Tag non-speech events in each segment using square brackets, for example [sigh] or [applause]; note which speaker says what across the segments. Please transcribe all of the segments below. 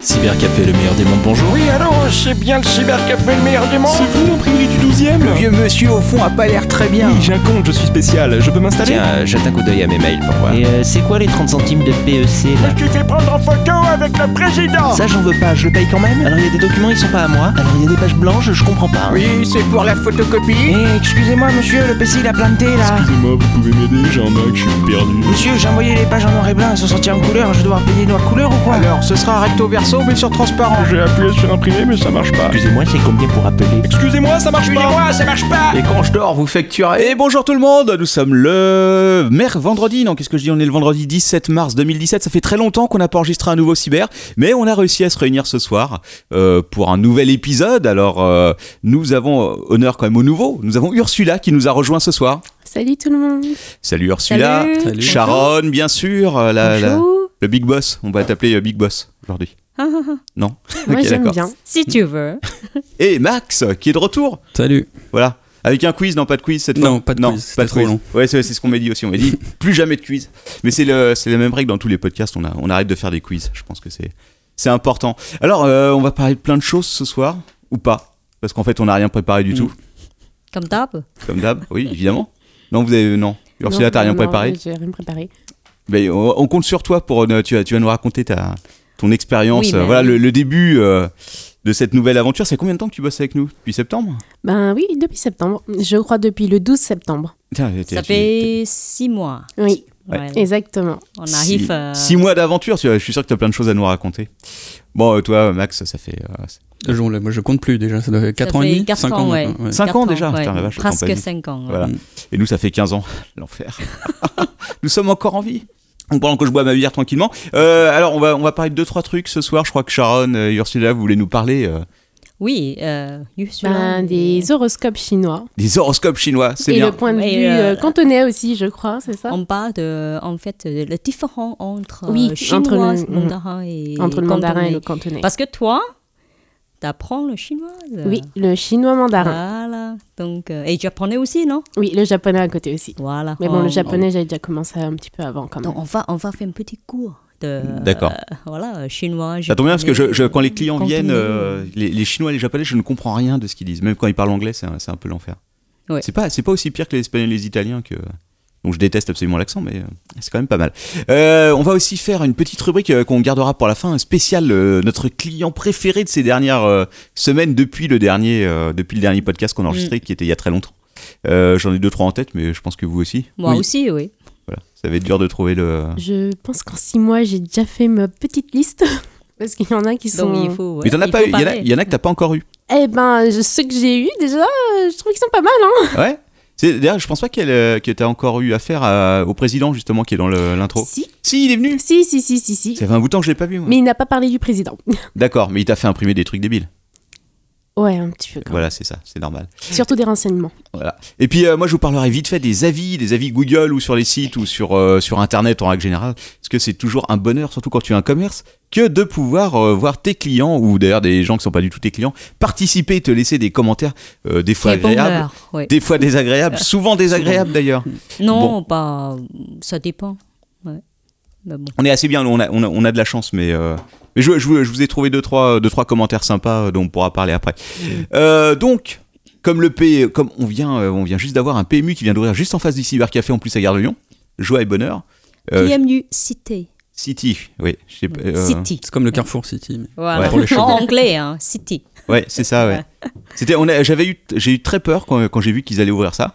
Speaker 1: Cybercafé, le meilleur des mondes, bonjour.
Speaker 2: Oui, allô, c'est bien le cybercafé le meilleur du monde
Speaker 3: vous l'imprimerie du 12 e
Speaker 4: Le vieux monsieur au fond a pas l'air très bien.
Speaker 3: Oui, j'ai un compte, je suis spécial, je peux m'installer
Speaker 5: Tiens, euh, jette un coup d'œil à mes mails pour voir.
Speaker 6: Et euh, c'est quoi les 30 centimes de PEC là
Speaker 2: Tu fais prendre en photo avec le président
Speaker 6: Ça j'en veux pas, je le paye quand même. Alors il y a des documents, ils sont pas à moi. Alors il y a des pages blanches, je comprends pas.
Speaker 4: Oui, c'est pour la
Speaker 6: Eh,
Speaker 4: photocopie.
Speaker 6: excusez-moi monsieur, le PC il a planté là.
Speaker 3: Excusez-moi, vous pouvez m'aider, j'ai un Mac, je suis perdu.
Speaker 6: Monsieur, j'ai envoyé les pages en noir et blanc, elles sont sorties en couleur, je vais devoir payer noir couleur ou quoi
Speaker 4: Alors, ce sera recto verso mais sur transparent.
Speaker 3: J'ai appuyé sur imprimer, mais ça marche pas.
Speaker 6: Excusez-moi, c'est combien pour appeler
Speaker 3: Excusez-moi, ça marche pas
Speaker 4: Excusez-moi, ça marche pas. Et quand je dors, vous facturez.
Speaker 1: Et bonjour tout le monde, nous sommes le mer vendredi, non qu'est-ce que je dis, on est le vendredi 17 mars 2017, ça fait très longtemps qu'on n'a pas enregistré un nouveau cyber, mais on a réussi à se réunir ce soir euh, pour un nouvel épisode, alors euh, nous avons euh, honneur quand même au nouveau, nous avons Ursula qui nous a rejoint ce soir.
Speaker 7: Salut tout le monde.
Speaker 1: Salut Ursula,
Speaker 7: Salut.
Speaker 1: Sharon bien sûr, euh, la- la-
Speaker 7: Bonjour.
Speaker 1: le Big Boss, on va t'appeler euh, Big Boss
Speaker 7: [laughs]
Speaker 1: aujourd'hui.
Speaker 7: Ah, ah, ah.
Speaker 1: Non
Speaker 7: Moi
Speaker 1: Ok,
Speaker 7: j'aime
Speaker 1: d'accord.
Speaker 7: bien.
Speaker 8: Si tu veux.
Speaker 1: Et Max qui est de retour,
Speaker 9: Salut.
Speaker 1: voilà. Avec un quiz, non pas de quiz cette fois.
Speaker 9: Non, pas de quiz, c'était trop long.
Speaker 1: Ouais, c'est c'est ce qu'on m'a dit aussi. On
Speaker 9: [laughs]
Speaker 1: m'a dit plus jamais de quiz. Mais c'est le, c'est la même règle dans tous les podcasts. On, a- on arrête de faire des quiz. Je pense que c'est, c'est important. Alors, euh, on va parler de plein de choses ce soir ou pas Parce qu'en fait, on n'a rien préparé
Speaker 9: Mm.
Speaker 1: du tout,
Speaker 8: Comme d'hab.
Speaker 1: comme d'hab. Oui, évidemment. Non, vous avez non. Ursula,
Speaker 7: Non,
Speaker 1: t'as rien
Speaker 7: non,
Speaker 1: préparé.
Speaker 7: J'ai rien préparé.
Speaker 1: Ben, on, on compte sur toi pour. euh, tu, vas- tu vas nous raconter ta, ton expérience.
Speaker 8: Oui,
Speaker 1: euh,
Speaker 8: mais-
Speaker 1: Voilà le, le début euh, de cette nouvelle aventure. C'est combien de temps que tu bosses avec nous Depuis septembre
Speaker 7: Ben oui, depuis septembre. Je crois depuis le 12 septembre.
Speaker 1: Tiens, t'es-
Speaker 8: Ça
Speaker 1: t'es-
Speaker 8: fait six mois.
Speaker 7: Oui,
Speaker 8: Voilà.
Speaker 7: exactement.
Speaker 8: On
Speaker 1: Six-
Speaker 8: arrive. euh,
Speaker 1: six mois d'aventure, tu vois, je suis sûr que tu as plein de choses à nous raconter. Bon, euh, toi, Max, ça fait. euh, c'est-
Speaker 9: Je, moi, je compte plus déjà, ça doit faire 4
Speaker 8: ça
Speaker 9: ans
Speaker 8: fait
Speaker 9: et demi
Speaker 8: quatre
Speaker 9: cinq
Speaker 8: ans, ouais.
Speaker 9: maintenant, ouais.
Speaker 1: Cinq
Speaker 8: Quatre
Speaker 1: ans déjà
Speaker 8: ouais.
Speaker 1: Putain, la vache, le temps passe
Speaker 8: Presque
Speaker 1: vite.
Speaker 8: 5 ans. ouais.
Speaker 1: Voilà.
Speaker 7: Mm.
Speaker 1: Et nous, ça fait 15 ans. [laughs] L'enfer. nous sommes encore en vie. Donc, pendant que je bois ma bière tranquillement. euh, alors, on va, on va parler de deux, trois trucs ce soir. Je crois que Sharon et Ursula, vous voulez nous parler euh,
Speaker 8: Oui. Euh, Ursula,
Speaker 7: Ben, des horoscopes chinois.
Speaker 1: des horoscopes chinois. C'est
Speaker 7: Et
Speaker 1: bien.
Speaker 7: le point de
Speaker 8: Ouais,
Speaker 7: vue
Speaker 8: euh,
Speaker 7: euh, cantonais aussi, je crois, c'est ça
Speaker 8: On parle de, en fait, de la différence entre
Speaker 7: Oui,
Speaker 8: euh, chinois,
Speaker 7: entre le-
Speaker 8: mandarin et
Speaker 7: Entre le
Speaker 8: cantonais.
Speaker 7: mandarin et le cantonais.
Speaker 8: Parce que toi, t'apprends le chinois. euh,
Speaker 7: Oui, le chinois
Speaker 8: Ah.
Speaker 7: mandarin.
Speaker 8: Voilà. Donc, euh, et japonais aussi, non
Speaker 7: Oui, le japonais à côté aussi.
Speaker 8: Voilà.
Speaker 7: Mais bon,
Speaker 8: On-
Speaker 7: le japonais, j'avais déjà commencé un petit peu avant quand même.
Speaker 8: Donc, on va, on va faire un petit cours de.
Speaker 1: D'accord.
Speaker 8: euh, voilà, chinois.
Speaker 1: Ça tombe bien parce que je, je- quand les clients
Speaker 8: cantonais.
Speaker 1: viennent, euh, les, les Chinois et les Japonais, je ne comprends rien de ce qu'ils disent. Même quand ils parlent anglais, c'est un, c'est un peu l'enfer.
Speaker 8: Ouais.
Speaker 1: C'est pas, c'est pas aussi pire que les Espagnols et les Italiens que. Donc je déteste absolument l'accent, mais euh, c'est quand même pas mal. Euh, on va aussi faire une petite rubrique euh, qu'on gardera pour la fin, un spécial euh, notre client préféré de ces dernières euh, semaines depuis le dernier, euh, depuis le dernier podcast qu'on a
Speaker 8: Mm.
Speaker 1: enregistré, qui était il y a très longtemps. Euh, J'en ai deux trois en tête, mais je pense que vous aussi.
Speaker 8: Moi
Speaker 1: Oui.
Speaker 8: aussi, oui.
Speaker 1: Voilà, ça va être dur de trouver le.
Speaker 7: Je pense qu'en six mois, j'ai déjà fait ma petite liste. [laughs] Parce qu'il y en a qui sont.
Speaker 8: Donc il faut. ouais,
Speaker 1: mais t'en as
Speaker 8: il
Speaker 1: pas
Speaker 8: faut
Speaker 1: eu. Il y en a-
Speaker 8: parler.
Speaker 1: il y, en a que t'as pas encore eu.
Speaker 7: Eh ben, je- ceux que j'ai eus déjà, euh, je trouve qu'ils sont pas mal, hein.
Speaker 1: Ouais. C'est, d'ailleurs, je pense pas qu'elle, euh, que t'as encore eu affaire à- au président, justement, qui est dans le- l'intro.
Speaker 7: Si,
Speaker 1: Si, il est venu
Speaker 7: si, si, si, si, si.
Speaker 1: Ça fait un bout de temps que je l'ai pas vu, moi.
Speaker 7: Mais il n'a pas parlé du président. [laughs]
Speaker 1: D'accord, mais il t'a fait imprimer des trucs débiles.
Speaker 7: Ouais, un petit peu quand même.
Speaker 1: Voilà, c'est ça, c'est normal.
Speaker 7: Surtout des renseignements.
Speaker 1: Voilà. Et puis, euh, moi, je vous parlerai vite fait des avis, des avis Google ou sur les sites ou sur, euh, sur Internet en règle générale. Parce que c'est toujours un bonheur, surtout quand tu as un commerce, que de pouvoir euh, voir tes clients ou d'ailleurs des gens qui sont pas du tout tes clients participer et te laisser des commentaires, euh, des fois
Speaker 8: Quel
Speaker 1: agréables.
Speaker 8: bonheur, ouais.
Speaker 1: Des fois désagréables, souvent désagréables d'ailleurs.
Speaker 8: Non, pas. Ça dépend. Ouais. Mais bon.
Speaker 1: On est assez bien, on a, on a, on a de la chance, mais, euh, mais je, je vous- je vous ai trouvé deux trois, deux, trois commentaires sympas euh, dont on pourra parler après. Euh, donc, comme, le P, comme on, vient, euh, on vient juste d'avoir un PMU qui vient d'ouvrir juste en face du cybercafé, en plus à Gare de Lyon, joie et bonheur. Euh,
Speaker 8: PMU Cité.
Speaker 1: City, oui. je sais pas, euh,
Speaker 8: City.
Speaker 9: C'est comme le Carrefour City. mais-
Speaker 8: Voilà.
Speaker 9: Pour les chevaux.
Speaker 8: en anglais, hein, City.
Speaker 1: Ouais, c'est ça, ouais. C'était, on a- j'avais eu, j'ai eu très peur quand, quand j'ai vu qu'ils allaient ouvrir ça.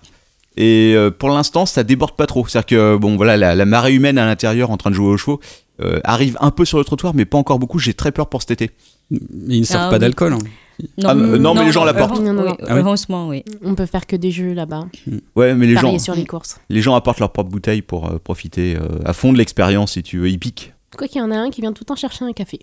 Speaker 1: Et euh, pour l'instant, ça déborde pas trop. C'est-à-dire que, bon, voilà, la, la marée humaine à l'intérieur en train de jouer aux chevaux euh, arrive un peu sur le trottoir, mais pas encore beaucoup. J'ai très peur pour cet été.
Speaker 9: Mais ils ne servent
Speaker 8: Ah
Speaker 9: pas
Speaker 8: oui.
Speaker 9: d'alcool. hein.
Speaker 1: Ah, mais- non, mais les gens l'apportent.
Speaker 7: Non,
Speaker 8: heureusement,
Speaker 7: non,
Speaker 8: euh, oui,
Speaker 7: non.
Speaker 9: Ah oui.
Speaker 8: Heureusement, oui.
Speaker 7: On peut faire que des jeux là-bas.
Speaker 1: Ouais, mais les gens,
Speaker 7: Parier sur les courses.
Speaker 1: les gens apportent leurs propres bouteilles pour euh, profiter euh, à fond de l'expérience, si tu veux, hippique.
Speaker 7: Quoi qu'il y en a un qui vient tout le temps chercher un café.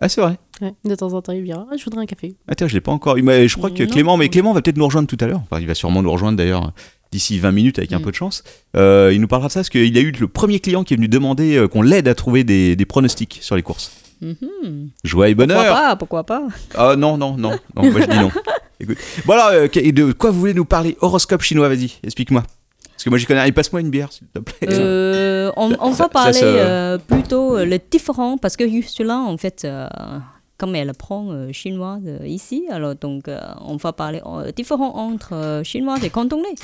Speaker 1: Ah, c'est vrai.
Speaker 7: Ouais, de temps en temps, il vient. Ah, je voudrais un café.
Speaker 1: Attends, je l'ai pas encore. Mais je crois que
Speaker 7: Non.
Speaker 1: Clément, mais Clément va peut-être nous rejoindre tout à l'heure. Enfin, il va sûrement nous rejoindre d'ailleurs d'ici 20 minutes avec un
Speaker 8: Mm.
Speaker 1: peu de chance. Euh, il nous parlera de ça parce qu'il a eu le premier client qui est venu demander euh, qu'on l'aide à trouver des, des pronostics sur les courses.
Speaker 8: Mhm.
Speaker 1: Joie et
Speaker 8: Pourquoi
Speaker 1: bonheur.
Speaker 8: pas Pourquoi pas
Speaker 1: Ah non, non, non, non, moi je dis non.
Speaker 8: [laughs]
Speaker 1: Écoute. Bon alors, euh, que- de quoi vous voulez nous parler Horoscope chinois, vas-y, explique-moi. Parce que moi j'y connais. Et passe-moi une bière, s'il te plaît.
Speaker 8: Euh, on, on
Speaker 1: Ça- ça
Speaker 8: va parler
Speaker 1: se-
Speaker 8: euh, plutôt euh, le différent parce que Ursula, en fait, euh, comme elle apprend euh, chinois de- ici, alors donc euh, on va parler euh, différent entre euh, chinois et cantonais.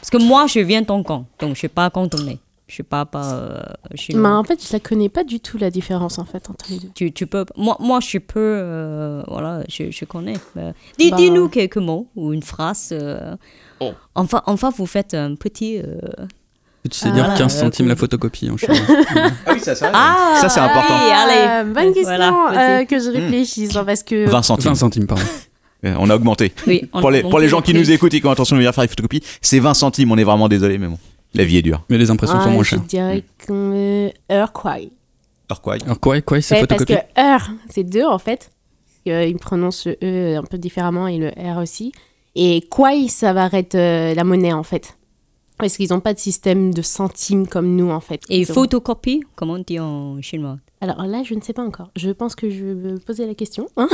Speaker 8: Parce que moi, je viens de Hong Kong, donc je ne suis pas cantonais. Je ne suis pas, pas euh,
Speaker 7: Mais
Speaker 8: chinois.
Speaker 7: Ben, en fait, je la connais pas du tout la différence en fait entre les deux.
Speaker 8: Tu, tu peux, moi, moi, je peux, euh, voilà, je, je connais. Euh, dis-
Speaker 7: Bah.
Speaker 8: Dis-nous quelques mots ou une phrase. euh,
Speaker 1: Oh.
Speaker 8: enfin, enfin, vous faites un petit... euh,
Speaker 9: Tu sais
Speaker 8: Ah,
Speaker 9: dire
Speaker 8: voilà,
Speaker 9: 15
Speaker 8: euh,
Speaker 9: centimes la photocopie
Speaker 8: [laughs]
Speaker 9: en chinois.
Speaker 1: Ah oui, ça, c'est vrai.
Speaker 8: Ah,
Speaker 1: Ça, c'est important.
Speaker 8: allez, allez.
Speaker 7: Euh, bonne question
Speaker 8: Voilà,
Speaker 7: euh,
Speaker 8: vas-y.
Speaker 7: que
Speaker 1: Hmm.
Speaker 7: je réfléchisse hein, parce
Speaker 8: euh,
Speaker 7: que
Speaker 1: 20 centimes.
Speaker 9: 20 centimes, pardon.
Speaker 1: Euh, On a augmenté.
Speaker 8: [laughs] Oui,
Speaker 7: Oh,
Speaker 8: on-
Speaker 1: pour les,
Speaker 8: on
Speaker 1: pour les gens
Speaker 8: peut-
Speaker 1: qui nous écoutent et qui ont attention de venir faire les photocopies, c'est 20 centimes, on est vraiment désolé, mais bon. La vie est dure.
Speaker 9: Mais les impressions
Speaker 7: Ah,
Speaker 9: sont moins
Speaker 7: je
Speaker 9: chères.
Speaker 7: dirais que euh, heure quoi.
Speaker 1: Alors quoi
Speaker 9: Alors quoi, quoi, c'est
Speaker 7: Ouais, parce que
Speaker 9: photocopie
Speaker 7: heure, c'est deux en fait. Euh, ils prononcent le e un peu différemment et le r aussi. Et quoi, ça va être euh, la monnaie en fait. Parce qu'ils n'ont pas de système de centimes comme nous en fait.
Speaker 8: Et
Speaker 7: Ils ont-
Speaker 8: photocopie, comment on dit en chinois
Speaker 7: Alors là, je ne sais pas encore. Je pense que je vais me poser la question. hein.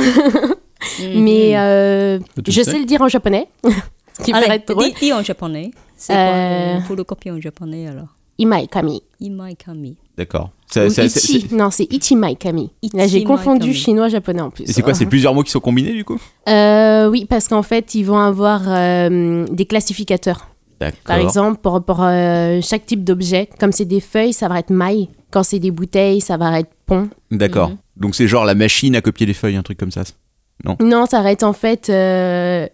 Speaker 8: Mhm.
Speaker 7: Mais euh,
Speaker 9: Tu
Speaker 7: je
Speaker 9: sais.
Speaker 7: sais le dire en japonais. [laughs] Ce qui
Speaker 8: Allez,
Speaker 7: paraît drôle.
Speaker 8: Ah dis, dis en japonais. C'est
Speaker 7: Euh.
Speaker 8: quoi une photocopie en japonais alors
Speaker 7: Imai kami.
Speaker 8: Imai kami.
Speaker 1: D'accord.
Speaker 7: Ou
Speaker 1: Ça- ça- c'est-
Speaker 7: ichi.
Speaker 1: c'est-
Speaker 7: Non, c'est ichimai kami. Là, j'ai
Speaker 8: Ichimai
Speaker 7: confondu
Speaker 8: kami.
Speaker 7: chinois-japonais en plus.
Speaker 1: Et c'est quoi C'est plusieurs mots qui sont combinés du coup
Speaker 7: Euh, Oui, parce qu'en fait, ils vont avoir euh, des classificateurs.
Speaker 1: D'accord.
Speaker 7: Par exemple, pour, pour, euh, chaque type d'objet, comme c'est des feuilles, ça va être maille. Quand c'est des bouteilles, ça va être pont.
Speaker 1: D'accord.
Speaker 8: Mhm.
Speaker 1: Donc c'est genre la machine à copier les feuilles, un truc comme ça.
Speaker 7: Non, ça va être en fait euh,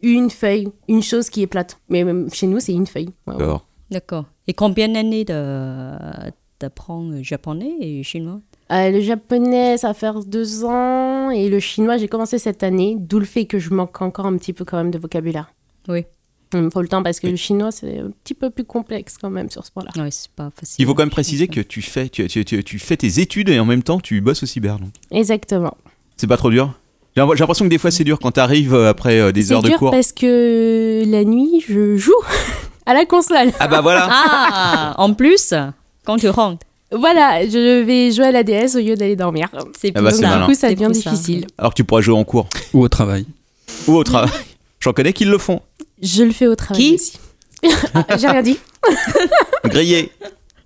Speaker 7: une feuille, une chose qui est plate. Mais euh, chez nous, c'est une feuille. Ouais, ouais.
Speaker 1: D'accord.
Speaker 8: D'accord. Et combien d'années de- d'apprendre le japonais et chinois
Speaker 7: Euh, le japonais, ça va faire deux ans. Et le chinois, j'ai commencé cette année, d'où le fait que je manque encore un petit peu quand même de vocabulaire.
Speaker 8: Oui.
Speaker 7: Il me faut le temps parce que le chinois, c'est un petit peu plus complexe quand même sur ce point-là.
Speaker 8: Ouais, c'est pas facile.
Speaker 1: Il faut quand même préciser que tu fais, tu, tu- tu- tu fais tes études et en même temps tu bosses au cyber. donc.
Speaker 7: Exactement.
Speaker 1: C'est pas trop dur J'ai l'im- j'ai l'impression que des fois c'est dur quand t'arrives euh, après euh, des
Speaker 7: C'est
Speaker 1: heures de
Speaker 7: dur
Speaker 1: cours.
Speaker 7: parce que la nuit, je joue [laughs] à la console.
Speaker 1: Ah bah voilà
Speaker 8: Ah, en plus, quand tu rentres,
Speaker 7: Voilà, je vais jouer à la DS au lieu d'aller dormir.
Speaker 8: c'est
Speaker 1: Ah
Speaker 8: plus
Speaker 1: bah, c'est
Speaker 8: ça.
Speaker 1: malin.
Speaker 7: Du coup, ça
Speaker 8: C'est
Speaker 7: devient
Speaker 8: plus ça.
Speaker 7: difficile.
Speaker 1: Alors que tu pourras jouer en cours
Speaker 9: Ou au travail.
Speaker 1: ou au
Speaker 7: [laughs]
Speaker 1: travail. J'en connais qui le font.
Speaker 7: Je le fais au travail
Speaker 8: Qui
Speaker 7: aussi. [laughs] Ah, J'ai rien dit.
Speaker 1: Grillé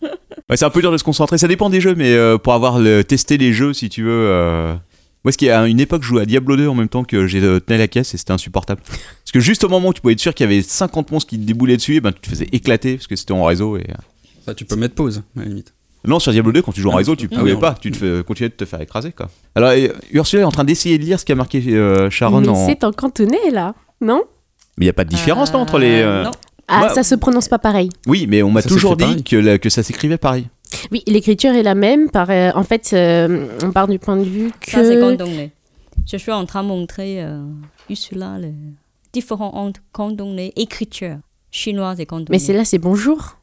Speaker 1: Ouais, C'est un peu dur de se concentrer. Ça dépend des jeux, mais euh, pour avoir le, testé les jeux, si tu veux. euh, Moi, ce qui à une époque, je jouais à Diablo 2 en même temps que j'ai euh, tenais la caisse et c'était insupportable. Parce que juste au moment où tu pouvais être sûr qu'il y avait 50 monstres qui te déboulaient dessus, et ben, tu te faisais éclater parce que c'était en réseau. Et... euh,
Speaker 9: Ça, tu peux mettre pause, à la limite.
Speaker 1: Non, sur Diablo 2, quand tu joues en
Speaker 9: Ah,
Speaker 1: réseau, tu
Speaker 9: ah
Speaker 1: pouvais
Speaker 9: oui,
Speaker 1: pas.
Speaker 9: non.
Speaker 1: Tu te fais, euh, continuais de te faire écraser, quoi. Alors, euh, Ursula est en train d'essayer de lire ce qu'a marqué euh, Sharon
Speaker 7: Mais
Speaker 1: en. Mais
Speaker 7: c'est en cantonais, là, non
Speaker 1: il n'y a pas de différence, non, entre les. euh,
Speaker 8: Non,
Speaker 7: Ah,
Speaker 1: Ouais.
Speaker 7: ça se prononce pas pareil.
Speaker 1: Oui, mais on m'a
Speaker 9: Ça
Speaker 1: toujours
Speaker 9: s'écrit
Speaker 1: dit que, la- que ça s'écrivait pareil.
Speaker 7: Oui, l'écriture est la même. Par, euh, en fait, euh, on part du point de vue
Speaker 8: ça c'est
Speaker 7: que...
Speaker 8: cantonais. Je suis en train de montrer euh, Ursula le différent entre cantonais, écriture, chinois et cantonais.
Speaker 7: Mais c'est là, c'est bonjour.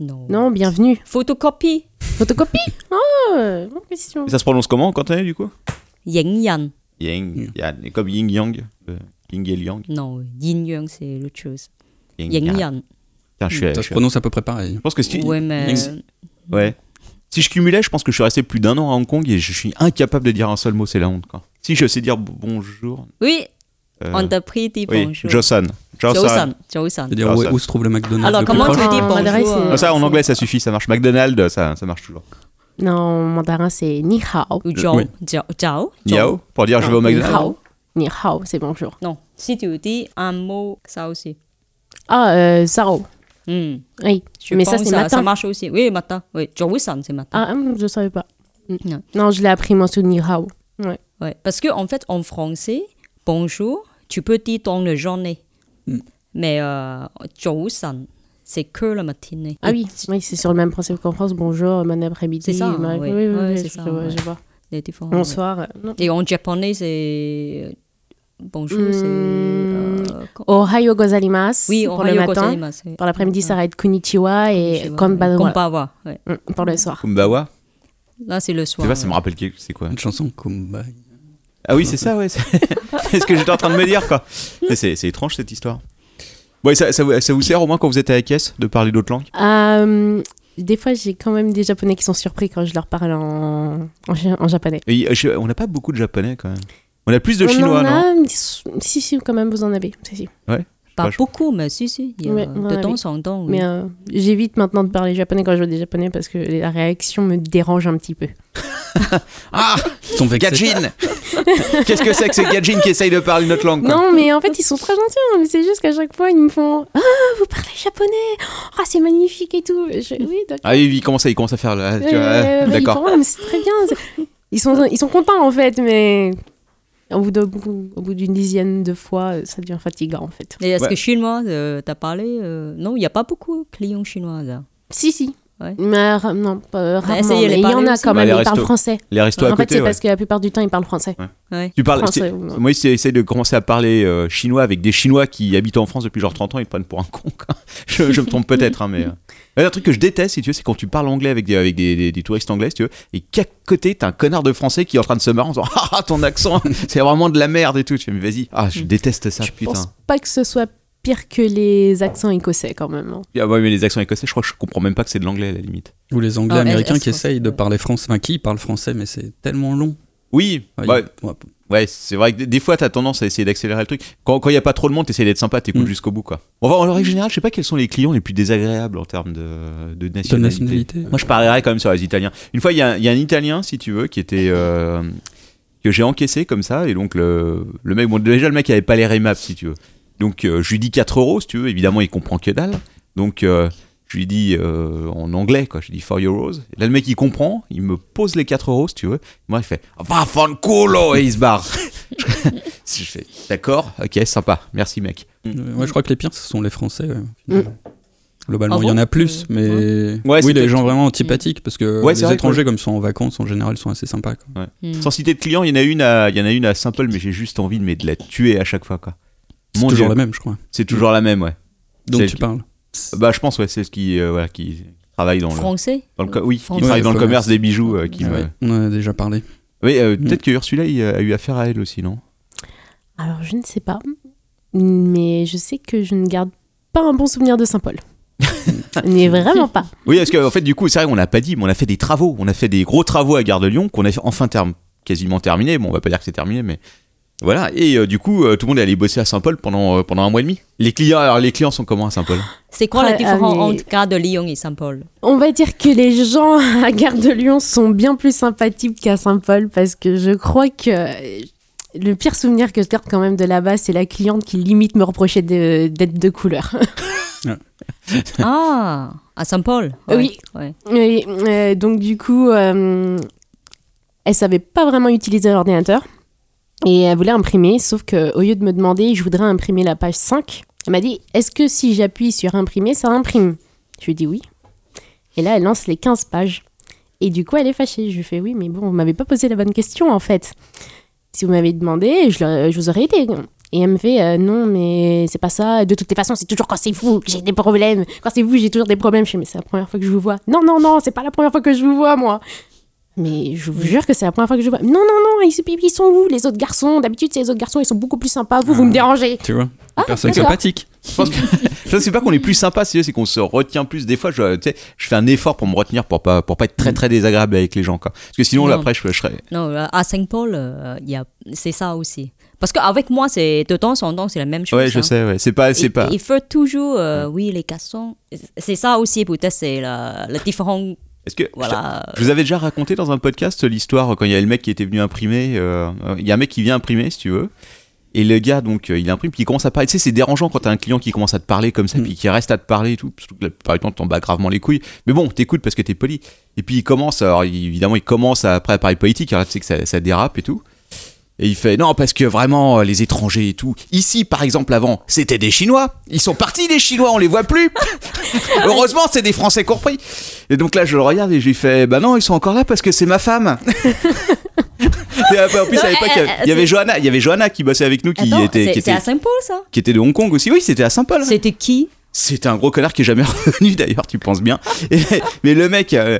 Speaker 8: Non.
Speaker 7: Non, bienvenue.
Speaker 8: Photocopie,
Speaker 7: Photocopie Oh, euh, bonne question.
Speaker 1: Et ça se prononce comment en cantonais, du coup
Speaker 8: yin yang.
Speaker 1: Yang, Yan, et comme Yin Yang, euh, Yin et Yang.
Speaker 8: Non, yin yang c'est l'autre chose.
Speaker 1: Yin,
Speaker 8: Yin
Speaker 1: yang.
Speaker 8: yang.
Speaker 1: Putain, je, suis, je
Speaker 9: Ça se
Speaker 1: suis-
Speaker 9: prononce à peu près pareil.
Speaker 1: je pense que si,
Speaker 8: Ouais, mais
Speaker 9: Yin-
Speaker 1: ouais. si je cumulais, je pense que je suis resté plus d'un an à Hong Kong et je suis incapable de dire un seul mot, c'est la honte. Quoi. Si je sais dire b- bonjour.
Speaker 8: oui,
Speaker 1: euh,
Speaker 8: on t'a pris dit
Speaker 1: oui,
Speaker 8: bonjour.
Speaker 1: Joseon. Joseon.
Speaker 8: Joseon, Joseon.
Speaker 9: C'est-à-dire
Speaker 1: Ah,
Speaker 9: où,
Speaker 1: ça-
Speaker 9: où se trouve le McDonald's
Speaker 8: Alors
Speaker 9: le plus
Speaker 8: comment tu
Speaker 9: proche.
Speaker 8: dis
Speaker 7: En mandarin,
Speaker 8: bonjour
Speaker 7: c'est-
Speaker 8: euh,
Speaker 1: Ah, ça, en anglais, ça suffit, ça marche. McDonald's, ça, ça marche toujours.
Speaker 7: Non, en mandarin, c'est ni hao.
Speaker 8: ou ciao,
Speaker 9: oui.
Speaker 8: ciao, ciao,
Speaker 1: Niao, pour dire Ah, je vais au
Speaker 7: Ni
Speaker 1: McDonald's.
Speaker 7: hao. Ni hao, c'est bonjour.
Speaker 8: Non, si tu dis un mot, ça aussi.
Speaker 7: Ah, euh, zao.
Speaker 8: Hmm.
Speaker 7: Oui,
Speaker 8: Je
Speaker 7: mais
Speaker 8: pense
Speaker 7: ça, c'est
Speaker 8: que ça, ça
Speaker 7: matin.
Speaker 8: marche aussi. Oui, matin. Oui, Joseon, c'est matin.
Speaker 7: Ah, hum, je savais pas. Mm.
Speaker 8: Non.
Speaker 7: Non, je l'ai appris, mon souvenir Hao.
Speaker 8: Ouais, parce que en fait, en français, bonjour, tu peux dire dans la journée.
Speaker 9: Hmm.
Speaker 8: Mais euh, Joseon, c'est que la matinée.
Speaker 7: Ah oui, oui c'est sur le même principe qu'en France. Bonjour, bon après-midi.
Speaker 8: C'est ça,
Speaker 7: bon-
Speaker 8: hein,
Speaker 7: oui,
Speaker 8: oui.
Speaker 7: oui, oui,
Speaker 8: Ouais,
Speaker 7: oui,
Speaker 8: c'est
Speaker 7: je,
Speaker 8: ça,
Speaker 7: vois,
Speaker 8: ouais.
Speaker 7: je vois.
Speaker 8: Les différents-
Speaker 7: Bonsoir. euh, non.
Speaker 8: Et en japonais, c'est euh, bonjour, c'est.
Speaker 7: Hmm.
Speaker 8: euh, quand-
Speaker 7: Ohayo gozaimasu
Speaker 8: Oui,
Speaker 7: pour
Speaker 8: ohayou
Speaker 7: le matin.
Speaker 8: gozaimasu, oui.
Speaker 7: Pour l'après-midi, ça va être konnichiwa et
Speaker 8: Konnichiwa,
Speaker 7: konbanwa
Speaker 8: Konbanwa, ouais.
Speaker 7: Mm, pour le
Speaker 8: Ah.
Speaker 7: soir.
Speaker 1: Kumbawa.
Speaker 8: Là, c'est le
Speaker 1: Je
Speaker 8: soir.
Speaker 1: sais pas, ça
Speaker 8: ouais.
Speaker 1: me rappelle quelque- c'est quoi.
Speaker 9: Une chanson Kumbaya.
Speaker 1: Ah oui, c'est ça, ouais. C'est [laughs] c'est ce que j'étais en train de me dire, quoi. Mais C'est c'est étrange cette histoire. Bon, et ça, ça, vous- ça vous sert au moins quand vous êtes à la caisse de parler d'autres langues
Speaker 7: Euh, des fois, j'ai quand même des Japonais qui sont surpris quand je leur parle en, en, chi- en japonais.
Speaker 1: Et je- On n'a pas beaucoup de japonais quand même. On a plus de
Speaker 7: On
Speaker 1: chinois,
Speaker 7: en
Speaker 1: non
Speaker 7: a, mais Si, si, quand même, vous en avez. Si, si.
Speaker 8: Pas
Speaker 1: Bah, je-
Speaker 8: beaucoup, mais si, si. il y a-
Speaker 7: Ouais,
Speaker 8: de
Speaker 7: ouais,
Speaker 8: temps
Speaker 7: oui.
Speaker 8: en temps. oui.
Speaker 7: Mais euh, j'évite maintenant de parler japonais quand je vois des japonais parce que la réaction me dérange un petit peu.
Speaker 1: Ah
Speaker 9: Ils sont vexés.
Speaker 1: Gajin [laughs] Qu'est-ce que c'est que ces gadjins qui essayent de parler notre langue quoi
Speaker 7: Non, mais en fait, ils sont très gentils. hein, mais c'est juste qu'à chaque fois, ils me font Ah, vous parlez japonais Ah, c'est magnifique et tout. Je- oui, d'accord.
Speaker 1: Ah oui, oui, il commence à, il commence à faire. là, tu vois,
Speaker 7: Euh, bah, ils
Speaker 1: D'accord.
Speaker 7: font, Ah, mais c'est très bien. c'est- [laughs] Ils sont, ils sont contents, en fait, mais au bout de- au bout- au bout d'une dizaine de fois, euh, ça devient fatigant, en fait.
Speaker 8: Et est-ce
Speaker 1: Ouais.
Speaker 8: que chinois, euh, t'as parlé euh, Non, il n'y a pas beaucoup de clients chinois là.
Speaker 7: Si, si.
Speaker 8: Ouais.
Speaker 7: Mais ra- non, pas rarement.
Speaker 8: essayez de les
Speaker 7: mais il y en
Speaker 8: parler
Speaker 7: a
Speaker 8: aussi.
Speaker 7: quand
Speaker 1: Bah,
Speaker 7: même,
Speaker 1: les
Speaker 7: ils parlent
Speaker 1: restos-
Speaker 7: français.
Speaker 1: Les restos
Speaker 7: en
Speaker 1: à
Speaker 7: fait,
Speaker 1: côté.
Speaker 7: c'est
Speaker 1: ouais.
Speaker 7: parce que la plupart du temps, ils parlent français.
Speaker 8: Ouais.
Speaker 1: Tu parles.
Speaker 7: Français,
Speaker 1: c'est-
Speaker 7: ou non.
Speaker 1: Moi, ils essayent de commencer à parler euh, chinois avec des Chinois qui habitent en France depuis genre 30 ans, ils te prennent pour un con. quoi. [laughs] Je, je me trompe peut-être, hein, mais. euh, Un truc que je déteste, si tu veux, c'est quand tu parles anglais avec des, avec des, des- des touristes anglais, si tu veux, et qu'à côté, t'as un connard de français qui est en train de se marrer en disant [laughs] Ah, ah, ton accent, c'est vraiment de la merde et tout. Tu fais, mais vas-y, ah, je déteste ça,
Speaker 7: Mm. je
Speaker 1: putain.
Speaker 7: pense pas que ce soit pire que les accents écossais, quand même. hein.
Speaker 1: Ah ouais, mais les accents écossais, je crois que je comprends même pas que c'est de l'anglais à la limite.
Speaker 9: Ou les Anglais
Speaker 8: Ah,
Speaker 9: américains
Speaker 8: elle-
Speaker 9: qui
Speaker 8: elle se
Speaker 9: essayent de
Speaker 8: concentre.
Speaker 9: parler français, enfin qui parlent français, mais c'est tellement long.
Speaker 1: Oui,
Speaker 9: Ouais,
Speaker 1: ouais,
Speaker 9: il- ouais,
Speaker 1: ouais, c'est vrai que des- des fois, t'as tendance à essayer d'accélérer le truc. Quand il n'y a pas trop de monde, t'essayes d'être sympa, t'écoutes
Speaker 9: Mm.
Speaker 1: jusqu'au bout, quoi. Bon, enfin, en règle générale, je sais pas quels sont les clients les plus désagréables en termes de, de
Speaker 9: de
Speaker 1: nationalité.
Speaker 9: nationalité.
Speaker 1: Moi, je parierais quand même sur les Italiens. Une fois, il y, a un- il y a un Italien, si tu veux, qui était. euh, que j'ai encaissé comme ça, et donc le, le mec, bon, déjà le mec il avait pas l'air aimable, si tu veux. Donc euh, je lui dis 4 euros, si tu veux, évidemment il comprend que dalle. Donc euh, je lui dis euh, en anglais, quoi, je lui dis 4 euros. Et là le mec il comprend, il me pose les 4 euros, si tu veux. Moi il fait Va culo et il se barre. [laughs] je fais D'accord, ok, sympa, merci mec.
Speaker 9: Euh, ouais, je crois que les pires, ce sont les Français. ouais, au final.
Speaker 7: Mm.
Speaker 9: Globalement,
Speaker 8: Ah
Speaker 9: il y en
Speaker 8: bon
Speaker 9: a
Speaker 7: Euh,
Speaker 9: plus, mais
Speaker 1: Ouais, c'est
Speaker 9: oui, les
Speaker 1: peut-être- Mm.
Speaker 9: gens vraiment antipathiques, parce que
Speaker 1: Ouais, c'est
Speaker 9: les
Speaker 1: vrai que-
Speaker 9: étrangers, comme ils sont en vacances, en général, ils sont assez sympas. quoi.
Speaker 8: Hmm.
Speaker 1: Sans citer de clients, il y en a une à, il y en a une à Saint-Paul, mais j'ai juste envie de, mais de la tuer à chaque fois, quoi.
Speaker 9: C'est
Speaker 1: Mon
Speaker 9: toujours
Speaker 1: Dieu.
Speaker 9: la même, je crois.
Speaker 1: C'est toujours la même, ouais.
Speaker 9: Donc
Speaker 1: C'est-
Speaker 9: tu parles.
Speaker 1: Bah, je pense, ouais, c'est ce qui, euh, voilà, qui travaille dans le,
Speaker 8: Français
Speaker 1: dans le co- oui, qui
Speaker 8: Français.
Speaker 1: travaille
Speaker 9: Ouais,
Speaker 1: dans le
Speaker 9: commerce.
Speaker 1: commerce des bijoux. euh, qui me-
Speaker 9: Ouais, Mm. On en a déjà parlé.
Speaker 1: Oui, euh, peut-être que Ursula il, euh, a eu affaire à elle aussi, non
Speaker 7: Alors, je ne sais pas, mais je sais que je ne garde pas un bon souvenir de Saint-Paul. mais vraiment pas.
Speaker 1: Oui, parce qu'en fait, du coup, c'est vrai, on l'a pas dit, mais on a fait des travaux. On a fait des gros travaux à Gare de Lyon qu'on a enfin terme, quasiment terminé. Bon, on va pas dire que c'est terminé, mais. Voilà, et euh, du coup, euh, tout le monde est allé bosser à Saint-Paul pendant, euh, pendant un mois et demi. Les clients, alors, les clients sont comment à Saint-Paul
Speaker 8: C'est quoi la
Speaker 7: Ah,
Speaker 8: différence
Speaker 7: mais-
Speaker 8: entre Gare de Lyon et
Speaker 1: [laughs]
Speaker 8: Saint-Paul
Speaker 7: On va dire que les gens à Gare de Lyon sont bien plus sympathiques qu'à Saint-Paul parce que je crois que le pire souvenir que je garde quand même de là-bas, c'est la cliente qui limite me reprochait de- d'être de couleur.
Speaker 8: Ah, à Saint-Paul ouais,
Speaker 7: Oui.
Speaker 8: ouais.
Speaker 7: Oui, euh, donc du coup, euh, elle savait pas vraiment utiliser l'ordinateur et elle voulait imprimer, sauf que au lieu de me demander, je voudrais imprimer la page 5, elle m'a dit, est-ce que si j'appuie sur imprimer, ça imprime Je lui ai dit oui. Et là, elle lance les 15 pages. Et du coup, elle est fâchée. Je lui fais oui, mais bon, vous m'avez pas posé la bonne question en fait. Si vous m'avez demandé, je, l'aurais- je vous aurais aidé. Et elle me fait euh, non, mais c'est pas ça. De toutes les façons, c'est toujours quand c'est vous que j'ai des problèmes. Quand c'est vous, j'ai toujours des problèmes. Je fais mais c'est la première fois que je vous vois. Non, non, non, c'est pas la première fois que je vous vois, moi. Mais je vous jure que c'est la première fois que je vous vois. Non, non, non, ils, ils sont où les autres garçons D'habitude, c'est les autres garçons, ils sont beaucoup plus sympas. Vous, vous me dérangez.
Speaker 9: Tu vois
Speaker 7: Ah,
Speaker 9: Personne
Speaker 7: d'accord.
Speaker 9: sympathique.
Speaker 1: Je pense que je sais pas qu'on est plus sympa, c'est c'est qu'on se retient plus. Des fois, je, tu sais, je fais un effort pour me retenir pour pas pour pas être très très désagréable avec les gens, quoi. Parce que sinon,
Speaker 8: Non.
Speaker 1: là, après, je, je serais.
Speaker 8: Non, à Saint-Paul, euh, il y a- c'est ça aussi. Parce qu'avec moi, c'est de temps en temps, c'est la même chose.
Speaker 1: Ouais, je
Speaker 8: hein.
Speaker 1: sais, ouais. C'est pas,
Speaker 8: Il-
Speaker 1: c'est pas.
Speaker 8: Il faut toujours, euh, oui, les garçons. C'est ça aussi, peut-être, c'est la, la différence.
Speaker 1: Est-ce que
Speaker 8: Voilà.
Speaker 1: je, je vous avais déjà raconté dans un podcast l'histoire euh, quand il y a le mec qui était venu imprimer. euh, euh, Il y a un mec qui vient imprimer, si tu veux. Et le gars, donc, euh, il imprime, puis il commence à parler. Tu sais, c'est dérangeant quand t'as un client qui commence à te parler comme ça, puis qui reste à te parler et tout. Surtout que la plupart du temps, t'en bats gravement les couilles. Mais bon, t'écoutes parce que t'es poli. Et puis il commence, alors il- évidemment, il commence à, après à parler politique. Alors là, tu sais que ça, ça dérape et tout. Et il fait non parce que vraiment euh, les étrangers et tout. Ici par exemple avant c'était des Chinois. Ils sont partis les Chinois on les
Speaker 8: [laughs]
Speaker 1: voit plus. Heureusement c'est des Français compris. Et donc là je le regarde et je lui fais bah non ils sont encore là parce que c'est
Speaker 8: [laughs]
Speaker 1: ma femme. Et après, en plus
Speaker 8: Non,
Speaker 1: à l'époque il y avait- il y
Speaker 8: attends.
Speaker 1: avait Johanna il y avait Johanna qui bossait avec nous qui
Speaker 8: Attends,
Speaker 1: était
Speaker 8: c'est
Speaker 1: qui
Speaker 8: c'est
Speaker 1: était,
Speaker 8: à Saint-Paul, ça
Speaker 1: qui était de Hong Kong aussi oui c'était à Saint-Paul.
Speaker 8: C'était qui
Speaker 1: C'était un gros connard qui est jamais [laughs] revenu d'ailleurs, tu penses bien. Et- mais le mec, euh,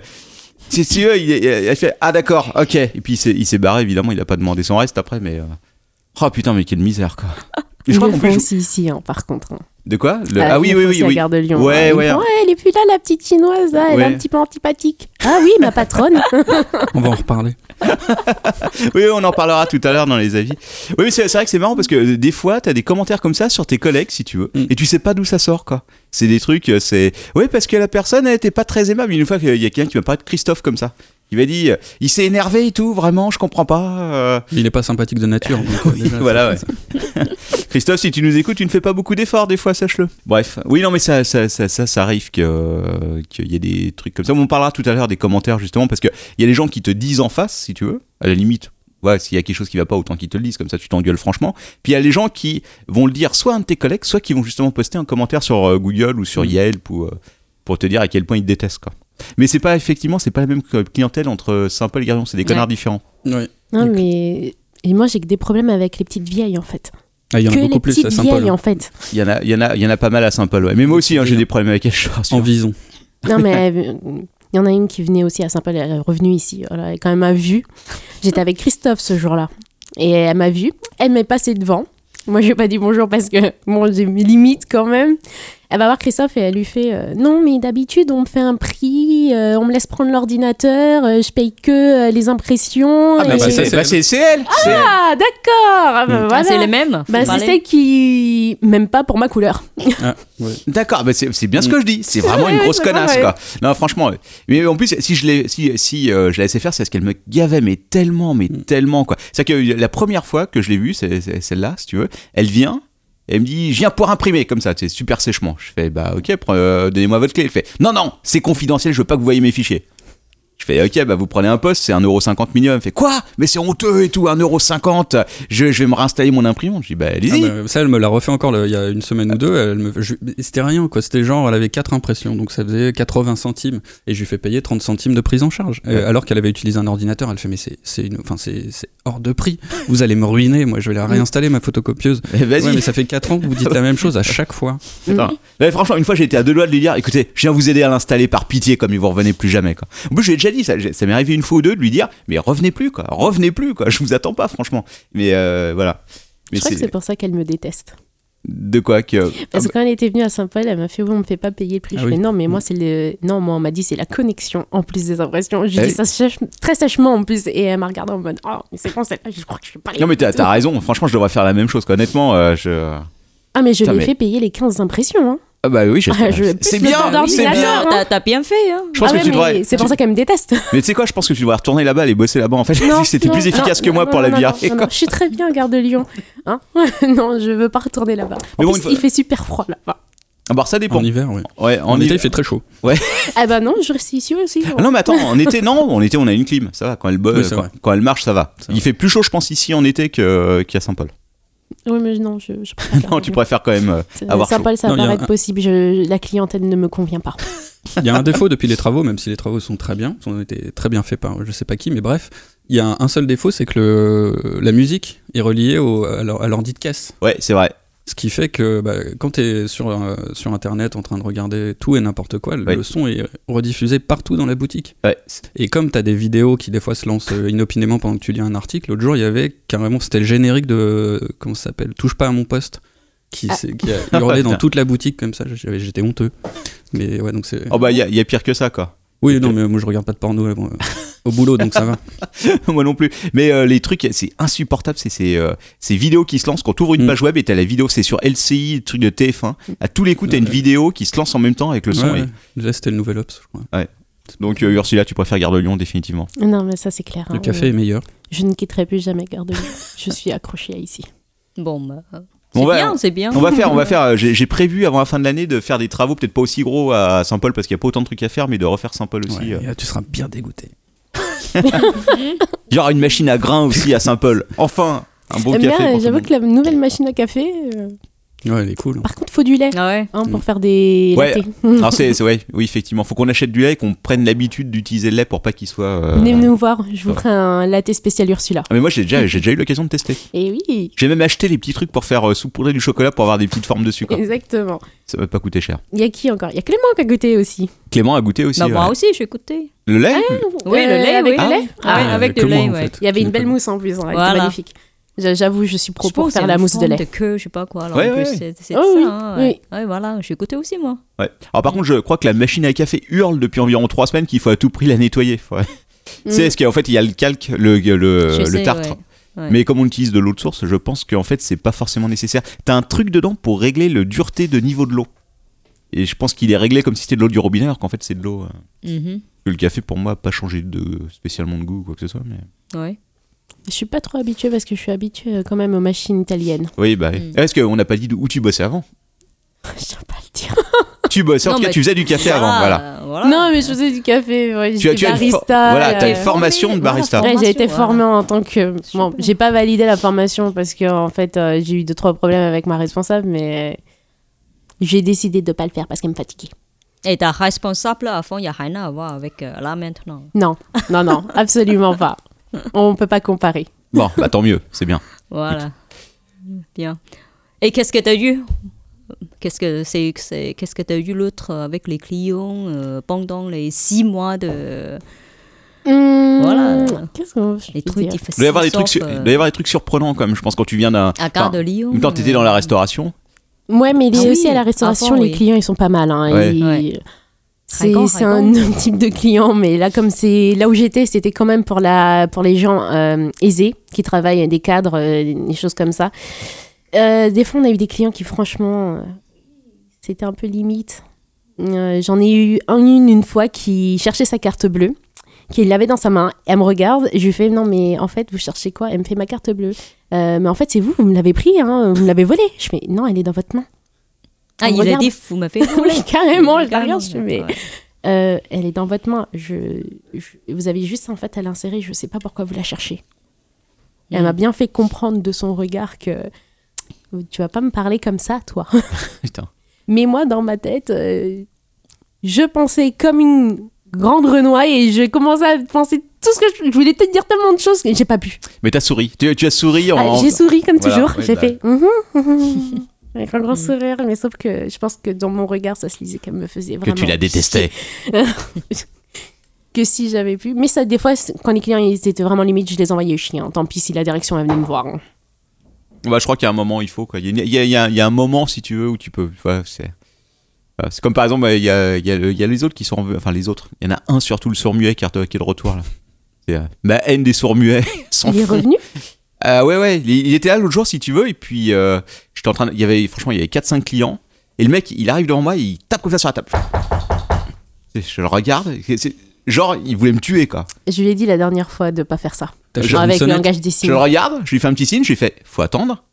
Speaker 1: si tu veux, il, est- il a fait Ah d'accord, ok. Et puis il s'est- il s'est barré, évidemment, il a pas demandé son reste après, mais. euh, Oh putain, mais quelle
Speaker 7: [laughs]
Speaker 1: misère quoi. Et je
Speaker 7: Ils
Speaker 1: crois
Speaker 7: le
Speaker 1: qu'en
Speaker 7: font
Speaker 1: plus, je-
Speaker 7: aussi ici, hein, par contre. hein.
Speaker 1: De quoi Le-
Speaker 7: Euh,
Speaker 1: Ah oui,
Speaker 7: ils le
Speaker 1: oui,
Speaker 7: font
Speaker 1: oui.
Speaker 7: aussi à
Speaker 1: oui.
Speaker 7: Gare de Lyon. Ah, hein.
Speaker 1: Ouais,
Speaker 7: Ils
Speaker 1: ouais.
Speaker 7: font, Ouais, elle est plus là, la petite chinoise. là, Elle est
Speaker 1: Ouais.
Speaker 7: un petit peu antipathique.
Speaker 1: [laughs]
Speaker 7: Ah oui, ma patronne.
Speaker 9: On va en reparler.
Speaker 1: [laughs] Oui, on en parlera tout à l'heure dans les avis. Oui, mais c'est c'est vrai que c'est marrant parce que euh, des fois, t'as des commentaires comme ça sur tes collègues, si tu veux,
Speaker 9: Mm.
Speaker 1: et tu sais pas d'où ça sort, quoi. C'est des trucs, euh, c'est. Oui, parce que la personne, elle était pas très aimable. Une fois qu'il y a quelqu'un qui m'a parlé de Christophe comme ça. Il m'a dit, euh, il s'est énervé et tout, vraiment, je comprends pas. euh.
Speaker 9: Il est pas sympathique de nature. donc,
Speaker 1: [laughs]
Speaker 9: euh,
Speaker 1: Oui,
Speaker 9: déjà,
Speaker 1: voilà,
Speaker 9: ça-
Speaker 1: [laughs] Christophe, si tu nous écoutes, tu ne fais pas beaucoup d'efforts des fois, sache-le. Bref, oui, non, mais ça, ça, ça, ça, ça arrive que, euh, qu'il y ait des trucs comme ça. On parlera tout à l'heure des commentaires justement, parce que il y a des gens qui te disent en face, si tu veux, à la limite. Ouais, s'il y a quelque chose qui va pas, autant qu'ils te le disent, comme ça tu t'engueules franchement. Puis il y a les gens qui vont le dire soit à un de tes collègues, soit qui vont justement poster un commentaire sur euh, Google ou sur Yelp ou, euh, pour te dire à quel point ils te détestent, quoi. Mais c'est pas, effectivement, c'est pas la même euh, clientèle entre Saint-Paul et Garion, c'est des
Speaker 8: Ouais.
Speaker 1: connards différents.
Speaker 9: Oui.
Speaker 7: Non,
Speaker 9: Donc-
Speaker 7: mais. Et moi, j'ai que des problèmes avec les petites vieilles, en fait.
Speaker 9: Ah, il y en
Speaker 7: que
Speaker 9: a beaucoup
Speaker 7: les
Speaker 9: plus à
Speaker 7: petites
Speaker 9: Saint-Paul.
Speaker 7: vieilles,
Speaker 9: hein.
Speaker 7: en fait.
Speaker 1: Il y en a, il y en a, il y en a pas mal à Saint-Paul, ouais. Mais moi aussi, hein, j'ai des problèmes avec elle, je te rassure.
Speaker 9: En vison.
Speaker 7: Non, mais euh, il y en a une qui venait aussi à Saint-Paul, elle est revenue ici. Voilà, elle est quand même m'a vue. J'étais avec Christophe ce jour-là. Et elle m'a vue. Elle m'est passée devant. Moi, j'ai pas dit bonjour parce que bon, j'ai mes limites quand même. Elle va voir Christophe et elle lui fait euh, Non, mais d'habitude, on me fait un prix, euh, on me laisse prendre l'ordinateur, euh, je paye que euh, les impressions.
Speaker 1: Ah, bah,
Speaker 9: bah,
Speaker 7: et-
Speaker 9: ça,
Speaker 1: c'est
Speaker 9: c'est-
Speaker 1: bah, c'est- c'est elle c'est elle.
Speaker 7: Ah, d'accord Ah, bah,
Speaker 9: Mm.
Speaker 8: Ah,
Speaker 7: voilà.
Speaker 8: c'est les mêmes
Speaker 7: Bah, c'est celle qui m'aime pas pour ma couleur.
Speaker 9: Ah, ouais.
Speaker 1: D'accord, bah, c'est c'est bien ce que je dis. C'est vraiment une
Speaker 7: ouais,
Speaker 1: grosse
Speaker 7: c'est
Speaker 1: connasse,
Speaker 7: vrai,
Speaker 1: quoi. Non, franchement. euh, Mais en plus, si je l'ai, si, si euh, je la laissais faire, c'est parce qu'elle me gavait, mais tellement, mais tellement, quoi. C'est que euh, la première fois que je l'ai vue, c'est c'est celle-là, si tu veux, elle vient. Elle me dit, je viens pour imprimer, comme ça, tu sais, super sèchement. Je fais, bah ok, pre- euh, donnez-moi votre clé. Elle fait, non, non, c'est confidentiel, je veux pas que vous voyez mes fichiers. Je fais, ok, bah vous prenez un poste, c'est 1,50€ minimum. Elle fait, quoi Mais c'est honteux et tout, 1,50€, je, je vais me réinstaller mon imprimante. Je dis, bah
Speaker 9: Ah,
Speaker 1: allez-y.
Speaker 9: bah, ça, elle me l'a refait encore le- il y a une semaine ou deux. Elle me... je- C'était rien, quoi. C'était genre, elle avait quatre impressions, donc ça faisait 80 centimes. Et je lui fais payer 30 centimes de prise en charge. Euh, alors qu'elle avait utilisé un ordinateur, elle fait, mais c'est c'est une... enfin, c'est- c'est hors de prix. Vous allez me ruiner, moi, je vais la réinstaller, ma photocopieuse.
Speaker 1: Eh, [laughs] Vas-y.
Speaker 9: Ouais, mais ça fait 4 ans que vous dites la même chose à chaque
Speaker 1: [laughs]
Speaker 9: fois.
Speaker 7: Mhm.
Speaker 1: Attends. Non, mais franchement, une fois, j'étais à deux doigts de lui dire écoutez, je viens vous aider à l'installer par pitié, comme vous revenez plus jamais. Quoi. En plus, je lui ai déjà dit, ça, j'ai- ça m'est arrivé une fois ou deux de lui dire mais revenez plus, quoi, revenez plus, quoi, [laughs] je vous attends pas, franchement. Mais euh, voilà. Mais
Speaker 7: je crois que
Speaker 1: c'est-
Speaker 7: c'est pour ça qu'elle me déteste.
Speaker 1: de quoi que. Ah,
Speaker 7: Parce que quand elle était venue à Saint-Paul, elle m'a fait Oui, on me fait pas payer le prix.
Speaker 9: Ah
Speaker 7: je
Speaker 9: oui.
Speaker 7: fais non, mais
Speaker 1: Mm.
Speaker 7: moi, c'est le. Non, moi, on m'a dit c'est la connexion en plus des impressions. J'ai
Speaker 1: Ah
Speaker 7: dit
Speaker 1: oui.
Speaker 7: ça sèche- très sèchement en plus. Et elle m'a regardé en mode Oh, mais c'est bon, celle-là, je crois que je suis pas les-
Speaker 1: Non, mais t'as t'as raison, franchement, je devrais faire la même chose, quoi. Honnêtement, euh, je.
Speaker 7: Ah, mais je
Speaker 1: Putain,
Speaker 7: l'ai
Speaker 1: mais-
Speaker 7: fait payer les 15 impressions. Hein.
Speaker 1: Ah bah oui, je-
Speaker 7: Ah, je vais
Speaker 1: C'est
Speaker 7: plus le
Speaker 1: bien,
Speaker 7: temps
Speaker 1: c'est bien.
Speaker 7: d'ordinateur.
Speaker 8: T'as t'as bien fait, hein.
Speaker 1: Je pense
Speaker 7: Ah
Speaker 1: que
Speaker 7: ouais,
Speaker 1: tu
Speaker 7: mais
Speaker 1: devrais.
Speaker 7: C'est pour ça qu'elle me déteste.
Speaker 1: Mais [laughs] tu sais quoi, je pense que tu devrais retourner là-bas, aller bosser là-bas. En fait,
Speaker 7: Non,
Speaker 1: c'était
Speaker 7: non,
Speaker 1: plus efficace
Speaker 7: non,
Speaker 1: que moi
Speaker 7: non,
Speaker 1: pour
Speaker 7: non,
Speaker 1: la
Speaker 7: non,
Speaker 1: virer.
Speaker 7: non, non, non. Je suis très bien à Gare de Lyon. Hein [laughs] non, je veux pas retourner là-bas. En
Speaker 1: Mais bon,
Speaker 7: plus,
Speaker 1: une fois-
Speaker 7: il fait super froid là-bas.
Speaker 1: Alors Ah, bah, ça dépend.
Speaker 9: En hiver, ouais.
Speaker 1: Ouais,
Speaker 9: En,
Speaker 1: hiver.
Speaker 9: été, il fait très chaud.
Speaker 7: Ah bah non, je reste ici aussi.
Speaker 1: Ah non mais attends, en été non, en été on a une clim, ça va, quand elle, bo-
Speaker 9: Oui, c'est
Speaker 1: quand,
Speaker 9: vrai.
Speaker 1: quand elle marche ça va.
Speaker 9: C'est
Speaker 1: Il
Speaker 9: vrai.
Speaker 1: fait plus chaud je pense ici en été que- qu'à Saint-Paul.
Speaker 7: Oui, mais non, je, je préfère
Speaker 9: Ah,
Speaker 7: Gare
Speaker 1: [laughs] Non,
Speaker 7: de
Speaker 1: tu
Speaker 7: Lyon.
Speaker 1: préfères quand même euh, avoir chaud.
Speaker 7: Saint-Paul, ça
Speaker 9: Non, il y a
Speaker 7: paraît
Speaker 9: un-
Speaker 7: possible. Je- la clientèle ne me convient pas.
Speaker 9: Il y a un défaut depuis les travaux, même si les travaux sont très bien, ont été très bien faits par je sais pas qui, mais bref. Il y a un- un seul défaut, c'est que le- la musique est reliée au, à l'or- à l'ordi de caisse.
Speaker 1: Ouais, c'est vrai.
Speaker 9: Ce qui fait que bah, quand tu es sur, euh, sur Internet en train de regarder tout et n'importe quoi, le-
Speaker 1: Oui.
Speaker 9: le son est rediffusé partout dans la boutique.
Speaker 1: Ouais, c'est-
Speaker 9: Et comme tu as des vidéos qui des fois se lancent euh, inopinément pendant que tu lis un article, l'autre jour il y avait carrément, c'était le générique de, euh, comment ça s'appelle, Touche pas à mon poste, qui, s'est- qui
Speaker 1: [laughs]
Speaker 9: a hurlé dans
Speaker 1: Ah. Putain.
Speaker 9: toute la boutique comme ça, j'avais- j'étais honteux. Mais ouais, donc c'est...
Speaker 1: Oh bah il y, a- il y a pire que ça quoi. [laughs]
Speaker 9: Oui, non, mais moi je regarde pas de porno euh, bon, euh, au boulot, donc ça va.
Speaker 1: Moi non plus. Mais euh, les trucs c'est insupportable, c'est ces euh, ces vidéos qui se lancent quand t'ouvres une
Speaker 9: Mm.
Speaker 1: page web et t'as la vidéo, c'est sur LCI, le truc de TF1. À tous les coups t'as une
Speaker 9: Ouais.
Speaker 1: vidéo qui se lance en même temps avec [laughs] le son.
Speaker 9: Ouais,
Speaker 1: et-
Speaker 9: ouais. Déjà, c'était le nouvel Ops, je crois.
Speaker 1: Donc euh, Ursula, tu préfères Gare de Lyon définitivement.
Speaker 7: Non, mais ça, c'est clair.
Speaker 9: Le
Speaker 7: hein.
Speaker 9: café est meilleur.
Speaker 7: Je ne quitterai plus jamais Gare de Lyon. Je suis accrochée à ici.
Speaker 8: Bon, bah,
Speaker 1: On
Speaker 8: c'est
Speaker 1: va-
Speaker 8: bien, c'est bien.
Speaker 1: On va faire, on va faire. euh, J'ai j'ai prévu avant la fin de l'année de faire des travaux peut-être pas aussi gros à Saint-Paul parce qu'il y a pas autant de trucs à faire, mais de refaire Saint-Paul aussi.
Speaker 9: Ouais,
Speaker 1: euh.
Speaker 9: et là, Ah, tu seras bien dégoûté.
Speaker 1: Il y aura une machine à grains aussi à Saint-Paul. [laughs] Enfin, un bon
Speaker 7: Eh
Speaker 1: café.
Speaker 7: bien,
Speaker 1: pour tout le
Speaker 7: j'avoue
Speaker 1: monde.
Speaker 7: que la nouvelle machine à café. euh,
Speaker 9: Ouais, elle est cool. hein.
Speaker 7: Par contre, faut du lait
Speaker 8: Ah ouais.
Speaker 7: hein, pour faire des
Speaker 1: Mm. Ouais.
Speaker 7: latés.
Speaker 1: Alors c'est, c'est- ouais, oui effectivement, faut qu'on achète du lait et qu'on prenne l'habitude d'utiliser le lait pour pas qu'il soit. euh,
Speaker 7: Venez nous voir. Je vous ferai un laté spécial Ursula.
Speaker 1: Ah, mais moi j'ai déjà, j'ai déjà eu l'occasion de
Speaker 7: [laughs]
Speaker 1: tester.
Speaker 7: Et oui,
Speaker 1: J'ai même acheté les petits trucs pour faire euh, saupoudrer du chocolat pour avoir des petites formes dessus. Quoi.
Speaker 7: exactement.
Speaker 1: Ça va pas coûter cher.
Speaker 7: Il y a qui encore Il y a Clément qui a goûté aussi.
Speaker 1: Clément a goûté aussi
Speaker 8: Bah,
Speaker 1: ouais.
Speaker 8: moi aussi, j'ai écouté.
Speaker 1: le lait.
Speaker 7: Ah,
Speaker 8: Oui, le lait,
Speaker 7: Euh, avec
Speaker 8: oui.
Speaker 7: le
Speaker 8: Ah.
Speaker 7: lait.
Speaker 8: Ah, ouais, avec
Speaker 9: que
Speaker 8: du
Speaker 9: moi,
Speaker 8: lait,
Speaker 9: en
Speaker 8: ouais.
Speaker 9: fait.
Speaker 7: Il y avait
Speaker 9: Je
Speaker 7: une
Speaker 9: n'ai pas
Speaker 7: belle
Speaker 9: le-
Speaker 7: mousse en plus. on l'a- C'était
Speaker 8: Voilà.
Speaker 7: magnifique. J'a- J'avoue, je suis pro
Speaker 8: Je
Speaker 7: pour
Speaker 8: pense
Speaker 7: faire
Speaker 8: qu'il y a
Speaker 7: la
Speaker 8: une
Speaker 7: mousse de
Speaker 8: forme
Speaker 7: lait.
Speaker 8: De queue, je sais pas quoi. Là.
Speaker 1: Ouais,
Speaker 8: en
Speaker 1: ouais,
Speaker 8: plus,
Speaker 1: ouais.
Speaker 8: c'est c'est
Speaker 7: Oh, oui,
Speaker 8: ça. hein, ouais. Ouais, voilà, j'ai écouté aussi, moi.
Speaker 1: Ouais. Alors par contre, je crois que la machine à café hurle depuis environ 3 semaines qu'il faut à tout prix la nettoyer. [laughs] Faut- C'est ce qu'en fait il y a le calque, le le,
Speaker 8: Mm. Je
Speaker 1: le
Speaker 8: sais,
Speaker 1: tartre.
Speaker 8: ouais. Ouais.
Speaker 1: Mais comme on utilise de l'eau de source, je pense qu'en fait, c'est pas forcément nécessaire. T'as un truc dedans pour régler le dureté de niveau de l'eau. Et je pense qu'il est réglé comme si c'était de l'eau du robinet, alors qu'en fait, c'est de l'eau. euh.
Speaker 8: Mhm.
Speaker 1: Le café, pour moi, a pas changé de spécialement de goût ou quoi que ce soit. Mais...
Speaker 8: Ouais.
Speaker 7: Je suis pas trop habituée parce que je suis habituée euh, quand même aux machines
Speaker 8: [laughs]
Speaker 7: italiennes.
Speaker 1: Oui, bah. oui.
Speaker 8: Mm.
Speaker 1: Est-ce qu'on n'a pas dit de- où tu bossais avant
Speaker 7: je sais pas le dire.
Speaker 1: Tu bossais, en
Speaker 8: Non,
Speaker 1: tout cas,
Speaker 8: mais-
Speaker 1: tu faisais du café avant, voilà.
Speaker 8: Ah, voilà.
Speaker 7: Non, mais je faisais du café. Ouais,
Speaker 1: Tu as,
Speaker 7: j'étais
Speaker 1: tu as une, for-
Speaker 7: barista.
Speaker 1: voilà, t'as
Speaker 7: euh,
Speaker 1: une formation de
Speaker 8: Voilà,
Speaker 1: barista.
Speaker 7: Ouais, j'ai été
Speaker 8: Formation,
Speaker 7: formée en tant que. Bon,
Speaker 8: Super.
Speaker 7: j'ai pas validé la formation parce que en fait euh, j'ai eu deux trois problèmes avec ma responsable, mais j'ai décidé de pas le faire parce qu'elle me fatiguait.
Speaker 8: Et ta responsable, à fond, il n'y a rien à voir avec euh, là maintenant.
Speaker 7: Non, non,
Speaker 8: [laughs]
Speaker 7: non, absolument pas. On peut pas comparer.
Speaker 1: Bon, bah tant mieux, c'est bien.
Speaker 8: Voilà. Bien. Et qu'est-ce que tu as eu Qu'est-ce que c'est c'est- qu'est-ce que tu as eu l'autre avec les clients euh, pendant les six mois de
Speaker 7: Hum,
Speaker 8: Voilà.
Speaker 7: Qu'est-ce qu'on
Speaker 8: les trucs
Speaker 7: dire
Speaker 8: difficiles
Speaker 1: Il doit y avoir des, trucs,
Speaker 8: sauf,
Speaker 1: sur-
Speaker 8: euh,
Speaker 1: il doit y avoir des trucs surprenants quand même. Je pense quand tu viens d'un.
Speaker 8: à quart
Speaker 1: enfin,
Speaker 8: de Lyon. euh.
Speaker 1: en même temps, t'étais
Speaker 7: euh.
Speaker 1: dans la restauration. [laughs]
Speaker 7: Ouais, mais
Speaker 8: Ah
Speaker 7: lié
Speaker 8: oui,
Speaker 7: aussi à la restauration,
Speaker 8: avant,
Speaker 7: les
Speaker 8: oui.
Speaker 7: clients ils sont pas mal. hein.
Speaker 1: Ouais.
Speaker 7: Ils-
Speaker 8: Ouais.
Speaker 7: C'est
Speaker 8: Raconte,
Speaker 7: c'est un
Speaker 8: raconte.
Speaker 7: autre [laughs] type de client, mais là comme c'est là où j'étais, c'était quand même pour la pour les gens euh, aisés qui travaillent des cadres, euh, des choses comme ça. Euh, des fois, on a eu des clients qui franchement, euh, c'était un peu limite. Euh, J'en ai eu un- une une fois qui cherchait sa carte bleue, qui l'avait dans sa main. Elle me regarde, je lui fais non mais en fait vous cherchez quoi Elle me fait ma carte bleue. Euh, mais en fait c'est vous, vous me l'avez pris, hein, vous me l'avez volée. Je fais non elle est dans votre main. [laughs]
Speaker 8: Ah,
Speaker 7: on
Speaker 8: il a
Speaker 7: regarde.
Speaker 8: dit vous m'avez volé.
Speaker 7: [laughs] Oui, carrément, je la
Speaker 8: Carrément,
Speaker 7: regarde, je fais, mais-
Speaker 1: Ah,
Speaker 8: ouais.
Speaker 7: Euh, elle est dans votre main. Je, je- vous avez juste en fait à l'insérer. Je sais pas pourquoi vous la cherchez. Et
Speaker 1: Mm.
Speaker 7: Elle m'a bien fait comprendre de son regard que tu vas pas me parler comme ça, toi. [laughs]
Speaker 1: Putain.
Speaker 7: Mais moi, dans ma tête, euh, je pensais comme une grande renouaille et je commençais à penser tout ce que je, je voulais te dire tellement de choses que j'ai pas pu.
Speaker 1: Mais t'as souri. Tu, tu as souri en.
Speaker 7: Ah, j'ai souri comme
Speaker 1: Oh. Voilà,
Speaker 7: toujours.
Speaker 1: oui,
Speaker 7: j'ai
Speaker 1: bah.
Speaker 7: fait Mhm,
Speaker 1: [laughs]
Speaker 7: mhm avec un grand sourire, mais sauf que je pense que dans mon regard, ça se lisait qu'elle me faisait
Speaker 1: que
Speaker 7: vraiment.
Speaker 1: tu la détestais.
Speaker 7: que si j'avais pu. Mais ça, des fois, c'est- quand les clients ils étaient vraiment limites, je les envoyais chier. Tant pis si la direction est venue me voir. hein.
Speaker 1: Bah, je crois qu'il y a un moment, il faut quoi. Il y a, une- il y a- il y a- il y a un moment, si tu veux, où tu peux. voilà, c'est. voilà, C'est comme par exemple, il y a, il y a le- il y a les autres qui sont. en- Enfin, les autres. Il y en a un surtout, le sourd-muet qui, est- qui est de retour là. C'est, euh, ma haine des sourds-muets. [laughs] s'en
Speaker 7: Il est
Speaker 1: fout.
Speaker 7: revenu
Speaker 1: Ah ouais, ouais, il, il était là l'autre jour, si tu veux, et puis euh, j'étais en train de- Il y avait, franchement, il y avait 4-5 clients, et le mec, il arrive devant moi, il tape comme ça sur la table. Et Je le regarde, c'est- c'est- genre, il voulait me tuer, quoi.
Speaker 7: Je lui ai dit la dernière fois de pas faire ça.
Speaker 10: Euh,
Speaker 9: T'as
Speaker 1: Je-
Speaker 9: fait une
Speaker 7: avec le
Speaker 9: sonnette
Speaker 7: langage des
Speaker 1: Je
Speaker 7: signes.
Speaker 1: le regarde, je lui fais un petit signe, je lui fais, faut attendre,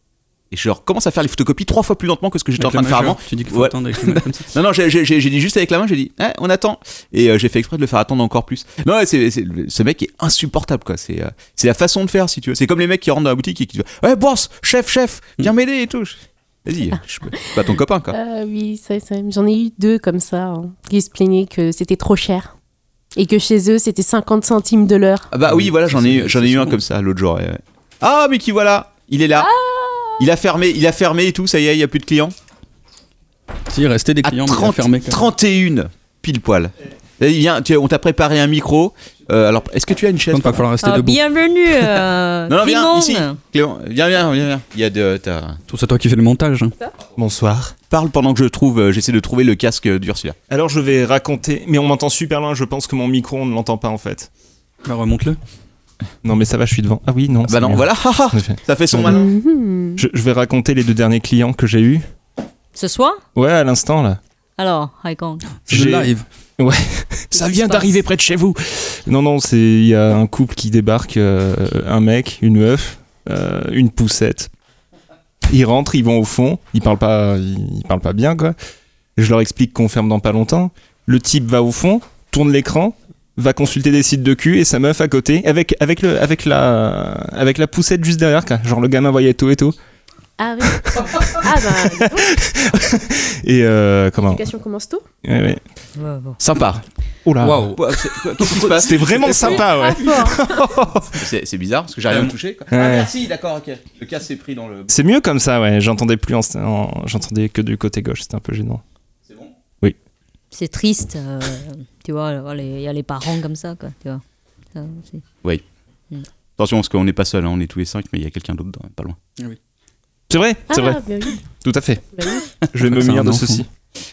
Speaker 1: et je recommence à faire les photocopies trois fois plus lentement que ce que j'étais en
Speaker 9: avec
Speaker 1: train
Speaker 9: le
Speaker 1: de faire
Speaker 9: majeur.
Speaker 1: avant.
Speaker 9: Tu dis qu'il faut
Speaker 1: Ouais.
Speaker 9: attendre avec le mec comme ça.
Speaker 1: Non, non, j'ai j'ai- j'ai- j'ai dit juste avec la main, j'ai dit, eh, on attend. Et euh, j'ai fait exprès de le faire attendre encore plus. Non, ouais, c'est- c'est- le- ce mec est insupportable, quoi. C'est euh, c'est la façon de faire, si tu veux. C'est comme les mecs qui rentrent dans la boutique et qui disent, ouais, boss, chef, chef, viens
Speaker 9: Mm.
Speaker 1: m'aider et tout. Vas-y,
Speaker 9: Ah.
Speaker 1: je peux- c'est pas ton copain,
Speaker 9: Euh.
Speaker 1: quoi.
Speaker 7: Ah oui, ça, ça, j'en ai eu deux comme ça hein, qui se plaignaient que c'était trop cher et que chez eux c'était 50 centimes de l'heure.
Speaker 1: Ah bah oui, voilà, j'en ai, eu- j'en ai eu un comme ça l'autre jour. ouais, ouais. Ah, mais qui voilà, il est là.
Speaker 9: Ah.
Speaker 1: Il a fermé, il a fermé et tout, ça y est, il y a plus de clients.
Speaker 9: [laughs] Si, restait des
Speaker 1: À
Speaker 9: clients, mais
Speaker 1: 30
Speaker 9: fermés. quand même.
Speaker 1: 31 pile poil. Eh bien, tu- on t'a préparé un micro. Euh, alors, est-ce que tu as une chaise
Speaker 9: Par contre, va falloir rester
Speaker 8: Ah,
Speaker 9: debout.
Speaker 8: bienvenue, euh,
Speaker 1: [laughs] Non, non, viens
Speaker 8: Clément.
Speaker 1: ici. Clément, viens, viens, viens, viens. Il y a de, t'as-
Speaker 9: Tout c'est toi qui fais le montage. hein.
Speaker 10: Bonsoir.
Speaker 1: Parle pendant que je trouve, euh, j'essaie de trouver le casque d'Ursula.
Speaker 10: Alors je vais raconter, mais on m'entend super loin, je pense que mon micro on ne l'entend pas en fait.
Speaker 9: Bah, remonte-le.
Speaker 10: Non mais ça va, je suis devant. Ah oui, non.
Speaker 1: Bah
Speaker 10: c'est
Speaker 1: non,
Speaker 10: mieux.
Speaker 1: voilà, haha,
Speaker 10: En effet.
Speaker 1: ça fait son malin.
Speaker 7: Mhm.
Speaker 10: Je, je vais raconter les deux derniers clients que j'ai eus.
Speaker 8: Ce soir
Speaker 10: Ouais, à l'instant là.
Speaker 8: Alors, Haikong.
Speaker 9: C'est le
Speaker 10: J'ai-
Speaker 9: live.
Speaker 10: Ça
Speaker 8: Qu'est-ce
Speaker 10: vient
Speaker 8: qui se passe
Speaker 10: d'arriver près de chez vous. Non, non, c'est il y a un couple qui débarque, euh, un mec, une meuf, euh, une poussette. Ils rentrent, ils vont au fond, ils parlent pas, ils, ils parlent pas bien quoi. Je leur explique qu'on ferme dans pas longtemps. Le type va au fond, tourne l'écran, va consulter des sites de cul et sa meuf à côté avec avec le avec la avec la poussette juste derrière quoi. Genre le gamin voyait tout et tout.
Speaker 7: Ah oui. ah bah,
Speaker 10: Et euh, comment
Speaker 7: l'éducation commence tôt.
Speaker 10: ouais, ouais.
Speaker 8: Ouais, bon.
Speaker 1: Sympa.
Speaker 10: Oh là.
Speaker 9: Waouh.
Speaker 1: Qu'est-ce [laughs] qui se passe
Speaker 10: C'était vraiment sympa ouais.
Speaker 7: hein.
Speaker 1: C'est c'est bizarre parce que j'arrive à me toucher. quoi. Ah,
Speaker 10: Ouais.
Speaker 1: merci, d'accord, ok. Le casque s'est pris dans le.
Speaker 10: C'est mieux comme ça ouais. J'entendais plus en, en- j'entendais que du côté gauche. C'était un peu gênant.
Speaker 1: C'est bon
Speaker 8: C'est triste, euh, tu vois, alors, les- il y a les parents comme ça, quoi, tu vois.
Speaker 7: Ah.
Speaker 8: Ça, c'est-
Speaker 1: Attention parce qu'on n'est pas seul, hein, on est tous les cinq, mais il y a quelqu'un d'autre, dans- pas loin.
Speaker 10: C'est vrai,
Speaker 7: Ah,
Speaker 10: [laughs] c'est vrai.
Speaker 7: bah oui,
Speaker 10: Tout
Speaker 7: [laughs]
Speaker 10: à fait.
Speaker 7: bah oui.
Speaker 10: Je vais me
Speaker 9: C'est un
Speaker 10: munir de
Speaker 9: enfant.
Speaker 10: ceci.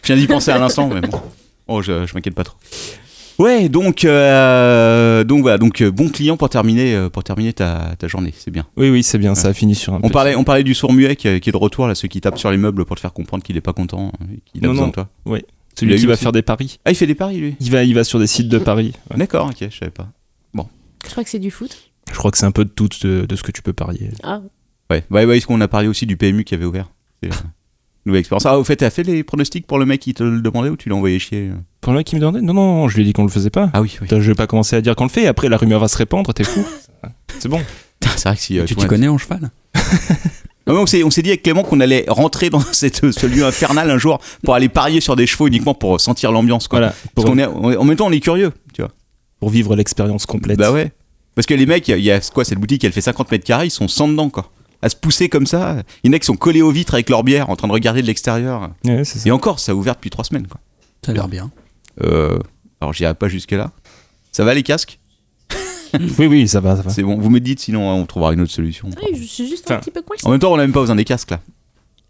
Speaker 1: Je viens d'y penser à l'instant, mais bon. Oh, je, je m'inquiète pas trop. Ouais, donc, euh, donc voilà, donc euh, bon client pour terminer, euh, pour terminer ta, ta journée, c'est bien.
Speaker 10: Oui, oui, c'est bien, ça a fini sur un
Speaker 1: On
Speaker 10: petit-
Speaker 1: parlait, on parlait euh, du sourd muet qui, qui est de retour là, ceux qui tapent sur les meubles pour te faire comprendre qu'il est pas content, hein, et qu'il a
Speaker 10: Non,
Speaker 1: besoin
Speaker 10: non.
Speaker 1: de toi.
Speaker 10: Oui. Celui
Speaker 1: Il a
Speaker 10: qui
Speaker 1: eu
Speaker 10: va
Speaker 1: aussi.
Speaker 10: faire des paris.
Speaker 1: Ah, il fait des paris, lui
Speaker 10: Il va, il va sur des sites de paris. Ouais.
Speaker 1: D'accord, ok, je savais pas.
Speaker 7: Je crois que c'est du foot.
Speaker 10: Je crois que c'est un peu de tout de, de ce que tu peux parier.
Speaker 7: Ah,
Speaker 1: Ouais, ouais, ouais, est-ce qu'on a parlé aussi du PMU qui avait ouvert C'est, euh, [laughs] Nouvelle expérience. Ah, au fait, t'as fait les pronostics pour le mec qui te le demandait ou tu l'as envoyé chier euh
Speaker 10: Pour le mec qui me demandait, non, non, je lui ai dit qu'on le faisait pas.
Speaker 1: Ah oui, oui.
Speaker 10: Putain, Je vais pas commencer à dire qu'on le fait, et après la rumeur va se répandre, t'es fou. c'est bon.
Speaker 1: Putain, C'est vrai que si. euh,
Speaker 9: Tu t'y
Speaker 1: tout le monde-
Speaker 9: connais en cheval
Speaker 1: Ah ouais, on s'est on s'est dit avec Clément qu'on allait rentrer dans [laughs] cette, ce lieu infernal un jour pour aller parier sur des chevaux uniquement pour sentir l'ambiance. Quoi.
Speaker 10: Voilà.
Speaker 1: Parce
Speaker 10: Pour,
Speaker 1: qu'on est, on est- en même temps, on est curieux, tu vois.
Speaker 10: pour vivre l'expérience complète.
Speaker 1: Bah ouais. Parce que les mecs, il y a- il y, a quoi cette boutique, elle fait 50 mètres carrés, ils sont sans dedans, quoi. À se pousser comme ça. Il y en a qui sont collés aux vitres avec leur bière en train de regarder de l'extérieur.
Speaker 10: Ouais, c'est ça.
Speaker 1: Et encore, ça a ouvert depuis trois semaines, quoi.
Speaker 9: Ça a l'air bien.
Speaker 1: Euh, alors, j'irai pas jusque-là. Ça va les casques
Speaker 10: Oui, oui, ça va, ça va.
Speaker 1: C'est bon, vous me dites, sinon hein, on trouvera une autre solution.
Speaker 7: oui, je suis juste
Speaker 10: Enfin,
Speaker 7: un petit peu coincée.
Speaker 1: En même temps, on n'a même pas besoin des casques là.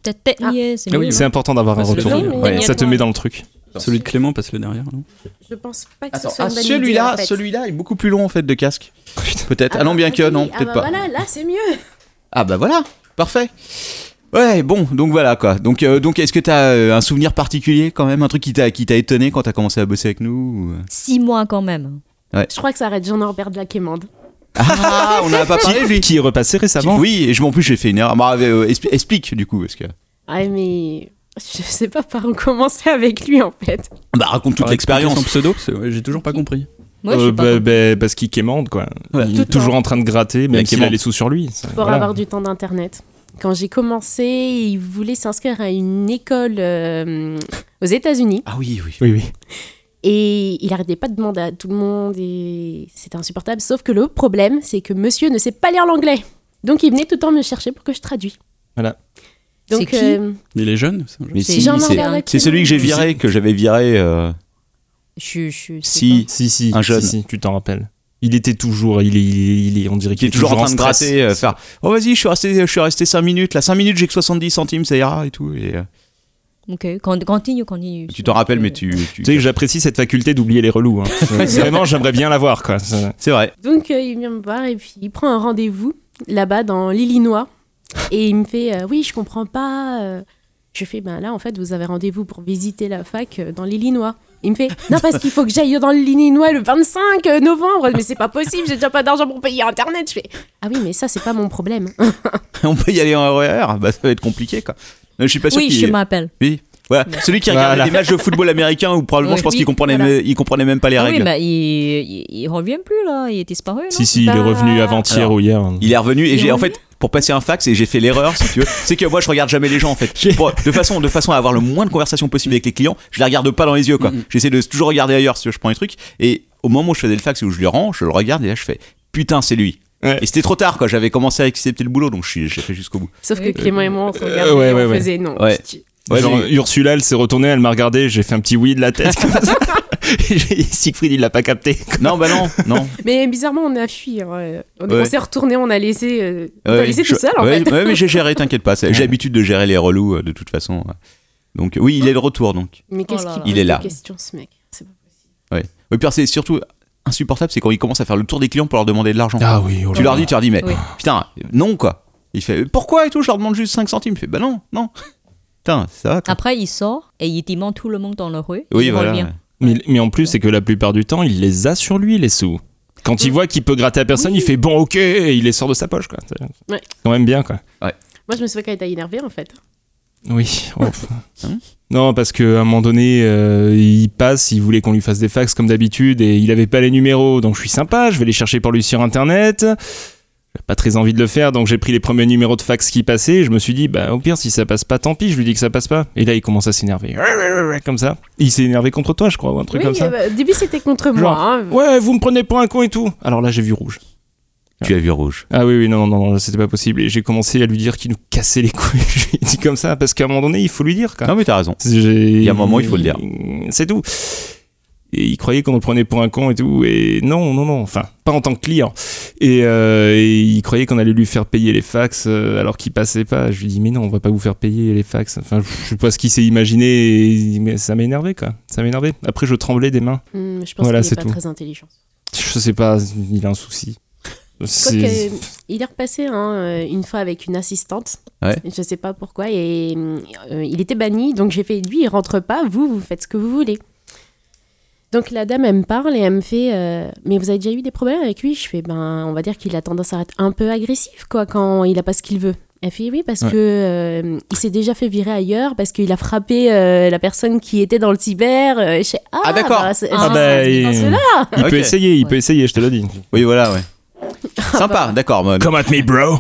Speaker 8: Peut-être tête
Speaker 7: Ah.
Speaker 8: niée, c'est
Speaker 9: Ah
Speaker 8: mieux,
Speaker 9: oui,
Speaker 8: non
Speaker 10: C'est important d'avoir un
Speaker 9: Parce que
Speaker 10: retour.
Speaker 9: le film,
Speaker 10: Ouais,
Speaker 8: il y a
Speaker 10: ça te
Speaker 8: toi.
Speaker 10: met dans le truc.
Speaker 9: Celui de Clément, passe le derrière, non
Speaker 7: Je pense pas que ce soit une bonne idée,
Speaker 1: ah, celui-là,
Speaker 7: en fait.
Speaker 1: celui-là est beaucoup plus long en fait de casque.
Speaker 10: Oh,
Speaker 1: Peut-être.
Speaker 7: Ah
Speaker 1: Allons
Speaker 7: bah,
Speaker 1: bien que
Speaker 7: ok.
Speaker 1: non,
Speaker 7: Ah
Speaker 1: peut-être
Speaker 7: bah
Speaker 1: pas.
Speaker 7: Voilà, là c'est mieux.
Speaker 1: Ah bah voilà, parfait. Ouais, bon, donc voilà quoi. Donc, euh, donc est-ce que t'as euh, un souvenir particulier quand même, un truc qui t'a qui t'a étonné quand t'as commencé à bosser avec nous ou- euh
Speaker 8: hein. Six mois quand même.
Speaker 7: Je crois que ça arrête Jean-Norbert de la Quémande.
Speaker 1: Ah, [laughs] on en a pas parlé lui. Ah
Speaker 10: Qui est repassé récemment.
Speaker 1: Oui, et je m'en plus j'ai fait une erreur. Bah, euh, expli- explique du coup parce que
Speaker 7: Ah mais je sais pas par où commencer avec lui en fait.
Speaker 1: bah raconte toute
Speaker 9: Par
Speaker 1: l'expérience.
Speaker 9: explication pseudo, c'est- ouais, j'ai toujours pas compris.
Speaker 8: Moi,
Speaker 10: Euh,
Speaker 8: je sais
Speaker 10: bah,
Speaker 8: pas.
Speaker 10: bah, parce qu'il quémande, quoi.
Speaker 1: Ouais.
Speaker 10: Il est toujours en train de gratter,
Speaker 1: Il y a
Speaker 10: même s'il a
Speaker 1: quémande.
Speaker 10: les sous sur lui. Ça,
Speaker 7: Pour
Speaker 10: voilà.
Speaker 7: avoir du temps d'internet. Quand j'ai commencé, il voulait s'inscrire à une école euh, aux États-Unis
Speaker 1: Ah oui, oui.
Speaker 10: Oui, oui.
Speaker 7: et il arrêtait pas de demander à tout le monde et c'était insupportable. Sauf que le problème, c'est que monsieur ne sait pas lire l'anglais. Donc il venait tout le temps me chercher pour que je traduis.
Speaker 10: Voilà.
Speaker 8: C'est
Speaker 7: Donc
Speaker 8: qui
Speaker 7: euh,
Speaker 9: Il est jeune, c'est un jeune.
Speaker 1: Mais
Speaker 8: C'est
Speaker 1: si,
Speaker 8: Jean
Speaker 1: c'est
Speaker 8: Norbert
Speaker 1: c'est celui que j'ai viré, que j'avais viré. euh,
Speaker 8: Je, je sais
Speaker 1: si,
Speaker 10: Si, si.
Speaker 1: Un jeune.
Speaker 10: Si, si, tu t'en rappelles. Il était toujours, il est, il est, il est- on dirait
Speaker 1: qui
Speaker 10: qu'il
Speaker 1: est toujours en train de
Speaker 10: stress.
Speaker 1: gratter, euh, faire Oh vas-y, je suis resté, je suis resté 5 minutes, là 5 minutes j'ai que 70 centimes, ça ira et tout. Et, euh,
Speaker 8: pas. Ok, con- continue, continue.
Speaker 1: tu t'en rappelles, mais tu. tu-
Speaker 10: Tu sais que j'apprécie cette faculté d'oublier les
Speaker 8: [laughs]
Speaker 10: relous. hein. Vraiment, j'aimerais bien l'avoir, quoi. Ça-
Speaker 1: C'est vrai.
Speaker 7: Donc euh, il vient me voir et puis il prend un rendez-vous là-bas dans l'Illinois et il me fait euh, oui je comprends pas. euh. Je fais ben là en fait vous avez rendez-vous pour visiter la fac euh, dans l'Illinois. Il
Speaker 1: [laughs]
Speaker 7: me fait non parce qu'il faut que j'aille dans l'Illinois le 25 novembre mais c'est pas possible j'ai déjà pas d'argent pour payer internet. Je fais ah oui mais ça c'est pas mon problème. [laughs]
Speaker 1: [laughs] On peut y aller en RER, bah, ça va être compliqué quoi. Euh, Je suis pas sûr
Speaker 8: Oui, je
Speaker 1: qu'il-
Speaker 8: m'appelle.
Speaker 1: Voilà. Celui qui regardait
Speaker 10: Voilà.
Speaker 1: des matchs de football américain où probablement
Speaker 8: Oui.
Speaker 1: je pense qu'il
Speaker 8: Oui,
Speaker 1: comprenait,
Speaker 8: voilà.
Speaker 1: me- il comprenait même pas les
Speaker 8: Ah oui,
Speaker 1: règles.
Speaker 8: mais il, il, il revient plus là, il est disparu. Non
Speaker 10: Si, si, il est
Speaker 7: Bah-
Speaker 10: revenu avant-hier
Speaker 1: Alors,
Speaker 10: ou hier.
Speaker 1: Il est revenu et
Speaker 7: Il est
Speaker 1: j'ai en
Speaker 7: revenu
Speaker 1: fait pour passer un fax et j'ai fait l'erreur si tu veux. C'est que moi je regarde jamais les gens en fait. Pour- de façon de façon à avoir le moins de conversation possible avec les clients, je les regarde pas dans les yeux quoi. J'essaie de toujours regarder ailleurs si tu veux, je prends les trucs et au moment où je faisais le fax et où je le rends, je le regarde et là je fais putain c'est lui.
Speaker 10: Ouais.
Speaker 1: Et c'était trop tard quoi, j'avais commencé à accepter le boulot donc je suis- j'ai fait jusqu'au bout.
Speaker 7: Sauf que
Speaker 8: Oui.
Speaker 7: Clément et moi on se
Speaker 10: Euh,
Speaker 7: regardait
Speaker 10: ouais,
Speaker 7: et
Speaker 10: ouais,
Speaker 7: on
Speaker 10: ouais.
Speaker 7: faisait non.
Speaker 1: Ouais. Ouais,
Speaker 10: Genre,
Speaker 1: j'ai-
Speaker 10: Ursula, elle s'est retournée, elle m'a regardé, j'ai fait un petit oui de la tête. comme ça. [laughs] Et Siegfried, il l'a pas capté.
Speaker 1: non bah non, non.
Speaker 7: Mais bizarrement on a fui. hein, ouais. On,
Speaker 1: Ouais.
Speaker 7: on s'est retourné on a laissé euh, on
Speaker 1: Ouais,
Speaker 7: t'a laissé
Speaker 1: je-
Speaker 7: tout seul en
Speaker 1: ouais,
Speaker 7: fait.
Speaker 1: ouais, mais j'ai géré, t'inquiète pas. c'est- J'ai l'habitude de gérer les relous euh, de toute façon. ouais. Donc oui, il est de retour donc.
Speaker 7: Mais qu'est-ce
Speaker 8: là
Speaker 7: qu'il
Speaker 8: là.
Speaker 1: Il
Speaker 7: pose
Speaker 1: est Oh là.
Speaker 7: des questions ce mec. C'est pas
Speaker 1: Ouais. Oui, puis alors, c'est surtout insupportable, c'est quand il commence à faire le tour des clients pour leur demander de l'argent.
Speaker 10: Ah oui, oh
Speaker 1: tu
Speaker 10: là
Speaker 1: leur dis,
Speaker 10: là.
Speaker 1: tu leur dis, mais
Speaker 8: Oui.
Speaker 1: putain, non quoi. Il fait pourquoi et tout, je leur demande juste 5 centimes. Il fait bah non, non. [laughs] Putain, ça va quoi.
Speaker 8: Après, il sort et il demande tout le monde dans la rue.
Speaker 1: oui,
Speaker 8: Ah, il
Speaker 1: voilà.
Speaker 8: revient.
Speaker 10: Mais, mais en plus, c'est que la plupart du temps, il les a sur lui, les sous. Quand
Speaker 7: Mm.
Speaker 10: il voit qu'il peut gratter à personne, il fait bon, ok, et il les sort de sa poche, quoi. C'est
Speaker 7: Ouais.
Speaker 10: c'est quand même bien, quoi.
Speaker 7: Moi, je me souviens qu'elle était énervée, en fait.
Speaker 10: [laughs] Oui. oh, pff.
Speaker 1: Hein
Speaker 10: non, parce qu'à un moment donné, euh, il passe, il voulait qu'on lui fasse des fax comme d'habitude, et il avait pas les numéros, donc je suis sympa, je vais les chercher pour lui sur Internet. J'avais pas très envie de le faire, donc j'ai pris les premiers numéros de fax qui passaient, et je me suis dit, bah au pire, si ça passe pas, tant pis, je lui dis que ça passe pas. Et là, il commence à s'énerver. [laughs] Comme ça. Il s'est énervé contre toi, je crois, ou un truc
Speaker 7: oui,
Speaker 10: comme ça.
Speaker 7: euh, bah, au début, c'était contre
Speaker 10: Genre,
Speaker 7: moi. hein.
Speaker 10: Ouais, vous me prenez pour un con et tout. Alors là, j'ai vu rouge.
Speaker 1: Tu as vu rouge.
Speaker 10: Ah oui, oui, non, non, non, là, c'était pas possible. Et j'ai commencé à lui dire qu'il nous cassait les couilles. [laughs] je lui ai dit comme ça, parce qu'à un moment donné, il faut lui dire, quoi.
Speaker 1: Non mais t'as raison.
Speaker 10: Il
Speaker 1: y a un moment, il faut le dire.
Speaker 10: C'est tout. Et il croyait qu'on le prenait pour un con et tout. Et non, non, non. Enfin, pas en tant que client. Et, euh, et il croyait qu'on allait lui faire payer les fax euh, alors qu'il passait pas. Je lui dis, mais non, on va pas vous faire payer les fax. Enfin, je sais pas ce qu'il s'est imaginé. et- mais ça m'énervait, quoi. Ça m'énervait. Après, je tremblais des mains.
Speaker 7: Hum, je pense
Speaker 10: Voilà,
Speaker 7: qu'il
Speaker 10: c'est
Speaker 7: n'est pas
Speaker 10: tout.
Speaker 7: très intelligent.
Speaker 10: Je sais pas, il a un souci. C'est-
Speaker 7: Quoique, il est repassé hein, euh, une fois avec une assistante.
Speaker 1: Ouais.
Speaker 7: Je sais pas pourquoi. Et euh, il était banni. Donc j'ai fait lui, il rentre pas. Vous, vous faites ce que vous voulez. Donc la dame, elle me parle et elle me fait euh, Mais vous avez déjà eu des problèmes avec lui Je fais Ben, on va dire qu'il a tendance à être un peu agressif, quoi, quand il a pas ce qu'il veut. Elle fait Oui, parce
Speaker 10: Ouais.
Speaker 7: que euh, il s'est déjà fait virer ailleurs, parce qu'il a frappé euh, la personne qui était dans le cyber. Euh, je fais, Ah,
Speaker 1: Ah, d'accord.
Speaker 7: bah, c'est-
Speaker 10: Ah,
Speaker 7: c'est-
Speaker 10: bah,
Speaker 7: c'est
Speaker 10: il-
Speaker 7: dans cela
Speaker 10: Il
Speaker 1: Ok.
Speaker 10: peut essayer, il peut essayer, je te le dis.
Speaker 1: Oui, voilà, ouais. Sympa, d'accord. Mode.
Speaker 10: Come at me, bro.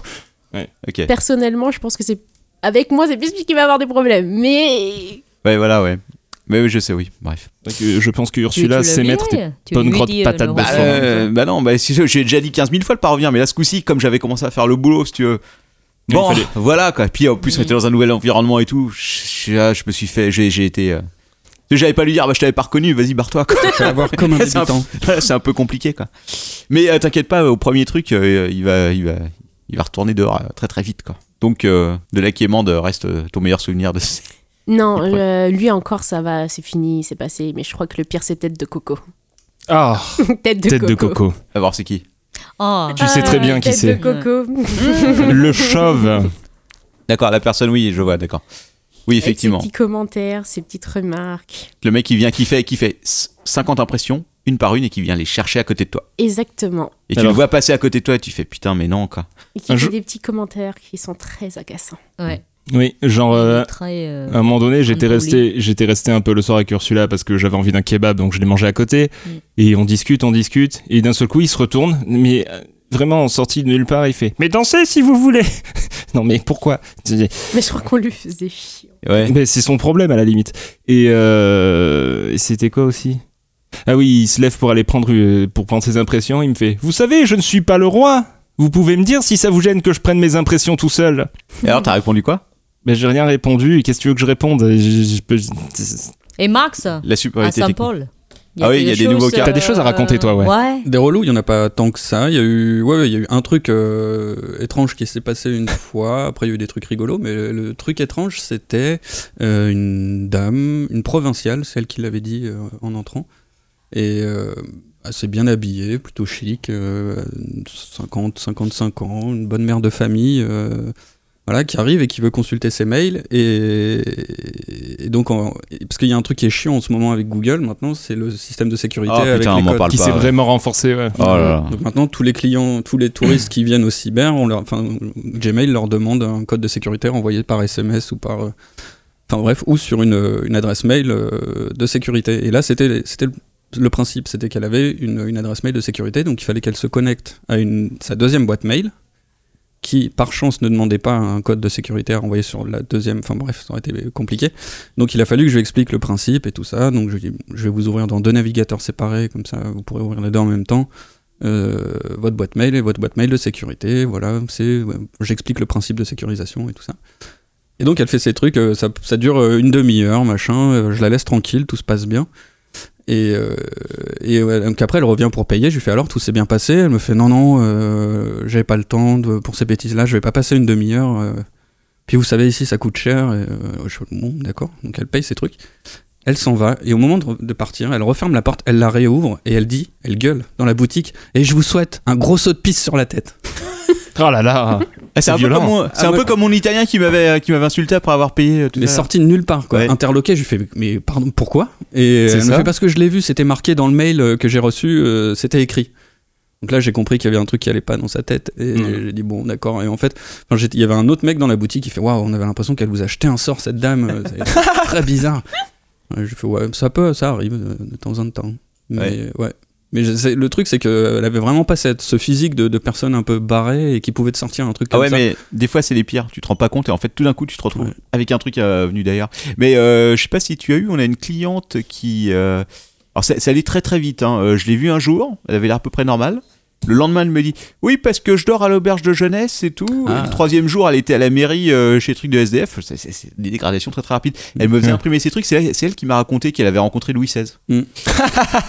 Speaker 1: Ok.
Speaker 7: personnellement, je pense que c'est avec moi, c'est plus lui qui va avoir des problèmes. Mais
Speaker 1: Ouais, voilà, ouais. Mais oui, je sais, oui. Bref.
Speaker 10: Donc, euh, je pense que
Speaker 8: Tu-
Speaker 10: Ursula
Speaker 8: tu le
Speaker 10: sait mettre
Speaker 8: virais,
Speaker 10: des
Speaker 8: tu
Speaker 10: bonnes
Speaker 8: lui
Speaker 10: grosses
Speaker 8: dis, euh,
Speaker 10: patates
Speaker 8: le
Speaker 10: de
Speaker 8: retour.
Speaker 1: Bah, euh, bah non, bah, si je- j'ai déjà dit 15 000 fois le parvenir, mais là, ce coup-ci, comme j'avais commencé à faire le boulot, si tu veux.
Speaker 10: Il
Speaker 1: Bon,
Speaker 10: fallait-
Speaker 1: voilà quoi. Puis en plus, on était dans un nouvel environnement et tout. Je, je- je me suis fait. J'ai j'ai été. euh, J'avais pas lui dire, bah je t'avais pas reconnu, vas-y, barre-toi quoi.
Speaker 9: Ça va avoir comme un
Speaker 1: [laughs] C'est un-
Speaker 9: débutant.
Speaker 1: c'est un peu compliqué quoi. Mais euh, t'inquiète pas, au premier truc, euh, il, va, il, va, il va retourner dehors euh, très très vite quoi. Donc euh, de la quémande euh, reste euh, ton meilleur souvenir de [laughs] ce-
Speaker 7: non,
Speaker 1: Ouais.
Speaker 7: euh, lui encore, ça va, c'est fini, c'est passé. Mais je crois que le pire, c'est tête de coco. [laughs]
Speaker 10: Ah,
Speaker 7: tête de
Speaker 10: tête
Speaker 7: coco.
Speaker 10: de coco.
Speaker 1: À voir c'est qui.
Speaker 8: Ah,
Speaker 10: Tu sais très bien qui
Speaker 7: tête
Speaker 10: c'est. Mmh.
Speaker 7: de coco.
Speaker 10: Le chauve.
Speaker 1: D'accord, la personne, oui, je vois, d'accord. Oui, effectivement.
Speaker 7: Ses petits commentaires, ses petites remarques.
Speaker 1: Le mec qui vient, qui fait, qui fait c- 50 impressions, une par une, et qui vient les chercher à côté de toi.
Speaker 7: Exactement.
Speaker 1: Et tu
Speaker 10: Alors-
Speaker 1: le vois passer à côté de toi, et tu fais putain, mais non, quoi.
Speaker 7: Et qui
Speaker 10: Un
Speaker 7: fait
Speaker 10: jour-
Speaker 7: des petits commentaires qui sont très agaçants.
Speaker 8: ouais.
Speaker 10: Oui, genre. euh,
Speaker 8: Très, euh,
Speaker 1: Ah.
Speaker 10: À un moment donné, j'étais
Speaker 8: Un poulet.
Speaker 10: resté, j'étais resté un peu le soir avec Ursula parce que j'avais envie d'un kebab, donc je l'ai mangé à côté.
Speaker 8: Mm.
Speaker 10: Et on discute, on discute, et d'un seul coup, il se retourne, mais euh, vraiment en sortie de nulle part, il fait Mais dansez si vous voulez [laughs] Non, mais pourquoi
Speaker 7: Mais je crois qu'on lui faisait chier.
Speaker 9: [laughs]
Speaker 1: Ouais.
Speaker 10: mais C'est son problème à la limite. Et, euh, et c'était quoi aussi Ah oui, il se lève pour aller prendre, euh, pour prendre ses impressions, il me fait Vous savez, je ne suis pas le roi Vous pouvez me dire si ça vous gêne que je prenne mes impressions tout seul
Speaker 1: Et alors, t'as répondu quoi
Speaker 10: Mais j'ai rien répondu, et qu'est-ce que tu veux que je réponde Je- je peux-
Speaker 8: Et Max,
Speaker 1: La
Speaker 8: à
Speaker 1: supériorité technique.
Speaker 8: Saint-Paul.
Speaker 1: Ah oui, il y a des nouveaux cas.
Speaker 10: T'as des choses à raconter, toi, ouais.
Speaker 8: euh, Ouais.
Speaker 9: Des relous, il n'y en a pas tant que ça. Il y a eu, ouais, ouais, il y a eu un truc euh, étrange qui s'est passé une fois. Après, il y a eu des trucs rigolos, mais le, le truc étrange, c'était euh, une dame, une provinciale, celle qui l'avait dit euh, en entrant. Et euh, assez bien habillée, plutôt chic, euh, 50, 55 ans, une bonne mère de famille. euh, voilà, qui arrive et qui veut consulter ses mails. Et, et donc, en- et- parce qu'il y a un truc qui est chiant en ce moment avec Google maintenant, c'est le système de sécurité
Speaker 1: Ah,
Speaker 9: avec
Speaker 1: putain,
Speaker 9: les
Speaker 1: on m'en
Speaker 9: codes.
Speaker 1: parle
Speaker 10: qui
Speaker 1: pas,
Speaker 10: s'est
Speaker 1: ouais.
Speaker 10: vraiment renforcé, ouais.
Speaker 1: Oh là là.
Speaker 9: Donc maintenant, tous les clients, tous les touristes qui viennent au cyber, on leur, enfin, Gmail leur demande un code de sécurité renvoyé par SMS ou par. euh, Enfin bref, ou sur une, une adresse mail euh, de sécurité. Et là, c'était c'était le, le principe c'était qu'elle avait une, une adresse mail de sécurité, donc il fallait qu'elle se connecte à une, sa deuxième boîte mail, qui par chance ne demandait pas un code de sécurité à renvoyer sur la deuxième. Enfin bref, ça aurait été compliqué. Donc il a fallu que je lui explique le principe et tout ça. Donc je lui ai dit, je vais vous ouvrir dans deux navigateurs séparés, comme ça vous pourrez ouvrir les deux en même temps. Euh, votre boîte mail et votre boîte mail de sécurité. Voilà, c'est, ouais, j'explique le principe de sécurisation et tout ça. Et donc elle fait ces trucs, euh, ça, ça dure euh, une demi-heure, machin. euh, je la laisse tranquille, tout se passe bien. Et, euh, et ouais, donc après elle revient pour payer. Je lui fais alors tout s'est bien passé. Elle me fait non non, euh, j'avais pas le temps de- pour ces bêtises-là. Je vais pas passer une demi-heure. euh. puis vous savez ici ça coûte cher. Et, euh, je fais, bon d'accord. Donc elle paye ses trucs. Elle s'en va et au moment de, de partir, elle referme la porte, elle la réouvre et elle dit, elle gueule dans la boutique et je vous souhaite un gros saut de pisse sur la tête.
Speaker 10: Oh là là
Speaker 1: Ah, C'est un, peu
Speaker 10: violent.
Speaker 1: comme mon, c'est
Speaker 9: Ah,
Speaker 1: un
Speaker 9: moi-
Speaker 1: peu comme mon italien qui m'avait, euh, qui m'avait insulté après avoir payé euh, tout
Speaker 9: Mais
Speaker 1: à l'heure.
Speaker 9: sorti de nulle part, quoi.
Speaker 1: Ouais.
Speaker 9: Interloqué, je lui fais, mais pardon, pourquoi Et euh,
Speaker 10: C'est
Speaker 9: elle me
Speaker 10: ça.
Speaker 9: fait, parce que je l'ai vu, c'était marqué dans le mail euh, que j'ai reçu, euh, c'était écrit. Donc là, j'ai compris qu'il y avait un truc qui allait pas dans sa tête. Et
Speaker 10: Mm.
Speaker 9: j'ai dit, bon, d'accord. Et en fait, enfin, j'étais- il y avait un autre mec dans la boutique qui fait, waouh, on avait l'impression qu'elle vous a jeté un sort, cette dame. euh,
Speaker 1: [laughs]
Speaker 9: C'est très bizarre. Et je fais, ouais, ça peut, ça arrive euh, de temps en temps. Mais ouais. Mais je- c'est- le truc, c'est qu'elle avait vraiment pas cette, ce physique de, de personne un peu barrée et qui pouvait te sortir un truc
Speaker 1: Ah
Speaker 9: comme
Speaker 1: ouais,
Speaker 9: ça.
Speaker 1: mais des fois c'est les pires, tu te rends pas compte et en fait tout d'un coup tu te retrouves
Speaker 9: Ouais.
Speaker 1: avec un truc euh, venu d'ailleurs. Mais euh, je sais pas si tu as eu, on a une cliente qui. euh, Alors ça, ça allait très très vite, hein. Euh, je l'ai vue un jour, elle avait l'air à peu près normale. Le lendemain elle me dit Oui, parce que je dors à l'auberge de jeunesse et tout.
Speaker 9: Ah.
Speaker 1: Le troisième jour elle était à la mairie euh, chez Truc de SDF, C'est- c'est c'est des dégradations très très rapides. Elle me faisait
Speaker 10: Ouais.
Speaker 1: imprimer ses trucs, c'est c'est elle qui m'a raconté qu'elle avait rencontré Louis XVI.
Speaker 9: Mm.
Speaker 1: [laughs]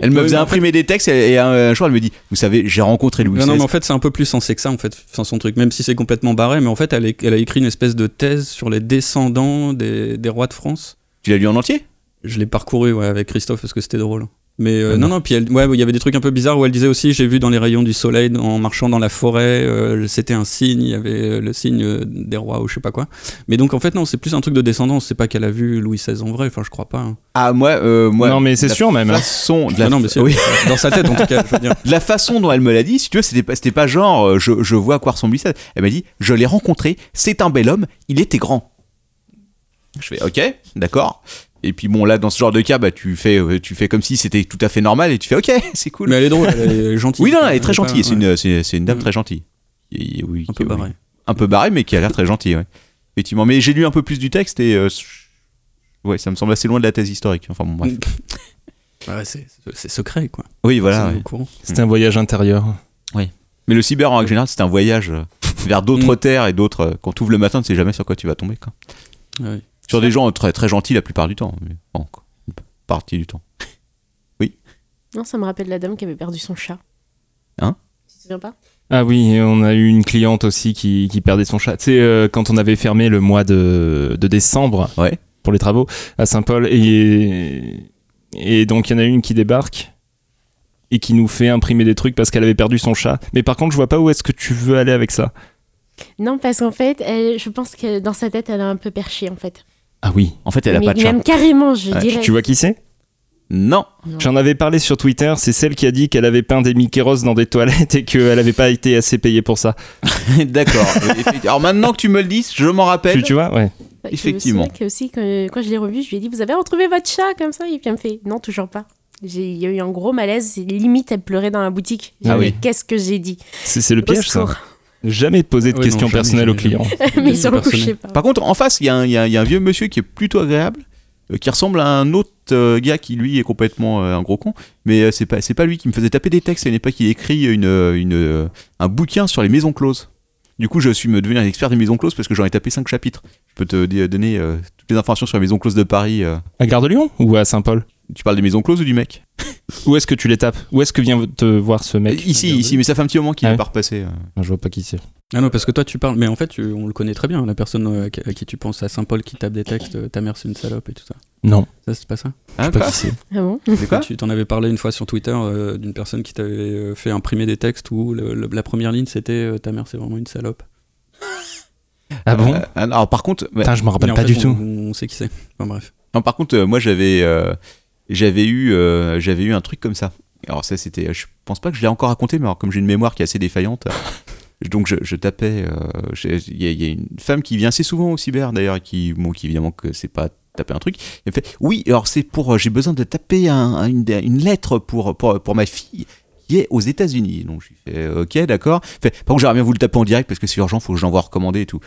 Speaker 1: elle me
Speaker 9: Ouais,
Speaker 1: faisait
Speaker 9: mais en
Speaker 1: imprimer des textes et, et un, un jour elle me dit Vous savez, j'ai rencontré Louis
Speaker 9: Non, non,
Speaker 1: XVI.
Speaker 9: mais en fait, c'est un peu plus sensé que ça, en fait, enfin, son truc, même si c'est complètement barré, mais en fait, elle, est- elle a écrit une espèce de thèse sur les descendants des, des rois de France.
Speaker 1: Tu l'as lu en entier
Speaker 9: Je l'ai parcouru ouais, avec Christophe parce que c'était drôle. Mais euh, non, non, puis elle- ouais, il y avait des trucs un peu bizarres où elle disait aussi j'ai vu dans les rayons du soleil en marchant dans la forêt, euh, c'était un signe, il y avait le signe euh, des rois ou je sais pas quoi. Mais donc en fait, non, c'est plus un truc de descendance, c'est pas qu'elle a vu Louis XVI en vrai, enfin je crois pas. hein.
Speaker 1: Ah, moi, euh, moi.
Speaker 10: Non, mais c'est
Speaker 1: la
Speaker 10: sûr, même, hein.
Speaker 1: Façon, de la
Speaker 9: Ah non, mais c'est-
Speaker 1: oui.
Speaker 9: Dans sa tête en tout cas, je
Speaker 1: [laughs]
Speaker 9: veux dire.
Speaker 1: De la façon dont elle me l'a dit, si tu veux, c'était pas, c'était pas genre euh, je, je vois à quoi ressemble Lisa. Elle m'a dit je l'ai rencontré, c'est un bel homme, il était grand. Je fais ok, d'accord. Et puis bon, là, dans ce genre de cas, bah, tu, fais, euh, tu fais comme si c'était tout à fait normal et tu fais ok, [laughs] c'est cool.
Speaker 9: Mais elle est drôle, elle est gentille.
Speaker 1: oui, non, elle est très
Speaker 9: pas-
Speaker 1: gentille, c'est
Speaker 9: ouais.
Speaker 1: une, c'est- c'est une dame
Speaker 9: Mm.
Speaker 1: très gentille. Et- et oui,
Speaker 9: Un peu
Speaker 1: oui.
Speaker 9: barrée.
Speaker 1: Un peu barrée, mais qui a l'air très gentille, ouais. Effectivement, mais j'ai lu un peu plus du texte et. euh, ouais, ça me semble assez loin de la thèse historique. Enfin bon,
Speaker 9: Mm.
Speaker 1: bref.
Speaker 9: Ouais, c'est c'est secret quoi.
Speaker 1: Oui,
Speaker 9: Ça,
Speaker 1: voilà.
Speaker 9: on est
Speaker 1: ouais.
Speaker 9: au courant.
Speaker 10: C'était un voyage intérieur.
Speaker 1: Mais le cyber en règle générale, c'est un voyage [laughs] euh, vers d'autres terres et d'autres. euh, Quand tu ouvres le matin, tu sais jamais sur quoi tu vas tomber. Quoi.
Speaker 9: Ah oui.
Speaker 1: Sur des gens très, très gentils la plupart du temps. Mais bon, quoi, une partie du temps.
Speaker 7: Non, ça me rappelle la dame qui avait perdu son chat.
Speaker 1: Hein
Speaker 7: Tu te souviens pas
Speaker 10: Ah oui, et on a eu une cliente aussi qui, qui perdait son chat. Tu sais, euh, quand on avait fermé le mois de, de décembre
Speaker 1: Ouais.
Speaker 10: pour les travaux à Saint-Paul, et, et donc il y en a une qui débarque et qui nous fait imprimer des trucs parce qu'elle avait perdu son chat. Mais par contre, je vois pas où est-ce que tu veux aller avec ça.
Speaker 7: Non, parce qu'en fait, elle, je pense que dans sa tête, elle a un peu perché en fait.
Speaker 10: Ah oui.
Speaker 1: En fait, elle a
Speaker 7: Mais
Speaker 1: pas de chat.
Speaker 7: même carrément, je
Speaker 1: Ouais,
Speaker 7: dirais.
Speaker 10: Tu vois qui c'est
Speaker 1: [laughs] Non.
Speaker 10: J'en avais parlé sur Twitter, c'est celle qui a dit qu'elle avait peint des Mickey Ross dans des toilettes et qu'elle n'avait pas été assez payée pour ça.
Speaker 1: [laughs] D'accord. Oui, effectivement. Alors maintenant que tu me le dis, je m'en rappelle.
Speaker 10: Tu, tu vois Ouais.
Speaker 7: Bah,
Speaker 1: Effectivement.
Speaker 7: Je me souviens que aussi, que- quand je l'ai revu, je lui ai dit Vous avez retrouvé votre chat comme ça Et puis elle me fait Non, toujours pas. J'ai- Il y a eu un gros malaise, c'est limite elle pleurait dans la boutique. J'ai
Speaker 10: Ah
Speaker 7: dit,
Speaker 10: oui.
Speaker 7: Qu'est-ce que j'ai
Speaker 10: [laughs]
Speaker 7: dit
Speaker 10: C'est c'est le
Speaker 7: Au
Speaker 10: piège, ça.
Speaker 7: secours.
Speaker 10: Jamais poser
Speaker 9: Ouais,
Speaker 10: de
Speaker 9: non,
Speaker 10: questions
Speaker 9: jamais,
Speaker 10: personnelles aux
Speaker 9: jamais,
Speaker 10: clients.
Speaker 7: Mais sur le coup, je
Speaker 9: Personnel.
Speaker 7: sais pas.
Speaker 1: Par contre, en face, il y, a un- il y a un- il y a un vieux monsieur qui est plutôt agréable, euh, qui ressemble à un autre euh, gars qui, lui, est complètement euh, un gros con. Mais euh, c'est pas, c'est pas lui qui me faisait taper des textes à une époque. Il écrit une, euh, une, euh, un bouquin sur les maisons closes. Du coup, je suis me devenu un expert des maisons closes parce que j'en ai tapé 5 chapitres. Je peux te dé- donner euh, toutes les informations sur les maisons closes de Paris. euh.
Speaker 10: À Gare de Lyon ou à Saint-Paul
Speaker 1: Tu parles des maisons closes ou du mec Euh,
Speaker 10: Où est-ce que tu les tapes Où est-ce que vient te voir ce mec
Speaker 1: Ici, ici, mais ça fait un petit moment qu'il
Speaker 10: Ah
Speaker 1: n'est
Speaker 10: oui.
Speaker 1: pas repassé. euh.
Speaker 10: Je vois pas qui c'est.
Speaker 9: Ah non, parce que toi tu parles, mais en fait tu- on le connaît très bien, la personne euh, à qui- à qui tu penses, à Saint-Paul qui tape des textes, euh, ta mère c'est une salope et tout ça.
Speaker 10: Non,
Speaker 9: Ça c'est pas ça
Speaker 1: Hein,
Speaker 10: pas
Speaker 1: quoi
Speaker 10: qui c'est.
Speaker 7: Ah bon
Speaker 1: C'est quoi
Speaker 9: Tu t'en avais parlé une fois sur Twitter euh, d'une personne qui t'avait euh, fait imprimer des textes où le- le- la première ligne c'était euh, ta mère c'est vraiment une salope.
Speaker 10: Ah bon
Speaker 1: Euh, Alors, par contre, ouais,
Speaker 10: Putain, je me rappelle
Speaker 9: Mais en
Speaker 10: bah, pas
Speaker 9: fait,
Speaker 10: du
Speaker 9: on-
Speaker 10: tout.
Speaker 9: On sait qui c'est. Enfin bref.
Speaker 1: Non, par contre, euh, moi j'avais euh, j'avais eu euh, j'avais eu un truc comme ça. Alors ça c'était, euh, je pense pas que je l'ai encore raconté, mais alors, comme j'ai une mémoire qui est assez défaillante, euh, donc je, je tapais. euh, j'ai- Il y, a- il y a une femme qui vient assez souvent au cyber d'ailleurs, qui bon, qui évidemment que c'est pas taper un truc. Elle me fait oui, alors c'est pour, euh, j'ai besoin de taper un- un- une, une lettre pour, pour pour ma fille qui est aux États-Unis. Donc je lui fais euh, ok, d'accord. Elle Fait, par contre j'aimerais bien vous le taper en direct parce que c'est urgent, faut que je l'envoie recommander et tout.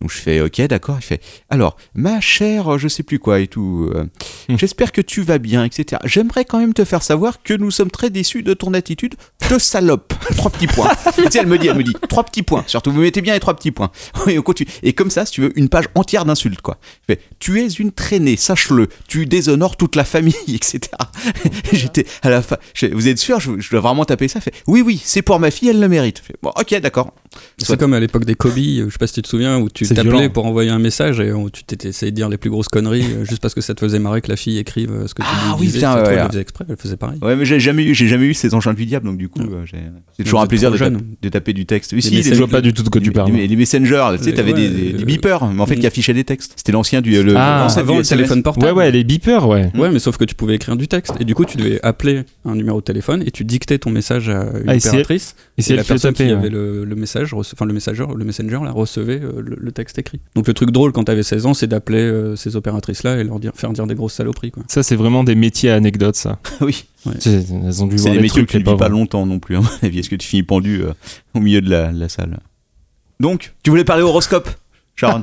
Speaker 1: Donc je fais ok, d'accord. Il fait alors ma chère, euh, je sais plus quoi et tout. euh, J'espère que tu vas bien, etc. J'aimerais quand même te faire savoir que nous sommes très déçus de ton attitude de salope. trois petits points. tu sais, elle me dit, elle me dit, trois petits points. Surtout, vous mettez bien les trois petits points. [laughs] Et on continue. Et comme ça, si tu veux, une page entière d'insultes, quoi. Je fais, tu es une traînée, sache-le. Tu déshonores toute la famille, [laughs] etc. J'étais à la fin. je fais, Vous êtes sûr, je, je dois vraiment taper ça. Elle Fait, oui, oui, c'est pour ma fille, elle le mérite. Je fais, bon, ok, d'accord. Soit-
Speaker 9: C'est comme à l'époque des Kobe, euh, je sais pas si tu te souviens, où tu
Speaker 10: C'est
Speaker 9: t'appelais
Speaker 10: violent.
Speaker 9: pour envoyer un message et on- tu t'étais essayé de dire les plus grosses conneries euh, juste parce que ça te faisait marrer que la fille écrive euh, ce que tu
Speaker 1: Ah
Speaker 9: lui
Speaker 1: oui,
Speaker 9: disais.
Speaker 1: putain,
Speaker 9: Ça, toi,
Speaker 1: ouais,
Speaker 9: elle
Speaker 1: ouais.
Speaker 9: le faisait exprès, elle faisait pareil.
Speaker 1: Ouais, mais j'ai jamais eu, j'ai jamais eu ces engins de vie diable, donc du coup, euh, j'ai- c'est toujours
Speaker 9: vous
Speaker 1: un
Speaker 9: êtes
Speaker 1: plaisir de,
Speaker 9: trop jeune.
Speaker 1: taper- de taper du texte. Oui, si,
Speaker 9: messages
Speaker 1: les-
Speaker 10: Je vois pas du hein. tout de quoi tu parles.
Speaker 1: Les, les messengers, tu sais,
Speaker 9: Euh,
Speaker 1: t'avais
Speaker 9: ouais,
Speaker 1: des, des- des
Speaker 9: euh,
Speaker 1: beepers, mais en fait,
Speaker 9: mm.
Speaker 1: qui affichaient des textes. C'était l'ancien du. Le,
Speaker 10: Ah,
Speaker 1: l'ancien
Speaker 9: Avant
Speaker 1: du
Speaker 9: le
Speaker 1: SMS.
Speaker 9: téléphone portable.
Speaker 10: Ouais, ouais, les beepers, ouais.
Speaker 9: Ouais, mais sauf que tu pouvais écrire du texte. Et du coup, tu devais appeler un numéro de téléphone et tu dictais ton message à une
Speaker 10: Ah, et c'est-
Speaker 9: opératrice.
Speaker 10: Et c'est
Speaker 9: et
Speaker 10: elle
Speaker 9: la
Speaker 10: qui le
Speaker 9: personne qui
Speaker 10: tapait.
Speaker 9: avait
Speaker 10: ouais.
Speaker 9: le, le message, rece- enfin le messageur, le messenger, là, recevait euh, le, le texte écrit. Donc le truc drôle quand t'avais 16 ans, c'est d'appeler euh, ces opératrices-là et leur dire, faire dire des grosses saloperies. Quoi.
Speaker 10: Ça, c'est vraiment des métiers à anecdotes, ça.
Speaker 1: [laughs] Oui.
Speaker 10: [laughs] C'est- Elles ont dû
Speaker 1: C'est
Speaker 10: voir
Speaker 1: des
Speaker 10: des
Speaker 1: métiers que
Speaker 10: trucs,
Speaker 1: tu
Speaker 10: les
Speaker 1: ne vis pas
Speaker 10: pauvres.
Speaker 1: longtemps non [laughs] plus, à mon avis. Est-ce que tu finis pendu euh, au milieu de la, de la salle Donc, tu voulais parler horoscope, Sharon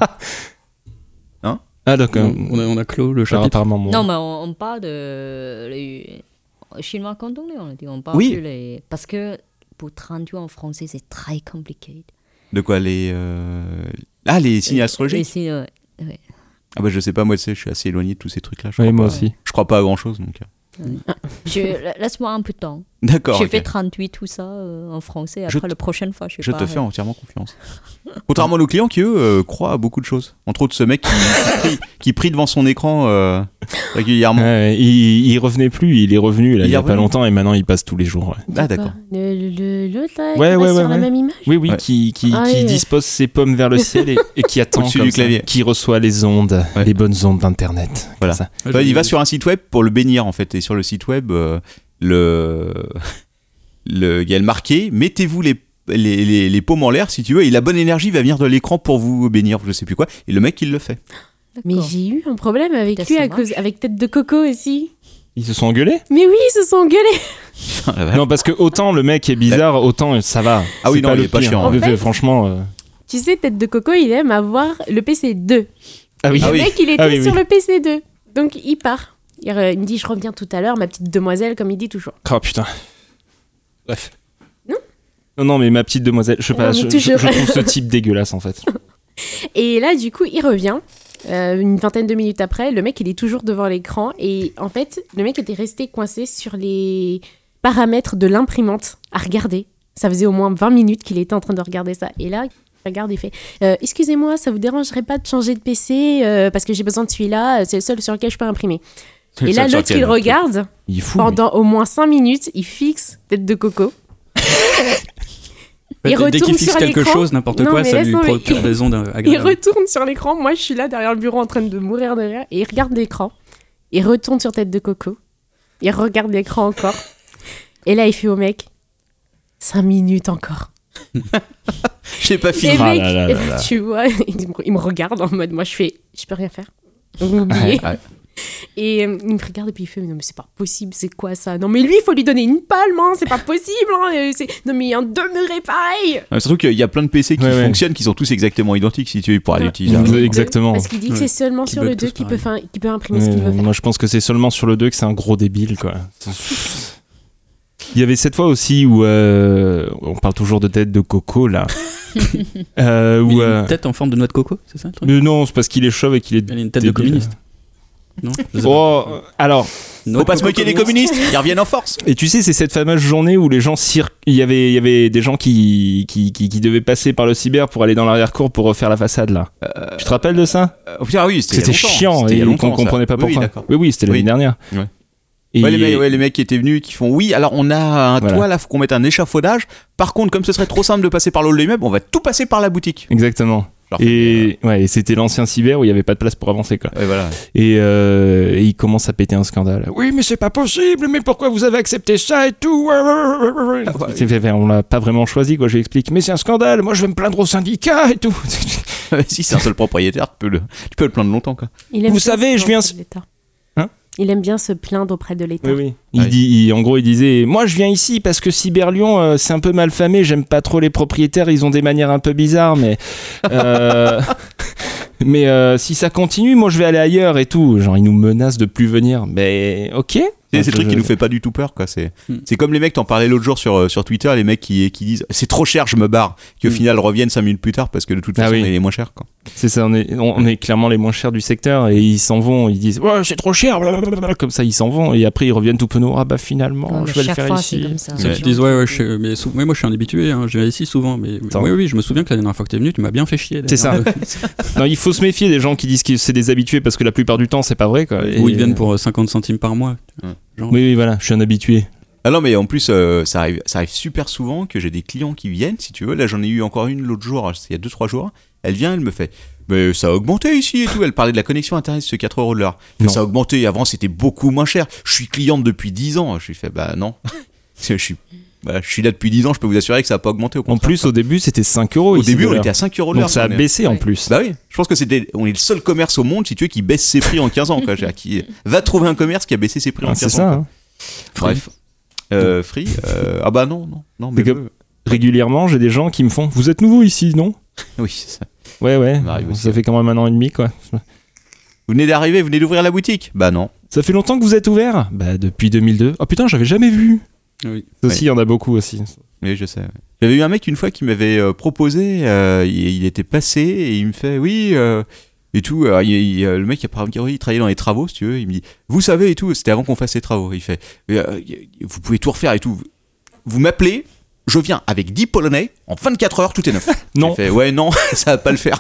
Speaker 10: Ah, d'accord.
Speaker 9: on, a, on a clos le
Speaker 10: Alors,
Speaker 9: chapitre.
Speaker 10: apparemment, mon-
Speaker 8: Non, mais on, on parle de les Chinois cantonais, on a dit. On parle
Speaker 1: Oui.
Speaker 8: plus les... Parce que pour traduire en français, c'est très compliqué.
Speaker 1: De quoi les. euh, Ah, les signes
Speaker 8: Et
Speaker 1: astrologiques
Speaker 8: c'est, euh,
Speaker 1: Ah, bah, je sais pas, moi, tu sais, je suis assez éloigné de tous ces trucs-là. Je,
Speaker 10: Ouais,
Speaker 1: crois
Speaker 10: moi
Speaker 1: pas-
Speaker 10: aussi.
Speaker 1: je crois pas à grand chose, donc. [laughs]
Speaker 8: je- la- Laisse-moi un peu de temps.
Speaker 1: euh. D'accord.
Speaker 8: J'ai
Speaker 1: ok.
Speaker 8: fait 38, tout ça euh, en français.
Speaker 1: Je
Speaker 8: Après,
Speaker 1: te-
Speaker 8: la prochaine fois, je sais
Speaker 1: Je
Speaker 8: pas.
Speaker 1: te fais entièrement confiance. [laughs] Contrairement à nos clients qui, eux, euh, croient à beaucoup de choses. Entre autres, ce mec qui, qui prie, qui prie devant son écran euh,
Speaker 7: [laughs]
Speaker 1: régulièrement.
Speaker 10: Ouais, il, il revenait plus, il est revenu là,
Speaker 1: Il
Speaker 10: il y
Speaker 1: est
Speaker 10: a pas
Speaker 1: revenu.
Speaker 10: longtemps et maintenant il passe tous les jours. ouais.
Speaker 1: Ah, d'accord.
Speaker 7: Le- le- le- L'autre, là, qui
Speaker 10: Ouais,
Speaker 7: reste
Speaker 10: ouais,
Speaker 7: sur
Speaker 10: ouais,
Speaker 7: la
Speaker 10: ouais.
Speaker 7: même image
Speaker 10: Oui, oui,
Speaker 1: Ouais.
Speaker 10: qui, qui,
Speaker 7: Ah,
Speaker 10: qui
Speaker 7: oui, ouais.
Speaker 10: dispose ses pommes vers le ciel et, et [laughs] qui attend
Speaker 1: Au-dessus
Speaker 10: comme
Speaker 1: du
Speaker 10: ça,
Speaker 1: clavier.
Speaker 10: qui reçoit les ondes,
Speaker 1: Ouais.
Speaker 10: les bonnes ondes d'internet.
Speaker 1: Voilà.
Speaker 10: Comme ça.
Speaker 1: Enfin, il va sur un site web pour le bénir, en fait. Et sur le site web, euh, le... [laughs] le... il y a le marqué Mettez-vous les... Les, les- les paumes en l'air, si tu veux, et la bonne énergie va venir de l'écran pour vous bénir, je sais plus quoi. Et le mec, il le fait. [laughs]
Speaker 7: Mais j'ai eu un problème avec
Speaker 8: Putain,
Speaker 7: lui
Speaker 8: ça
Speaker 7: à cause,
Speaker 8: marche.
Speaker 7: avec tête de coco aussi.
Speaker 10: Ils se sont engueulés
Speaker 7: Mais oui, ils se sont engueulés.
Speaker 1: Ah, la vache.
Speaker 10: [laughs] Non, parce que autant le mec est bizarre, autant ça va.
Speaker 1: Ah oui,
Speaker 10: C'est
Speaker 1: non, il
Speaker 10: le
Speaker 1: est pas
Speaker 10: pire.
Speaker 1: chiant,
Speaker 10: En
Speaker 7: ouais.
Speaker 10: fait, Franchement. euh,
Speaker 7: Tu sais, tête de coco, il aime avoir le PC2.
Speaker 10: Ah oui.
Speaker 1: Ah
Speaker 7: le
Speaker 1: oui.
Speaker 7: mec, il était
Speaker 10: Ah oui,
Speaker 7: sur
Speaker 10: oui.
Speaker 7: le PC2. Donc, il part. Il re- il me dit, je reviens tout à l'heure, ma petite demoiselle, comme il dit toujours.
Speaker 10: Oh putain. Bref.
Speaker 7: Non
Speaker 10: Non, non, mais ma petite demoiselle, je sais
Speaker 7: Non,
Speaker 10: pas,
Speaker 7: mais
Speaker 10: je, je-
Speaker 7: toujours.
Speaker 10: je trouve ce type [laughs] dégueulasse en fait.
Speaker 7: Et là, du coup, il revient. Euh, une vingtaine de minutes après, le mec, il est toujours devant l'écran. Et en fait, le mec était resté coincé sur les paramètres de l'imprimante à regarder. Ça faisait au moins 20 minutes qu'il était en train de regarder ça. Et là, il regarde et fait Euh, Excusez-moi, ça vous dérangerait pas de changer de PC euh, parce que j'ai besoin de celui-là, c'est le seul sur lequel je peux imprimer. Et là, l'autre, il regarde
Speaker 10: Il est fou. lui.
Speaker 7: pendant au moins 5 minutes, il fixe tête de coco. il
Speaker 9: Dès- Dès
Speaker 7: retourne
Speaker 9: qu'il fixe
Speaker 7: sur
Speaker 9: quelque
Speaker 7: l'écran.
Speaker 9: chose, n'importe
Speaker 7: Non,
Speaker 9: quoi,
Speaker 7: mais
Speaker 9: ça lui
Speaker 7: laisse-moi, mais-
Speaker 9: procure des ondes euh,
Speaker 7: Il
Speaker 9: agréables.
Speaker 7: retourne sur l'écran. Moi, je suis là derrière le bureau en train de mourir de rire. Et il regarde l'écran. Il retourne sur tête de coco. Il regarde l'écran
Speaker 10: [laughs]
Speaker 7: encore. Et là, il fait au mec 5 minutes encore.
Speaker 1: J'ai pas
Speaker 7: Et
Speaker 1: fini.
Speaker 7: mec,
Speaker 10: Ah là là
Speaker 7: et
Speaker 10: là
Speaker 7: ben,
Speaker 10: là.
Speaker 7: tu vois, [laughs] il me, il me regarde en mode moi, je fais je peux rien faire. Vous oubliez.
Speaker 1: Ouais, ouais.
Speaker 7: Et euh, il me regarde et puis il fait mais non mais c'est pas possible c'est quoi ça non mais lui il faut lui donner une palme hein, c'est pas possible hein, euh, c'est- non mais il en demeurait pareil
Speaker 1: Ah, Surtout qu'il y a plein de PC qui
Speaker 10: Ouais, ouais.
Speaker 1: fonctionnent, qui sont tous exactement identiques, si tu veux,
Speaker 10: Ah,
Speaker 1: pour aller
Speaker 7: Ouais.
Speaker 1: utiliser.
Speaker 10: Vous- Exactement.
Speaker 7: parce qu'il dit que
Speaker 9: Ouais.
Speaker 7: c'est seulement
Speaker 9: Qui
Speaker 7: sur le
Speaker 9: bug
Speaker 7: 2
Speaker 9: tous
Speaker 7: qu'il peut, fin- qu'il peut imprimer ce
Speaker 10: Ouais,
Speaker 7: qu'il veut faire
Speaker 10: moi, je pense que c'est seulement sur le 2 que c'est un gros débile, quoi. Il y avait cette fois aussi où euh, on parle toujours de tête de
Speaker 7: [laughs]
Speaker 10: coco là.
Speaker 9: Mais
Speaker 10: Euh, où,
Speaker 9: il a
Speaker 10: euh,
Speaker 9: une tête en forme de noix de coco, c'est ça le truc
Speaker 10: mais non, c'est parce qu'il est chauve et qu'il est.
Speaker 9: Il a une tête de
Speaker 10: débile.
Speaker 9: communiste. Non je sais
Speaker 10: Oh, euh, alors,
Speaker 9: Noix de
Speaker 1: Faut pas se
Speaker 9: coco
Speaker 1: moquer des
Speaker 9: communiste.
Speaker 1: communistes, ils reviennent en force.
Speaker 10: et tu sais, c'est cette fameuse journée où les gens cir- il y avait il y avait des gens qui qui, qui- qui devaient passer par le cyber pour aller dans l'arrière-cour pour refaire la façade là. tu te rappelles de ça
Speaker 1: Euh, putain, oui, c'était il y a
Speaker 10: C'était
Speaker 1: longtemps,
Speaker 10: chiant
Speaker 1: c'était il y
Speaker 10: et
Speaker 1: a
Speaker 10: on
Speaker 1: longtemps, ça.
Speaker 10: comprenait pas
Speaker 1: Oui, oui,
Speaker 10: pourquoi.
Speaker 1: d'accord.
Speaker 10: Oui oui, c'était l'année
Speaker 1: Oui.
Speaker 10: dernière.
Speaker 1: Ouais.
Speaker 10: Et-
Speaker 1: Ouais, les, mecs, ouais, les mecs qui étaient venus qui font oui, alors on a un
Speaker 10: Voilà.
Speaker 1: toit là, faut qu'on mette un échafaudage. Par contre, comme ce serait trop simple de passer par le haut de l'immeuble, on va tout passer par la boutique.
Speaker 10: Exactement.
Speaker 1: Genre,
Speaker 10: Et,
Speaker 1: euh,
Speaker 10: ouais, et c'était l'ancien cyber où il n'y avait pas de place pour avancer. Quoi.
Speaker 1: Ouais, voilà. [laughs]
Speaker 10: Et, euh, et il commence à péter un scandale.
Speaker 2: Oui, mais c'est pas possible, mais pourquoi vous avez accepté ça et tout
Speaker 1: Ah
Speaker 10: C'est fait, fait, on l'a pas vraiment choisi, quoi, je lui explique. Mais
Speaker 2: Mais c'est un scandale, moi je vais me plaindre au syndicat
Speaker 10: [laughs]
Speaker 2: et tout.
Speaker 1: si c'est un seul propriétaire, tu peux le, tu peux le plaindre longtemps. Quoi.
Speaker 7: Il aime
Speaker 10: Vous
Speaker 7: bien
Speaker 10: savez,
Speaker 7: se
Speaker 10: je
Speaker 7: plaindre
Speaker 10: viens-
Speaker 7: auprès de l'État.
Speaker 10: Hein
Speaker 7: Il aime bien se plaindre auprès de l'État.
Speaker 10: Il
Speaker 1: Ouais.
Speaker 10: dit, il- en gros, il disait Moi, je viens ici parce que Cyber Lyon, euh, c'est un peu mal famé, j'aime pas trop les propriétaires, ils ont des manières un peu bizarres, mais.
Speaker 1: [laughs]
Speaker 10: euh, mais euh, si ça continue, moi, je vais aller ailleurs et tout. Genre, il nous menace de plus venir. Mais, ok.
Speaker 1: C'est c'est
Speaker 10: Enfin,
Speaker 1: le truc
Speaker 10: je-
Speaker 1: qui nous fait pas du tout peur. quoi. C'est
Speaker 9: Hmm.
Speaker 1: c'est comme les mecs, t'en parlais l'autre jour sur, euh, sur Twitter, les mecs qui, qui disent c'est trop cher, je me barre. Qui au
Speaker 9: Hmm.
Speaker 1: final reviennent 5 minutes plus tard parce que de toute
Speaker 10: Ah
Speaker 1: façon,
Speaker 10: oui.
Speaker 1: il est moins cher. Quoi.
Speaker 10: C'est ça, on est, on on est clairement les moins chers du secteur et ils s'en vont, ils disent ouais, c'est trop cher, blablabla. comme ça ils s'en vont et après ils reviennent tout penaud, ah bah finalement
Speaker 8: Ouais, mais
Speaker 10: je vais le
Speaker 8: chaque
Speaker 10: faire
Speaker 8: fois, c'est
Speaker 10: ici.
Speaker 8: comme ça.
Speaker 1: Ça,
Speaker 9: Ils disent ouais, ouais, je suis- mais, sou- mais moi je suis un habitué, hein, je viens ici souvent. Mais, mais
Speaker 10: Attends.
Speaker 9: oui, oui, je me souviens que la dernière fois que t'es venu, tu m'as bien fait chier.
Speaker 10: C'est ça.
Speaker 9: d'ailleurs.
Speaker 1: [laughs]
Speaker 10: Non, il faut se méfier des gens qui disent que c'est des habitués parce que la plupart du temps c'est pas vrai quoi. Et-
Speaker 9: Ou ils viennent pour euh, 50 centimes par mois.
Speaker 10: Oui, oui, voilà, je suis un habitué.
Speaker 1: Ah non, mais en plus, euh, ça, arrive, ça arrive super souvent que j'ai des clients qui viennent, si tu veux. Là, j'en ai eu encore une l'autre jour, hein, il y a 2-3 jours. Elle vient, elle me fait Mais ça a augmenté ici et tout. Elle parlait de la connexion Internet, c'est 4 euros de l'heure. Mais
Speaker 10: Non.
Speaker 1: Ça a augmenté, avant c'était beaucoup moins cher. Je suis cliente depuis 10 ans. Je lui fais Bah non. [laughs] je, suis, bah, je suis là depuis 10 ans, je peux vous assurer que ça n'a pas augmenté. Au,
Speaker 10: En
Speaker 1: contraire.
Speaker 10: plus au début c'était 5 euros.
Speaker 1: au
Speaker 10: ici,
Speaker 1: début,
Speaker 10: de
Speaker 1: on
Speaker 10: l'heure.
Speaker 1: était à 5 euros de l'heure.
Speaker 10: donc ça a
Speaker 1: on est-
Speaker 10: baissé en plus. Ah,
Speaker 1: Bah oui, je pense que c'était, on est le seul commerce au monde, si tu veux, qui baisse ses prix en 15 ans. Quoi. J'ai- Qui, va trouver un commerce qui a baissé ses prix
Speaker 10: Ah,
Speaker 1: en
Speaker 10: c'est
Speaker 1: 15 ans.
Speaker 10: ça, hein.
Speaker 1: quoi. Bref. Euh, free euh, Ah bah non, non. non mais
Speaker 10: C'est
Speaker 1: peu.
Speaker 10: que régulièrement j'ai des gens qui me font Vous êtes nouveau ici, non
Speaker 1: Oui, c'est ça.
Speaker 10: Ouais, ouais,
Speaker 1: Ça m'arrive Bah, aussi,
Speaker 10: ça fait quand même un an et demi quoi.
Speaker 1: Vous venez d'arriver, vous venez d'ouvrir la boutique Bah non.
Speaker 10: Ça fait longtemps que vous êtes ouvert Bah depuis 2002. Oh putain, j'avais jamais vu.
Speaker 9: Oui.
Speaker 10: Ça aussi, il y en a beaucoup aussi.
Speaker 1: Oui, je sais. ouais. J'avais eu un mec une fois qui m'avait euh, proposé, euh, il, il était passé et il me fait oui euh, et tout. Alors, il- il- euh, le mec, il, apparemment, il travaillait dans les travaux, si tu veux. Il me dit, vous savez et tout. C'était avant qu'on fasse les travaux. Il fait, euh, vous pouvez tout refaire et tout. vous m'appelez, je viens avec 10 Polonais, en 24 heures, tout est neuf.
Speaker 10: Non.
Speaker 1: J'ai fait, ouais, [laughs] non, [laughs] ça va pas le faire.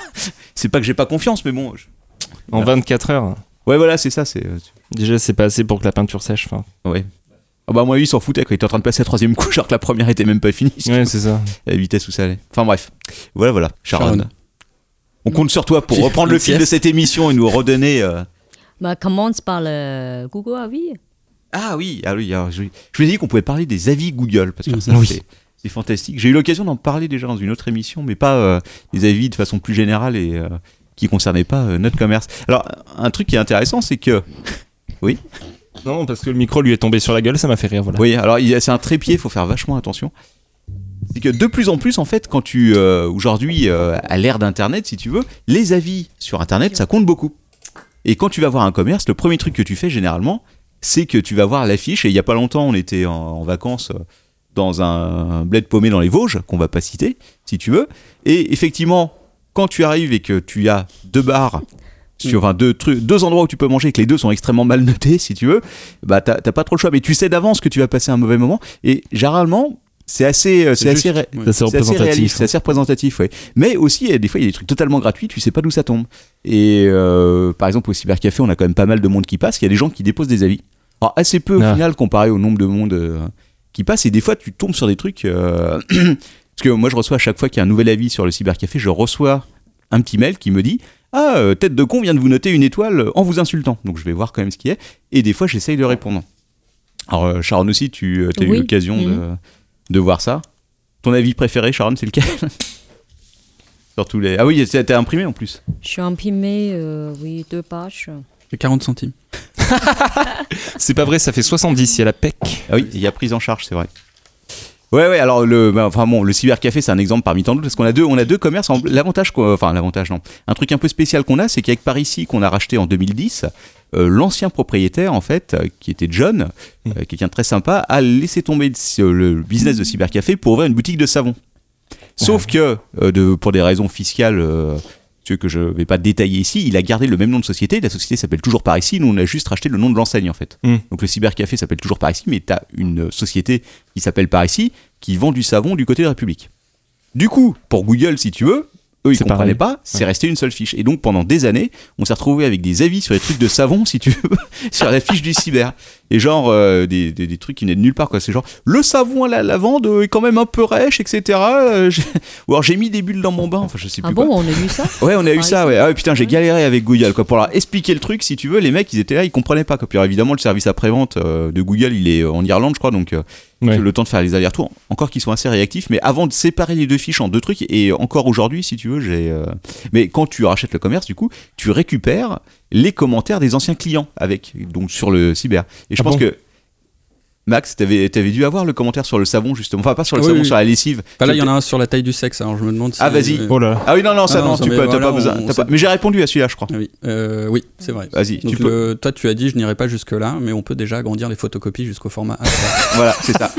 Speaker 1: C'est pas que j'ai pas confiance, mais bon. je-
Speaker 10: En 24 heures.
Speaker 1: Ouais, voilà, c'est ça, c'est. euh,
Speaker 10: Déjà, c'est pas assez pour que la peinture sèche. Enfin,
Speaker 1: Ouais. Ah bah, moi, il s'en foutait quand il était en train de passer la troisième couche, alors que la première était même pas finie.
Speaker 10: ouais, c'est ça.
Speaker 1: La vitesse où ça allait. Enfin, bref. Voilà, voilà. Sharon.
Speaker 9: Sharon.
Speaker 1: On compte sur toi pour
Speaker 9: J'ai
Speaker 1: reprendre
Speaker 9: une
Speaker 1: le fil de
Speaker 9: sieste.
Speaker 1: cette émission et nous redonner. euh,
Speaker 8: Bah, commence par le Google Avis.
Speaker 1: Ah oui, ah oui alors je, je vous ai dit qu'on pouvait parler des avis Google, parce que
Speaker 9: Mhm.
Speaker 1: ça,
Speaker 9: Oui.
Speaker 1: c'est- c'est fantastique. J'ai eu l'occasion d'en parler déjà dans une autre émission, mais pas euh, des avis de façon plus générale et euh, qui ne concernaient pas euh, notre commerce. Alors, un truc qui est intéressant, c'est que...
Speaker 10: Non, parce que le micro lui est tombé sur la gueule, ça m'a fait rire, voilà.
Speaker 1: Oui, alors il y a- c'est un trépied, il faut faire vachement attention. C'est que de plus en plus, en fait, quand tu... euh, Aujourd'hui, euh, à l'ère d'Internet, si tu veux, les avis sur Internet, ça compte beaucoup. Et quand tu vas voir un commerce, le premier truc que tu fais généralement, c'est que tu vas voir l'affiche. Et il y a pas longtemps, on était en, en vacances euh, dans un bled paumé dans les Vosges, qu'on va pas citer, si tu veux. Et effectivement, quand tu arrives et que tu as deux bars,
Speaker 10: Mm.
Speaker 1: sur, enfin, deux, trucs, deux endroits où tu peux manger et que les deux sont extrêmement mal notés, si tu veux, bah t'as t'as pas trop le choix. Mais tu sais d'avance que tu vas passer un mauvais moment. Et généralement, c'est assez, euh, c'est assez, ré- c'est
Speaker 10: Ça, c'est
Speaker 1: assez réaliste,
Speaker 10: représentatif. hein.
Speaker 1: c'est assez représentatif, ouais. Mais aussi, il y a des fois, il y a des trucs totalement gratuits, tu sais pas d'où ça tombe. Et euh, par exemple, au cybercafé, on a quand même pas mal de monde qui passe. Il y a des gens qui déposent des avis. Alors, assez peu au
Speaker 10: Ah.
Speaker 1: final comparé au nombre de monde euh, qui passe. Et des fois, tu tombes sur des trucs. euh, Parce que moi, je reçois à chaque fois qu'il y a un nouvel avis sur le cybercafé, je reçois un petit mail qui me dit Ah, euh, tête de con vient de vous noter une étoile en vous insultant. Donc, je vais voir quand même ce qui est. Et des fois, j'essaye de répondre. Alors, euh, Sharon aussi, tu as eu
Speaker 8: Oui.
Speaker 1: l'occasion de-
Speaker 8: Mhm.
Speaker 1: de voir ça. Ton avis préféré, Sharon, c'est lequel [laughs] Sur tous les. Ah oui, t'as t'as imprimé en plus.
Speaker 8: Je suis imprimé, euh, oui, deux pages.
Speaker 9: J'ai 40 centimes.
Speaker 10: C'est pas vrai, ça fait 70, il y a la PEC.
Speaker 1: Ah oui, il y a prise en charge, c'est vrai. Ouais, ouais, alors le, bah, enfin bon, le cybercafé, c'est un exemple parmi tant d'autres parce qu'on a deux, on a deux commerces. en- L'avantage, quoi- enfin, l'avantage, non. Un truc un peu spécial qu'on a, c'est qu'avec Paris-Ici, qu'on a racheté en 2010, euh, l'ancien propriétaire, en fait, euh, qui était John, euh, quelqu'un de très sympa, a laissé tomber le- le business de cybercafé pour ouvrir une boutique de savon. Sauf que, euh, de, pour des raisons fiscales, euh, ce que je vais pas détailler ici, il a gardé le même nom de société. La société s'appelle toujours par ici. Nous, on a juste racheté le nom de l'enseigne, en fait.
Speaker 10: Mm.
Speaker 1: Donc le cybercafé s'appelle toujours par ici, mais tu as une société qui s'appelle par ici qui vend du savon du côté de la République. Du coup, pour Google, si tu veux, eux, ils
Speaker 10: C'est
Speaker 1: comprenaient
Speaker 10: pareil.
Speaker 1: pas. C'est resté une seule fiche. Et donc, pendant des années, on s'est retrouvé avec des avis sur les trucs de savon, si tu veux, [laughs] sur la fiche du cyber. Et genre, euh, des, des- des trucs qui venaient de nulle part, quoi. C'est genre, le savon à la lavande euh, est quand même un peu rêche, etc. Euh, j'ai- [laughs] Ou alors, j'ai mis des bulles dans mon bain. Enfin, je sais plus
Speaker 8: Ah
Speaker 1: quoi.
Speaker 8: bon, on a vu ça
Speaker 1: Ouais, on a eu
Speaker 8: Ah,
Speaker 1: ça,
Speaker 8: ils-
Speaker 1: ouais. Ah ouais, putain, j'ai
Speaker 8: Ouais.
Speaker 1: galéré avec Google, quoi. Pour leur expliquer le truc, si tu veux, les mecs, ils étaient là, ils comprenaient pas, quoi. Puis alors, évidemment, le service après-vente euh, de Google, il est euh, en Irlande, je crois, donc euh,
Speaker 10: Ouais.
Speaker 1: le temps de faire les allers-retours. Encore qu'ils sont assez réactifs, mais avant de séparer les deux fiches en deux trucs, et encore aujourd'hui, si tu veux, j'ai. euh, Mais quand tu rachètes le commerce, du coup, tu récupères les commentaires des anciens clients avec, donc sur le cyber. Et je
Speaker 10: Ah
Speaker 1: pense
Speaker 10: bon
Speaker 1: que. Max, t'avais avais dû avoir le commentaire sur le savon, justement. Enfin, pas sur le
Speaker 9: Ah oui,
Speaker 1: savon,
Speaker 9: oui.
Speaker 1: sur la lessive.
Speaker 9: Enfin, là, il y en a un sur la taille du sexe, alors je me demande si.
Speaker 1: Ah, vas-y.
Speaker 9: euh,
Speaker 10: Oh là là.
Speaker 1: Ah oui, non, non, ça,
Speaker 9: Ah non,
Speaker 1: non,
Speaker 9: ça,
Speaker 1: tu
Speaker 9: mais
Speaker 1: peux, t'as
Speaker 9: voilà,
Speaker 1: pas besoin.
Speaker 9: on
Speaker 1: t'as
Speaker 9: sait-
Speaker 1: pas- Mais j'ai répondu à celui-là, je crois.
Speaker 9: Ah oui, euh, oui c'est vrai.
Speaker 1: Vas-y, tu
Speaker 9: Donc,
Speaker 1: peux.
Speaker 9: le- toi, tu as dit, je n'irai pas jusque-là, mais on peut déjà agrandir les photocopies jusqu'au
Speaker 1: [laughs]
Speaker 9: format A3.
Speaker 1: [laughs] Voilà, c'est ça.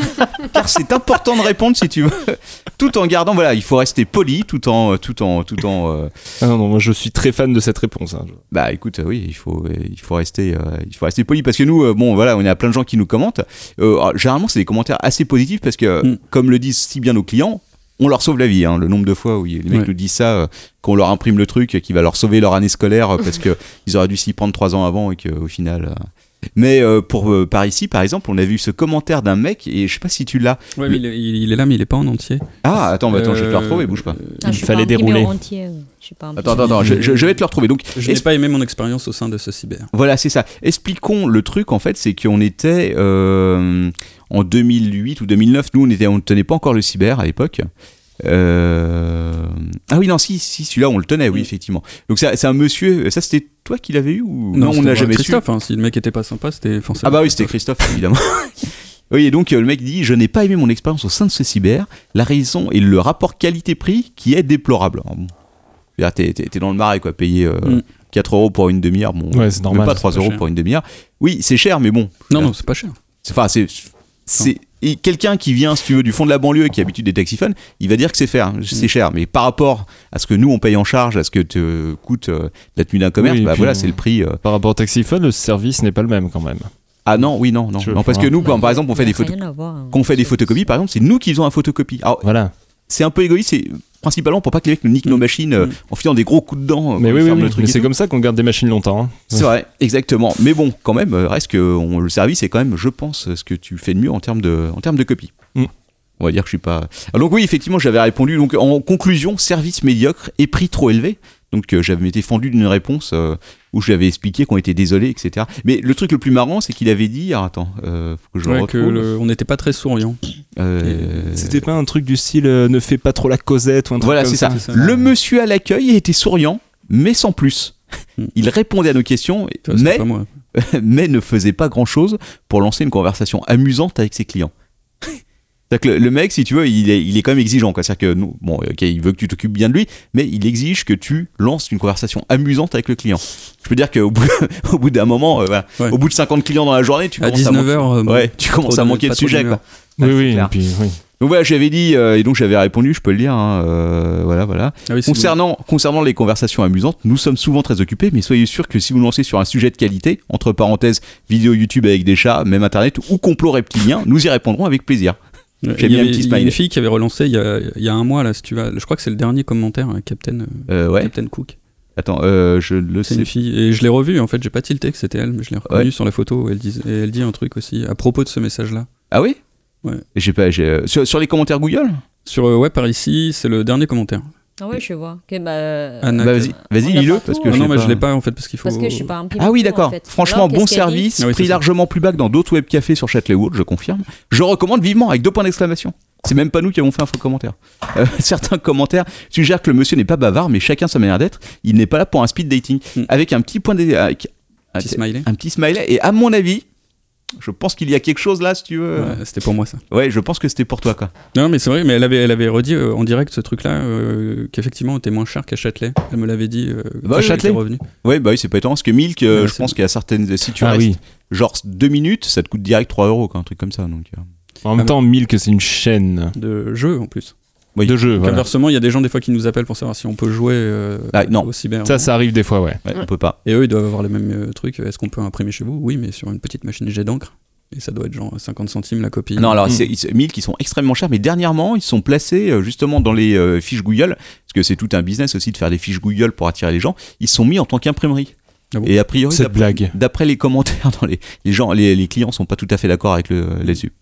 Speaker 1: Car c'est important de répondre si tu veux, [laughs] tout en gardant. Voilà, il faut rester poli, tout en, tout en, tout en. euh,
Speaker 10: Ah non, non, moi je suis très fan de cette réponse. hein.
Speaker 1: bah, écoute, euh, oui, il faut, euh, il faut rester, euh, il faut rester poli parce que nous, euh, bon, voilà, on a plein de gens qui nous commentent. Euh, alors, généralement, c'est des commentaires assez positifs parce que,
Speaker 9: Mm.
Speaker 1: comme le disent si bien nos clients. On leur sauve la vie, hein. le nombre de fois où les mecs
Speaker 9: Ouais.
Speaker 1: nous disent ça, euh, qu'on leur imprime le truc, euh, qui va leur sauver leur année scolaire euh, parce [laughs] que ils auraient dû s'y prendre trois ans avant et qu'au final. euh. Mais euh, pour euh, par ici, par exemple, on a vu ce commentaire d'un mec et je sais pas si tu l'as.
Speaker 9: ouais, mais il, est- il est là, mais il est pas en entier.
Speaker 1: Ah, attends, bah, attends, je vais te le
Speaker 9: Euh,
Speaker 1: retrouver, bouge pas.
Speaker 8: Ah, je suis
Speaker 10: fallait
Speaker 8: pas imprimée
Speaker 10: dérouler.
Speaker 8: En entier. oui. Je suis pas imprimée.
Speaker 1: Attends, attends, attends, je, je- je vais te le retrouver. Donc,
Speaker 9: Je n'ai
Speaker 1: es-
Speaker 9: pas aimé mon expérience au sein de ce cyber.
Speaker 1: voilà, c'est ça. Expliquons le truc, en fait, c'est qu'on était euh, en 2008 ou 2009, nous, on était, on ne tenait pas encore le cyber à l'époque. Euh, Ah oui, non, si, si, celui-là, on le tenait, oui,
Speaker 9: Oui.
Speaker 1: effectivement. Donc, ça- c'est un monsieur, ça, c'était toi qui l'avais eu ou on
Speaker 9: c'était
Speaker 1: n'a
Speaker 9: pas
Speaker 1: jamais su
Speaker 9: Christophe, hein, si le mec était pas sympa, c'était forcément.
Speaker 1: Ah bah oui, c'était Christophe, évidemment. [laughs] oui, et donc euh, le mec dit, je n'ai pas aimé mon expérience au sein de ce cyber, la raison est le rapport qualité-prix qui est déplorable. Alors, bon, je veux dire, T'es t'es- t'es dans le marais, quoi, payer euh,
Speaker 9: Mm.
Speaker 1: 4 euros pour une demi-heure, bon,
Speaker 10: Ouais, c'est
Speaker 1: même
Speaker 10: normal,
Speaker 1: pas
Speaker 10: c'est
Speaker 1: 3
Speaker 10: pas
Speaker 1: euros
Speaker 10: cher.
Speaker 1: pour une demi-heure. Oui, c'est cher, mais bon,
Speaker 9: Non, non, c'est pas cher.
Speaker 1: c'est- enfin, c'est... c'est- et quelqu'un qui vient, si tu veux, du fond de la banlieue et qui habite des taxiphones, il va dire que c'est faire-
Speaker 10: Mm.
Speaker 1: c'est cher. Mais par rapport à ce que nous, on paye en charge, à ce que te coûte euh, la tenue d'un commerce,
Speaker 10: Oui, et
Speaker 1: bah
Speaker 10: puis,
Speaker 1: voilà,
Speaker 10: euh,
Speaker 1: c'est le prix. euh,
Speaker 10: Par rapport au taxiphone, le service n'est pas le même quand même.
Speaker 1: Ah non, oui, non, non.
Speaker 10: Je
Speaker 1: non, parce que
Speaker 10: vois.
Speaker 1: nous, hein. par par exemple, on fait des photos.
Speaker 8: Rien à voir, hein.
Speaker 1: Qu'on fait des photocopies, par exemple, c'est nous qui faisons la photocopie. Alors,
Speaker 10: Voilà.
Speaker 1: c'est un peu égoïste, c'est principalement pour pas que les mecs nous niquent nos machines euh, en filant des gros coups de dents. euh,
Speaker 10: Mm. Mais
Speaker 1: quand
Speaker 10: oui,
Speaker 1: ils
Speaker 10: oui,
Speaker 1: ferment
Speaker 10: oui.
Speaker 1: le truc
Speaker 10: Mais
Speaker 1: et
Speaker 10: c'est
Speaker 1: tout.
Speaker 10: comme ça qu'on garde des machines longtemps. hein.
Speaker 1: C'est vrai, exactement. Mais bon, quand même, euh, reste que on- le service est quand même, je pense, euh, ce que tu fais de mieux en termes de, en termes de copie.
Speaker 10: Mm.
Speaker 1: On va dire que je suis pas. Ah, donc oui, effectivement, j'avais répondu. Donc en conclusion, service médiocre et prix trop élevé. Donc euh, j'avais été fendu d'une réponse euh, où j'avais expliqué qu'on était désolé, etc. Mais le truc le plus marrant, c'est qu'il avait dit. alors, attends, euh, faut que je le
Speaker 9: Ouais, que
Speaker 1: retrouve.
Speaker 9: le- on n'était pas très souriant.
Speaker 1: Euh,
Speaker 10: C'était pas un truc du style euh, ne fais pas trop la causette ou un truc
Speaker 1: Voilà,
Speaker 10: comme
Speaker 1: c'est ça.
Speaker 9: ça.
Speaker 1: Le monsieur à l'accueil était souriant, mais sans plus.
Speaker 9: Mm.
Speaker 1: Il répondait à nos questions,
Speaker 9: Tu vois, c'est
Speaker 1: mais
Speaker 9: pas moi.
Speaker 1: [laughs] mais ne faisait pas grand chose pour lancer une conversation amusante avec ses clients. C'est-à-dire que le, le mec, si tu veux, il est, il est quand même exigeant. quoi. C'est-à-dire que, nous, bon, ok, il veut que tu t'occupes bien de lui, mais il exige que tu lances une conversation amusante avec le client. Je peux dire qu'au bout, [laughs] au bout d'un moment, euh, voilà,
Speaker 9: Ouais.
Speaker 1: au bout de 50 clients dans la journée, tu
Speaker 9: À
Speaker 1: commences à manquer,
Speaker 9: 19h,
Speaker 1: ouais, tu commences à manquer euh, de sujet. quoi.
Speaker 10: Oui,
Speaker 1: Ouais, c'est
Speaker 10: oui, et
Speaker 1: clair.
Speaker 10: puis, oui.
Speaker 1: Donc voilà, j'avais dit, euh, et donc j'avais répondu, je peux le lire, hein, euh, voilà, voilà.
Speaker 9: Ah oui, c'est
Speaker 1: Concernant, concernant les conversations amusantes, nous sommes souvent très occupés, mais soyez sûrs que si vous lancez sur un sujet de qualité, entre parenthèses, vidéo YouTube avec des chats, même internet ou complot reptilien, nous y répondrons avec plaisir.
Speaker 9: bon.
Speaker 1: J'ai
Speaker 9: Il y
Speaker 1: mis un
Speaker 9: avait- il
Speaker 1: petit
Speaker 9: y a une
Speaker 1: smiley.
Speaker 9: fille qui avait relancé il y a, il y a un mois, là, si tu vas. Je crois que c'est le dernier commentaire, euh, Captain, euh,
Speaker 1: Euh, ouais,
Speaker 9: Captain Cook.
Speaker 1: attends, euh, je le
Speaker 9: C'est
Speaker 1: sais.
Speaker 9: une fille. Et je l'ai revue, en fait, j'ai pas tilté que c'était elle, mais je l'ai reconnue sur la photo. Elle dis- et elle dit un truc aussi à propos de ce message-là.
Speaker 1: Ah oui
Speaker 9: Ouais.
Speaker 1: J'ai pas, j'ai, euh, sur, sur les commentaires Google
Speaker 9: Sur euh, ouais, par ici, c'est le dernier commentaire.
Speaker 8: Ah oui, je vois. Que, bah, euh,
Speaker 9: Anna,
Speaker 1: Bah,
Speaker 9: que-
Speaker 1: vas-y, vas-y,
Speaker 8: On l'a
Speaker 1: lis-le,
Speaker 8: pas
Speaker 1: parce
Speaker 8: tout,
Speaker 1: que
Speaker 8: hein.
Speaker 1: je
Speaker 9: Ah non,
Speaker 1: l'ai
Speaker 9: mais
Speaker 1: pas.
Speaker 9: je l'ai pas en fait parce qu'il faut.
Speaker 8: Parce que je suis pas un petit
Speaker 1: Ah oui,
Speaker 8: peu, en
Speaker 1: d'accord.
Speaker 8: fait.
Speaker 1: Franchement,
Speaker 8: Alors,
Speaker 1: bon
Speaker 8: qu'est-ce qu'elle dit
Speaker 1: service,
Speaker 9: Ah oui, c'est
Speaker 1: prix
Speaker 9: ça.
Speaker 1: largement plus bas que dans d'autres web cafés sur Châtelet Wood, je confirme. Je recommande vivement avec deux points d'exclamation. C'est même pas nous qui avons fait un faux commentaire. Euh, [laughs] certains commentaires suggèrent que le monsieur n'est pas bavard, mais chacun sa manière d'être. Il n'est pas là pour un speed dating.
Speaker 9: Mm.
Speaker 1: Avec un petit point d'e- avec un
Speaker 9: Petit smiley.
Speaker 1: un Hmm. petit smiley. Et à mon avis, je pense qu'il y a quelque chose là, si tu veux.
Speaker 9: Ouais, c'était pour moi ça.
Speaker 1: Ouais, je pense que c'était pour toi, quoi.
Speaker 9: Non, mais c'est vrai, mais elle avait, elle avait redit euh, en direct ce truc-là, euh, qu'effectivement, était moins cher qu'à Châtelet. Elle me l'avait dit euh,
Speaker 1: Bah
Speaker 9: quand
Speaker 1: oui,
Speaker 9: j'étais
Speaker 1: Châtelet.
Speaker 9: revenu.
Speaker 1: Ouais, bah oui, c'est pas étonnant, parce que Milk, euh,
Speaker 9: Ouais,
Speaker 1: je
Speaker 9: c'est
Speaker 1: pense qu'il y a certaines. Si tu
Speaker 10: Ah
Speaker 1: restes
Speaker 10: oui.
Speaker 1: genre deux minutes, ça te coûte direct 3 euros, quoi, un truc comme ça. Donc, euh.
Speaker 10: En même temps, Milk, c'est une chaîne
Speaker 9: De jeu en plus.
Speaker 1: Oui.
Speaker 10: de jeu.
Speaker 9: Donc,
Speaker 10: Voilà.
Speaker 9: Inversement, il y a des gens des fois qui nous appellent pour savoir si on peut jouer euh,
Speaker 1: Ah, non.
Speaker 9: au cyber.
Speaker 10: Ça, ça arrive des fois, ouais.
Speaker 1: Ouais, on peut pas.
Speaker 9: Et eux, ils doivent avoir le même euh, truc. Est-ce qu'on peut imprimer chez vous Oui, mais sur une petite machine jet d'encre. Et ça doit être genre 50 centimes la copie.
Speaker 1: Non, alors,
Speaker 10: Mm.
Speaker 1: c'est- ils- Milk, qui sont extrêmement chers, mais dernièrement, ils sont placés euh, justement dans les euh, fiches Google, parce que c'est tout un business aussi de faire des fiches Google pour attirer les gens. Ils sont mis en tant qu'imprimerie.
Speaker 9: Ah bon
Speaker 1: Et a priori,
Speaker 10: Cette
Speaker 1: d'après-
Speaker 10: blague.
Speaker 1: d'après les commentaires, [laughs] dans les, les gens, les, les clients sont pas tout à fait d'accord avec le là-dessus.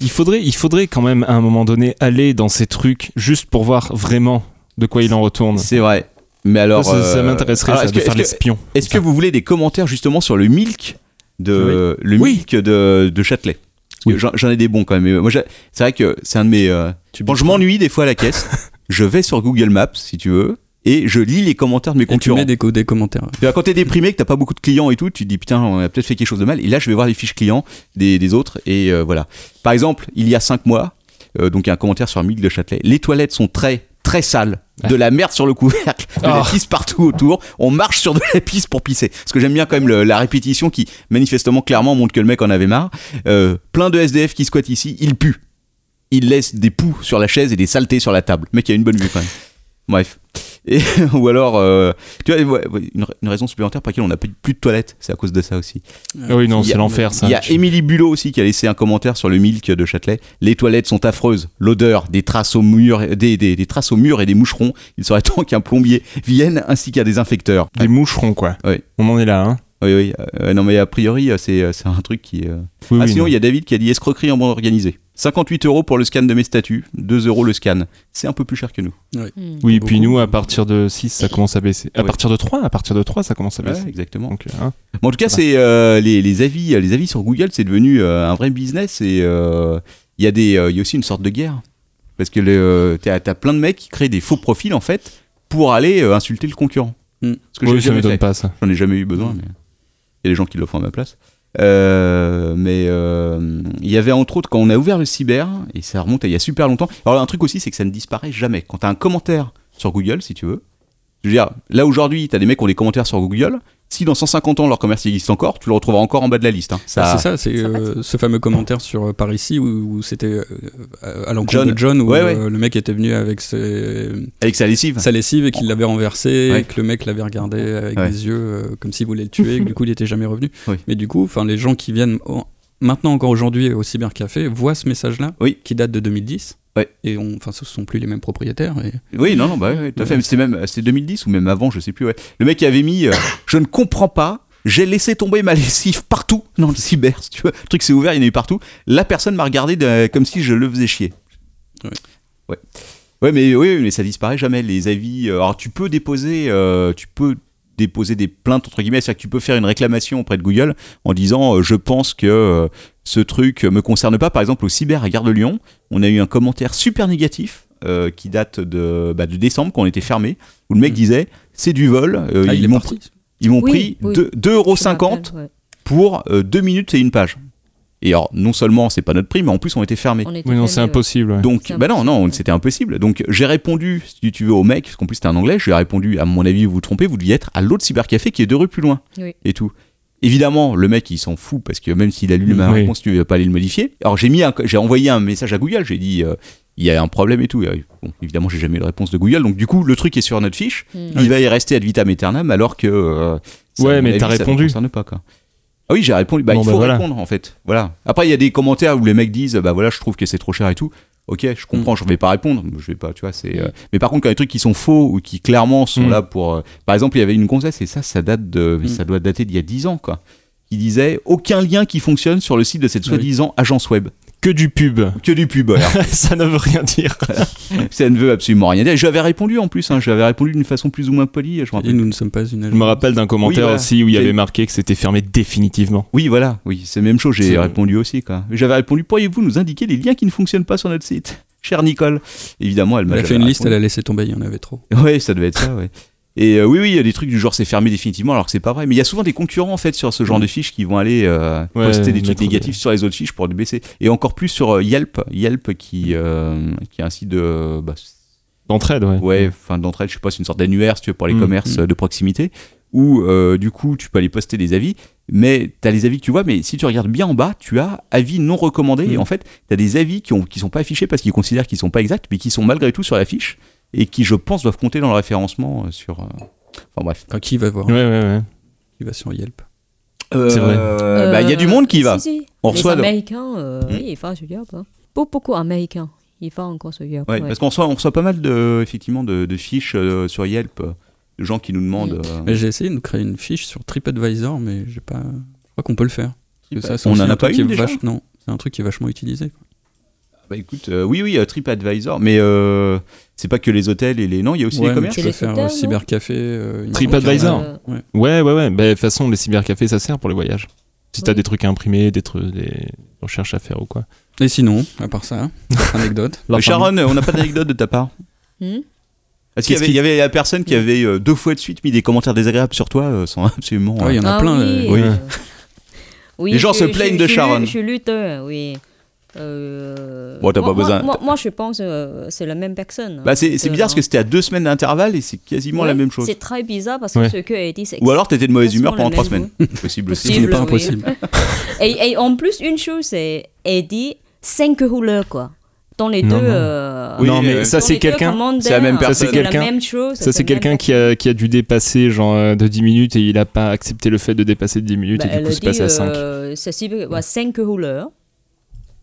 Speaker 10: Il faudrait, il faudrait quand même, à un moment donné, aller dans ces trucs juste pour voir vraiment de quoi il en retourne.
Speaker 1: C'est vrai. Mais alors,
Speaker 10: Ça, ça, ça
Speaker 1: euh,
Speaker 10: m'intéresserait,
Speaker 1: alors,
Speaker 10: ça,
Speaker 1: est-ce
Speaker 10: de
Speaker 1: que-
Speaker 10: faire
Speaker 1: est-ce que-
Speaker 10: l'espion.
Speaker 1: Est-ce que vous voulez des commentaires justement sur le milk de le
Speaker 10: Oui.
Speaker 1: milk de, de Châtelet Parce que
Speaker 10: Oui.
Speaker 1: j'en- J'en ai des bons quand même. mais Moi, j'ai- c'est vrai que c'est un de mes. euh,
Speaker 9: Tu
Speaker 1: Bon, je m'ennuie des fois à la
Speaker 9: [laughs]
Speaker 1: caisse. je vais sur Google Maps, si tu veux, et je lis les commentaires de mes
Speaker 9: Et tu
Speaker 1: concurrents.
Speaker 9: mets des, co- des commentaires.
Speaker 1: Tu vois, Quand t'es déprimé, que t'as pas beaucoup de clients et tout, tu te dis putain, on a peut-être fait quelque chose de mal. Et là, je vais voir les fiches clients des, des autres et euh, voilà. Par exemple, il y a 5 mois, euh, donc il y a un commentaire sur Milk de Châtelet. Les toilettes sont très très sales, de la merde sur le couvercle, de la
Speaker 10: Oh.
Speaker 1: pisse partout autour. On marche sur de la pisse pour pisser. Parce que j'aime bien quand même le- la répétition qui manifestement clairement montre que le mec en avait marre. Euh, plein de SDF qui squattent ici, ils puent. Ils laissent des poux sur la chaise et des saletés sur la table. Le Mec, il a une bonne vue quand même. Bref. Et, [laughs] ou alors, euh, tu vois, ouais, ouais, une, ra- une raison supplémentaire pour laquelle on n'a plus plus de toilettes, c'est à cause de ça aussi.
Speaker 10: Ah oui, non,
Speaker 1: Il y a-
Speaker 10: c'est l'enfer, ça.
Speaker 1: Il y a Émilie Bulot aussi qui a laissé un commentaire sur le milk de Châtelet. Les toilettes sont affreuses, l'odeur, des traces au mur, des, des- des traces au mur et des moucherons. Il serait [laughs] temps qu'un plombier vienne ainsi qu'un désinfecteur.
Speaker 10: Des moucherons, quoi.
Speaker 1: Ouais.
Speaker 10: On en est là, hein.
Speaker 1: Oui, oui. euh, non, mais a priori, euh, c'est euh, c'est un truc qui. euh,
Speaker 10: Oui,
Speaker 1: ah,
Speaker 10: oui,
Speaker 1: sinon,
Speaker 10: non.
Speaker 1: il y a David qui a dit escroquerie en bande organisée. 58 euros pour le scan de mes statuts, 2 euros le scan. C'est un peu plus cher que nous.
Speaker 8: Hmm.
Speaker 10: Oui, puis
Speaker 9: Beaucoup.
Speaker 10: nous, à partir de 6, ça commence à baisser. À
Speaker 1: Ouais.
Speaker 10: partir de 3, à partir de 3, ça commence à baisser.
Speaker 1: exactement.
Speaker 10: Donc, hein.
Speaker 1: Bon, en tout cas, c'est euh, les, les avis, les avis sur Google, c'est devenu euh, un vrai business et euh, il y a des, euh, il y a aussi une sorte de guerre parce que le, euh, t'as, t'as plein de mecs qui créent des faux profils en fait pour aller euh, insulter le concurrent.
Speaker 9: Hmm.
Speaker 1: Ce que
Speaker 10: Oui,
Speaker 1: j'ai
Speaker 10: ça
Speaker 1: jamais
Speaker 10: m'étonne
Speaker 1: fait.
Speaker 10: pas, ça.
Speaker 1: J'en ai jamais eu besoin, mais il y a des gens qui le font à ma place. Euh, mais euh, il y avait entre autres quand on a ouvert le cyber et ça remonte à il y a super longtemps. Alors un truc aussi, c'est que ça ne disparaît jamais. Quand t'as un commentaire sur Google, si tu veux, je veux dire, là aujourd'hui, t'as des mecs qui ont des commentaires sur Google. Si dans 150 ans leur commerce existe encore, tu le retrouveras encore en bas de la liste. hein. Ça-
Speaker 9: Ah, c'est ça, c'est euh, ce fameux commentaire sur euh, par ici où, où c'était euh, à à l'encontre
Speaker 1: John.
Speaker 9: de John où
Speaker 1: Ouais, ouais.
Speaker 9: euh, le mec était venu avec ses-
Speaker 1: Avec sa lessive.
Speaker 9: sa lessive et qu'il l'avait renversée
Speaker 1: Ouais.
Speaker 9: et que le mec l'avait regardé avec
Speaker 1: Ouais.
Speaker 9: des yeux euh, comme s'il voulait le tuer et que du coup il était jamais revenu.
Speaker 1: Oui.
Speaker 9: Mais du coup, enfin les gens qui viennent en- maintenant encore aujourd'hui au cybercafé voient ce message-là
Speaker 1: Oui.
Speaker 9: qui date de 2010
Speaker 1: Ouais.
Speaker 9: et on, enfin ce sont plus les mêmes propriétaires. et-
Speaker 1: Oui, non, non, bah, ouais, ouais, tout à fait. C'était même c'était 2010 ou même avant, je sais plus. Ouais. Le mec avait mis euh, Je ne comprends pas, j'ai laissé tomber ma lessive partout dans le cyber. Tu vois, le truc s'est ouvert, il y en a eu partout. La personne m'a regardé de- comme si je le faisais chier.
Speaker 9: Ouais.
Speaker 1: Ouais. Ouais, mais, oui, mais ça disparaît jamais. Les avis. euh, alors, tu peux déposer. euh, tu peux déposer des plaintes entre guillemets, c'est-à-dire que tu peux faire une réclamation auprès de Google en disant euh, je pense que euh, ce truc me concerne pas. Par exemple, au cyber à Gare de Lyon, on a eu un commentaire super négatif euh, qui date de, bah, de décembre, quand on était fermé, où le mec
Speaker 9: Mhm.
Speaker 1: disait c'est du vol, euh,
Speaker 9: Ah, il
Speaker 1: ils
Speaker 9: est
Speaker 1: m'ont
Speaker 9: parti.
Speaker 1: ils m'ont
Speaker 8: Oui,
Speaker 1: pris
Speaker 8: oui.
Speaker 1: deux- 2,50€
Speaker 8: Je me rappelle, ouais.
Speaker 1: pour 2 minutes et une page. Et alors, non seulement c'est pas notre prix, mais en plus on était fermé.
Speaker 8: On était euh,
Speaker 10: Oui, non, c'est
Speaker 8: fermés, ouais.
Speaker 10: impossible. ouais.
Speaker 1: Donc,
Speaker 8: C'est
Speaker 1: bah non,
Speaker 8: impossible,
Speaker 1: non,
Speaker 8: ouais.
Speaker 1: c'était impossible. Donc, j'ai répondu, si tu veux, au mec, parce qu'en plus c'était un anglais, j'ai répondu, à mon avis, vous vous trompez, vous deviez être à l'autre cybercafé qui est deux rues plus loin.
Speaker 8: Oui.
Speaker 1: Et tout. Évidemment, le mec, il s'en fout parce que même s'il a lu ma
Speaker 10: Oui.
Speaker 1: réponse, tu vas pas aller le modifier. Alors, j'ai mis, un- j'ai envoyé un message à Google, j'ai dit, euh, il y a un problème et tout. Et, bon, évidemment, j'ai jamais eu de réponse de Google, donc du coup, le truc est sur notre fiche.
Speaker 8: Mm.
Speaker 1: Il va y rester ad vitam aeternam alors que. euh, ça,
Speaker 10: Ouais,
Speaker 1: à mon
Speaker 10: mais
Speaker 1: avis,
Speaker 10: t'as
Speaker 1: ça ne
Speaker 10: répondu.
Speaker 1: concerne pas, quoi. Ah oui, j'ai répondu. Bah,
Speaker 10: Bon,
Speaker 1: il
Speaker 10: bah,
Speaker 1: faut
Speaker 10: voilà.
Speaker 1: répondre en fait. Voilà. Après, il y a des commentaires où les mecs disent Bah voilà, je trouve que c'est trop cher et tout. Ok, je
Speaker 10: Mm.
Speaker 1: comprends, je vais pas répondre. Je vais pas, tu vois. c'est euh, Mais par contre, quand il y a des trucs qui sont faux ou qui clairement sont
Speaker 10: Mm.
Speaker 1: là pour. euh, Par exemple, il y avait une gonzesse, et ça, ça date de.
Speaker 9: Mm.
Speaker 1: Ça doit dater d'il y a 10 ans, quoi. Qui disait Aucun lien qui fonctionne sur le site de
Speaker 10: Ah
Speaker 1: cette
Speaker 9: Oui.
Speaker 1: soi-disant agence web.
Speaker 10: Que du pub.
Speaker 1: Que du pub. alors.
Speaker 10: [laughs] ça ne veut rien dire.
Speaker 1: ça ne veut absolument rien dire. J'avais répondu en plus, hein, j'avais répondu d'une façon plus ou moins polie. Je me rappelle
Speaker 9: Et nous ne sommes pas une
Speaker 10: Je me rappelle d'un commentaire
Speaker 1: voilà.
Speaker 10: aussi où il y
Speaker 1: J'ai-
Speaker 10: avait marqué que c'était fermé définitivement.
Speaker 1: Oui, voilà, oui, c'est la même chose, j'ai
Speaker 10: C'est-
Speaker 1: répondu aussi. quoi. J'avais répondu Pourriez-vous nous indiquer les liens qui ne fonctionnent pas sur notre site [laughs] Cher Nicole. Évidemment, elle m'a
Speaker 9: Elle a
Speaker 1: jamais
Speaker 9: fait une liste, elle
Speaker 1: répondu.
Speaker 9: a laissé tomber, il y en avait trop.
Speaker 1: Ouais, ça devait être ça, ouais. Et euh, oui, oui, il y a des trucs du genre c'est fermé définitivement alors que c'est pas vrai. Mais il y a souvent des concurrents en fait sur ce genre de fiches qui vont aller euh,
Speaker 10: Ouais,
Speaker 1: poster des trucs
Speaker 10: mettre-
Speaker 1: négatifs sur les autres fiches pour les baisser. Et encore plus sur euh, Yelp, Yelp qui, euh, qui est un site de. bah,
Speaker 10: D'entraide, ouais.
Speaker 1: ouais, enfin d'entraide, je sais pas, c'est une sorte d'annuaire si tu veux, pour les
Speaker 10: Mm,
Speaker 1: commerces euh, de proximité, où euh, du coup tu peux aller poster des avis, mais tu as les avis que tu vois, mais si tu regardes bien en bas, tu as avis non recommandés,
Speaker 9: Mm.
Speaker 1: et en fait tu as des avis qui, ont, qui sont pas affichés parce qu'ils considèrent qu'ils sont pas exacts, mais qui sont malgré tout sur la fiche, et qui je pense doivent compter dans le référencement euh, sur... euh, Enfin bref.
Speaker 9: Enfin, qui va voir
Speaker 10: Ouais, ouais, ouais.
Speaker 9: Qui va sur Yelp
Speaker 10: C'est vrai.
Speaker 1: Euh, bah, Il y a du monde qui y va.
Speaker 8: Si, si.
Speaker 1: On
Speaker 8: les
Speaker 1: reçoit de-
Speaker 8: Américains, euh,
Speaker 1: Hmm.
Speaker 8: oui, ils vont sur Yelp. hein. Pour beaucoup d'Américains, ils vont encore sur Yelp.
Speaker 1: Ouais,
Speaker 8: ouais.
Speaker 1: Parce qu'on reçoit, on reçoit pas mal de, effectivement, de, de fiches euh, sur Yelp, euh, de gens qui nous demandent... euh,
Speaker 9: Mais J'ai essayé de nous créer une fiche sur TripAdvisor, mais j'ai pas. Je crois qu'on peut le faire. Parce que ça, c'est
Speaker 1: On
Speaker 9: aussi
Speaker 1: en a
Speaker 9: un
Speaker 1: pas
Speaker 9: truc qui
Speaker 1: une,
Speaker 9: est
Speaker 1: déjà
Speaker 9: vache- Non, c'est un truc qui est vachement utilisé. quoi.
Speaker 1: Bah écoute, euh, oui, oui, euh, TripAdvisor, mais euh, c'est pas que les hôtels et les. Non, il y a aussi
Speaker 9: Ouais,
Speaker 1: les
Speaker 9: mais
Speaker 1: commerces.
Speaker 9: Tu
Speaker 8: C'est
Speaker 9: peux
Speaker 8: les
Speaker 9: faire
Speaker 8: hôtels,
Speaker 9: euh,
Speaker 8: non
Speaker 9: cybercafé. euh, une-
Speaker 10: TripAdvisor.
Speaker 8: Euh,
Speaker 10: Ouais, ouais, ouais. Bah, de toute façon, les cybercafés, ça sert pour les voyages. Si t'as
Speaker 8: Oui.
Speaker 10: des trucs à imprimer, des, trucs, des recherches à faire ou quoi.
Speaker 9: Et sinon, à part ça, [laughs] d'autres anecdotes.
Speaker 1: Mais Sharon, euh, on n'a pas d'anecdote de ta part.
Speaker 8: Hmm
Speaker 1: Parce qu'il y
Speaker 10: Qu'est-ce
Speaker 1: avait, il y avait la personne qui avait euh, deux fois de suite mis des commentaires désagréables sur toi, euh, sans [laughs] absolument.
Speaker 9: Ah, il y en a
Speaker 8: Ah
Speaker 9: plein.
Speaker 8: Oui,
Speaker 9: euh,
Speaker 8: euh, [laughs] oui,
Speaker 1: Les gens
Speaker 8: je-
Speaker 1: se
Speaker 8: je-
Speaker 1: plaignent
Speaker 8: je-
Speaker 1: de Sharon.
Speaker 8: Je suis lutteur, oui. Euh,
Speaker 1: Bon, t'as
Speaker 8: moi-
Speaker 1: pas besoin-
Speaker 8: Moi, moi, moi, je pense euh, c'est la même personne. hein,
Speaker 1: Bah, c'est c'est
Speaker 8: lutteur,
Speaker 1: bizarre parce
Speaker 8: hein.
Speaker 1: que c'était à deux semaines d'intervalle et c'est quasiment
Speaker 8: Ouais,
Speaker 1: la même chose.
Speaker 8: C'est très bizarre parce
Speaker 10: Ouais.
Speaker 8: que ce que a dit, c'est.
Speaker 1: Ou alors t'étais de mauvaise humeur pendant
Speaker 8: exactement
Speaker 1: trois
Speaker 8: la même
Speaker 1: semaines. [laughs] Possible
Speaker 9: Ce qui
Speaker 1: aussi.
Speaker 9: n'est pas
Speaker 8: oui.
Speaker 9: impossible.
Speaker 8: Et, et en plus, une chose, c'est elle dit 5 rouleurs, quoi. Dans les
Speaker 10: Non,
Speaker 8: deux.
Speaker 10: non.
Speaker 8: euh,
Speaker 1: Oui,
Speaker 10: non, mais
Speaker 1: euh,
Speaker 10: ça,
Speaker 8: dans
Speaker 10: c'est
Speaker 8: les deux
Speaker 10: quelqu'un.
Speaker 8: commandes
Speaker 1: c'est la même
Speaker 8: d'air,
Speaker 1: personne.
Speaker 8: c'est la
Speaker 10: quelqu'un-
Speaker 8: même chose,
Speaker 10: Ça, c'est
Speaker 8: la
Speaker 10: quelqu'un
Speaker 8: même
Speaker 10: qui a, qui a dû dépasser genre euh, de 10 minutes et il a pas accepté le fait de dépasser de 10 minutes
Speaker 8: Bah,
Speaker 10: et du
Speaker 8: elle
Speaker 10: coup,
Speaker 8: a
Speaker 10: c'est passé à 5.
Speaker 8: euh, ça cible- bah, cinq rouleurs.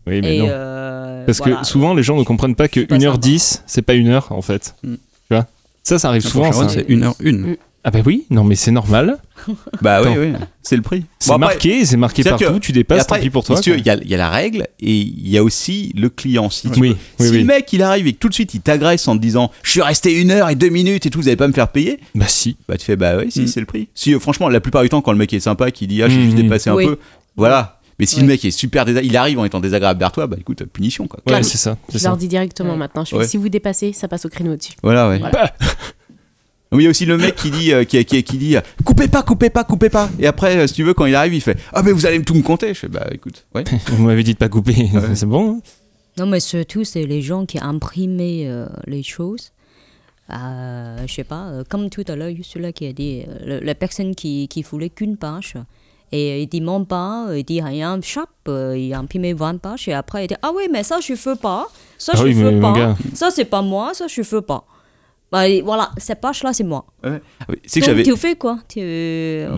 Speaker 10: Oui, mais
Speaker 8: Et,
Speaker 10: non.
Speaker 8: euh,
Speaker 10: Parce
Speaker 8: voilà.
Speaker 10: que souvent, les gens ne comprennent pas que
Speaker 8: C'est pas
Speaker 10: 1h10, c'est pas 1h en fait.
Speaker 9: Mm.
Speaker 10: Tu vois Ça, ça arrive
Speaker 9: Pour
Speaker 10: souvent.
Speaker 9: Sharon,
Speaker 10: ça.
Speaker 9: c'est une heure une.
Speaker 10: Ah, bah oui, non, mais c'est normal.
Speaker 1: Bah oui,
Speaker 10: Attends.
Speaker 1: oui, c'est le prix.
Speaker 10: C'est
Speaker 1: Bon, après,
Speaker 10: marqué, c'est marqué
Speaker 1: c'est-à-dire
Speaker 10: partout,
Speaker 1: que-
Speaker 10: tu
Speaker 1: et
Speaker 10: dépasses,
Speaker 1: après,
Speaker 10: tant pis pour toi.
Speaker 1: si tu veux,
Speaker 10: quoi.
Speaker 1: Il y, a- il y a la règle et il y a aussi le client. Si, tu
Speaker 10: Oui,
Speaker 1: veux.
Speaker 10: oui,
Speaker 1: si
Speaker 10: oui.
Speaker 1: le mec il arrive et que tout de suite il t'agresse en te disant je suis resté une heure et deux minutes et tout, vous allez pas me faire payer,
Speaker 10: Bah si.
Speaker 1: Bah tu fais bah oui si
Speaker 9: Mm.
Speaker 1: c'est le prix. Si euh, franchement la plupart du temps quand le mec est sympa qui dit ah j'ai
Speaker 10: Mm,
Speaker 1: juste
Speaker 10: mm.
Speaker 1: dépassé un
Speaker 8: Oui.
Speaker 1: peu voilà. Mais si le
Speaker 8: Ouais.
Speaker 1: mec est super désagréable, il arrive en étant désagréable vers toi, bah écoute, punition quoi.
Speaker 10: Ouais,
Speaker 1: Clac.
Speaker 10: c'est ça. c'est
Speaker 7: Je
Speaker 10: ça.
Speaker 7: leur dis directement
Speaker 8: Ouais.
Speaker 7: maintenant. Je fais
Speaker 1: Ouais.
Speaker 7: si vous dépassez, ça passe au créneau au-dessus.
Speaker 1: Voilà ouais.
Speaker 7: Voilà.
Speaker 1: Non, [laughs] mais il y a aussi le mec qui dit euh, qui, qui, qui dit euh, coupez pas, coupez pas, coupez pas. Et après euh, si tu veux quand il arrive, il fait ah mais vous allez tout me compter. Je fais bah écoute, ouais.
Speaker 10: Vous m'avez dit de pas couper,
Speaker 1: Ouais.
Speaker 10: [laughs] c'est bon. hein
Speaker 8: Non, mais surtout, c'est les gens qui imprimaient euh, les choses. euh, je sais pas, euh, comme tout à l'heure, celui-là qui a dit, euh, le- la personne qui, qui voulait qu'une page, et il dit non pas, euh, il dit rien, chap, euh, il a imprimé 20 pages, et après il dit, ah oui, mais ça je veux pas, ça
Speaker 10: Ah
Speaker 8: je
Speaker 10: oui, mais
Speaker 8: veux
Speaker 10: mon
Speaker 8: pas,
Speaker 10: gars.
Speaker 8: ça c'est pas moi, ça je veux pas. Bah, et voilà, cette page-là c'est moi.
Speaker 1: Ouais. Ah oui, C'est que
Speaker 8: Donc,
Speaker 1: j'avais.
Speaker 8: tu fais quoi tu...